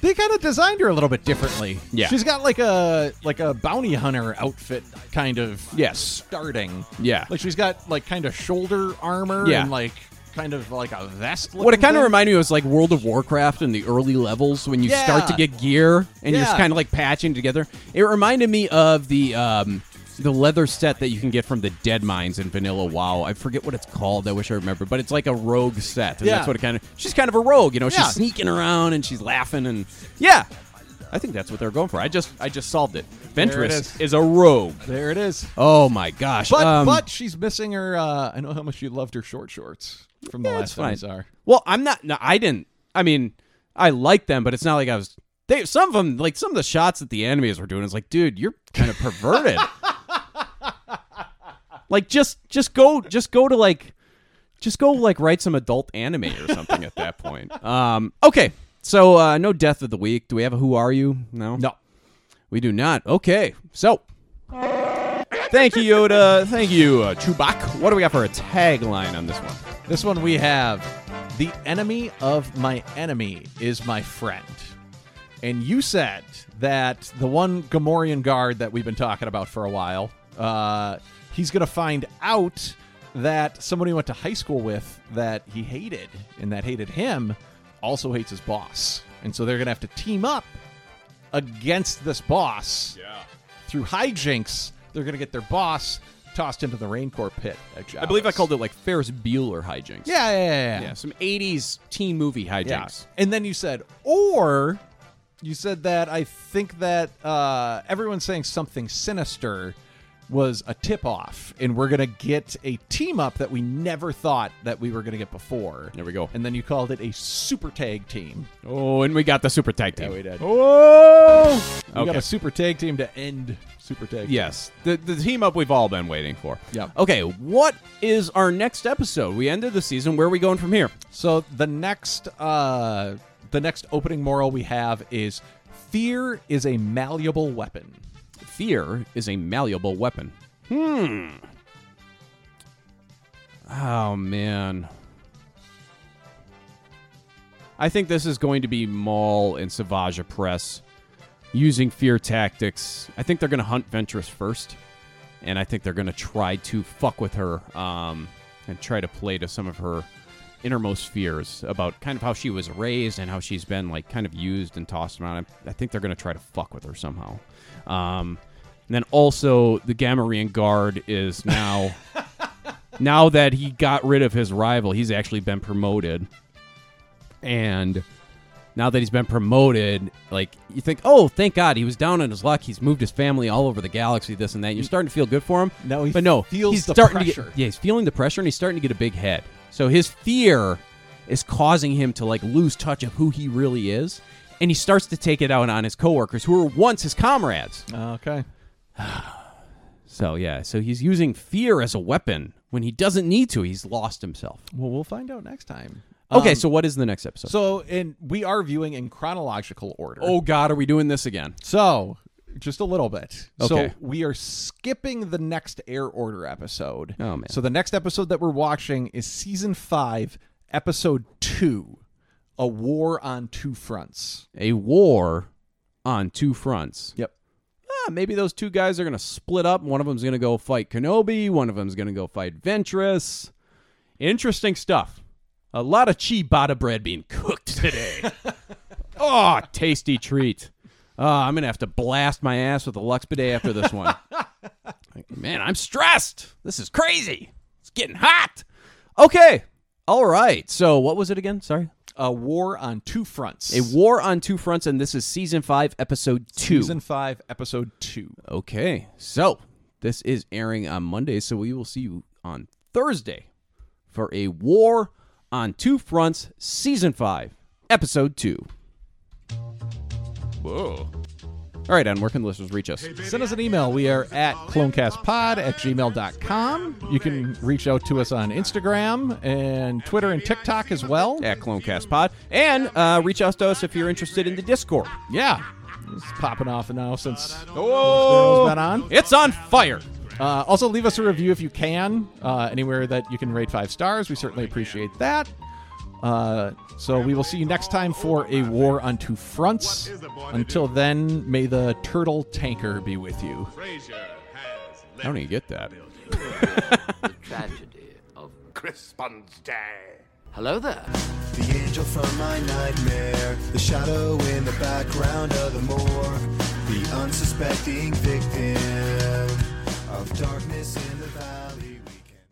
[SPEAKER 8] they kind of designed her a little bit differently.
[SPEAKER 7] Yeah.
[SPEAKER 8] She's got like a like a bounty hunter outfit kind of.
[SPEAKER 7] Yes.
[SPEAKER 8] Starting.
[SPEAKER 7] Yeah.
[SPEAKER 8] Like she's got like kind of shoulder armor
[SPEAKER 7] Yeah.
[SPEAKER 8] and like kind of like a vest.
[SPEAKER 7] What it kind of
[SPEAKER 8] reminds.
[SPEAKER 7] reminded me of was like World of Warcraft in the early levels when you
[SPEAKER 8] Yeah.
[SPEAKER 7] start to get gear and you're
[SPEAKER 8] Yeah.
[SPEAKER 7] just kind of like patching together. It reminded me of the um, the leather set that you can get from the Dead Mines in Vanilla WoW. I forget what it's called. I wish I remember, but it's like a rogue set, and
[SPEAKER 8] Yeah.
[SPEAKER 7] that's what it kind of. She's kind of a rogue, you know. She's
[SPEAKER 8] Yeah.
[SPEAKER 7] sneaking around and she's laughing and yeah. I think that's what they're going for. I just I just solved it.
[SPEAKER 8] There it
[SPEAKER 7] Ventress
[SPEAKER 8] is.
[SPEAKER 7] is a rogue.
[SPEAKER 8] There it is.
[SPEAKER 7] Oh my gosh!
[SPEAKER 8] But
[SPEAKER 7] Um,
[SPEAKER 8] but she's missing her. Uh, I know how much you loved her short shorts from the
[SPEAKER 7] Yeah,
[SPEAKER 8] last
[SPEAKER 7] it's fine.
[SPEAKER 8] time are.
[SPEAKER 7] Well, I'm not. No, I didn't. I mean, I like them, but it's not like I was. They some of them, like some of the shots that the enemies were doing, it's like, dude, you're kind of perverted. like, just just go, just go to like, just go like write some adult anime or something at that point. Um, okay, so uh, no death of the week. Do we have a who are you? No,
[SPEAKER 8] no,
[SPEAKER 7] we do not. Okay, so. Thank you, Yoda. Thank you, uh, Chewbacca. What do we got for a tagline on this one?
[SPEAKER 8] This one we have: the enemy of my enemy is my friend. And you said that the one Gamorrean guard that we've been talking about for a while, uh, he's going to find out that somebody he went to high school with that he hated and that hated him also hates his boss. And so they're going to have to team up against this boss. Yeah. Through hijinks, they're going to get their boss tossed into the Raincore pit. At
[SPEAKER 7] I believe I called it like Ferris Bueller hijinks.
[SPEAKER 8] Yeah, yeah, yeah, yeah.
[SPEAKER 7] Yeah, some 80s teen movie hijinks.
[SPEAKER 8] Yeah. And then you said, or you said that I think that uh, everyone saying something sinister was a tip off, and we're going to get a team up that we never thought that we were going to get before.
[SPEAKER 7] There we go.
[SPEAKER 8] And then you called it a super tag team.
[SPEAKER 7] Oh, and we got the super tag team.
[SPEAKER 8] Yeah, we did.
[SPEAKER 7] Oh!
[SPEAKER 8] We
[SPEAKER 7] Okay.
[SPEAKER 8] got a super tag team to end super tag. team.
[SPEAKER 7] yes. The, the team up we've all been waiting for.
[SPEAKER 8] Yep.
[SPEAKER 7] Okay, what is our next episode? We ended the season. Where are we going from here?
[SPEAKER 8] So the next uh the next opening moral we have is fear is a malleable weapon.
[SPEAKER 7] Fear is a malleable weapon. Hmm. Oh, man. I think this is going to be Maul and Savage Press using fear tactics. I think they're going to hunt Ventress first, and I think they're going to try to fuck with her um, and try to play to some of her innermost fears about kind of how she was raised and how she's been like kind of used and tossed around. I, I think they're going to try to fuck with her somehow. Um, and then also the Gamorrean guard is now. Now that he got rid of his rival, he's actually been promoted and now that he's been promoted, like you think, oh, thank God he was down on his luck. He's moved his family all over the galaxy, this and that. You're starting to feel good for him.
[SPEAKER 8] No, he
[SPEAKER 7] but no,
[SPEAKER 8] feels
[SPEAKER 7] he's
[SPEAKER 8] the
[SPEAKER 7] starting to
[SPEAKER 8] pressure.
[SPEAKER 7] get, yeah, he's feeling the pressure and he's starting to get a big head. So his fear is causing him to like lose touch of who he really is, and he starts to take it out on his coworkers who were once his comrades.
[SPEAKER 8] Okay.
[SPEAKER 7] So yeah, so he's using fear as a weapon when he doesn't need to. He's lost himself.
[SPEAKER 8] Well, we'll find out next time.
[SPEAKER 7] Okay,
[SPEAKER 8] Um,
[SPEAKER 7] so what is the next episode?
[SPEAKER 8] So, and we are viewing in chronological order.
[SPEAKER 7] oh God, are we doing this again?
[SPEAKER 8] So, just a little bit.
[SPEAKER 7] Okay.
[SPEAKER 8] So, we are skipping the next air order episode.
[SPEAKER 7] Oh man.
[SPEAKER 8] So, the next episode that we're watching is season five, episode two A War on Two Fronts.
[SPEAKER 7] a war on two fronts.
[SPEAKER 8] Yep.
[SPEAKER 7] Ah, maybe those two guys are going to split up. One of them's going to go fight Kenobi. One of them's going to go fight Ventress. Interesting stuff. A lot of chi bada bread being cooked today. oh, tasty treat. Oh, I'm going to have to blast my ass with a Lux bidet after this one. Man, I'm stressed. This is crazy. It's getting hot. Okay. All right. So, what was it again? Sorry.
[SPEAKER 8] A War on Two Fronts.
[SPEAKER 7] A War on Two Fronts, and this is season five, episode two.
[SPEAKER 8] Season five, episode two.
[SPEAKER 7] Okay. So this is airing on Monday, so we will see you on Thursday for a War on Two Fronts, season five, episode two. Whoa. All right, on where can listeners reach us?
[SPEAKER 8] Send us an email. We are at clonecastpod at gmail.com. You can reach out to us on Instagram and Twitter and TikTok as well.
[SPEAKER 7] At clonecastpod. And uh, reach out to us if you're interested in the Discord.
[SPEAKER 8] Yeah. It's popping off now since
[SPEAKER 7] Oh,
[SPEAKER 8] has been on.
[SPEAKER 7] It's on fire.
[SPEAKER 8] Uh, also, leave us a review if you can, uh, anywhere that you can rate five stars. We certainly appreciate that. Uh, so we will see you next time for a war on two fronts. Until then, may the turtle tanker be with you.
[SPEAKER 7] I don't even get that.
[SPEAKER 10] The tragedy of Crispin's Day. Hello there.
[SPEAKER 12] The angel from my nightmare, the shadow in the background of the moor, the unsuspecting victim of darkness in the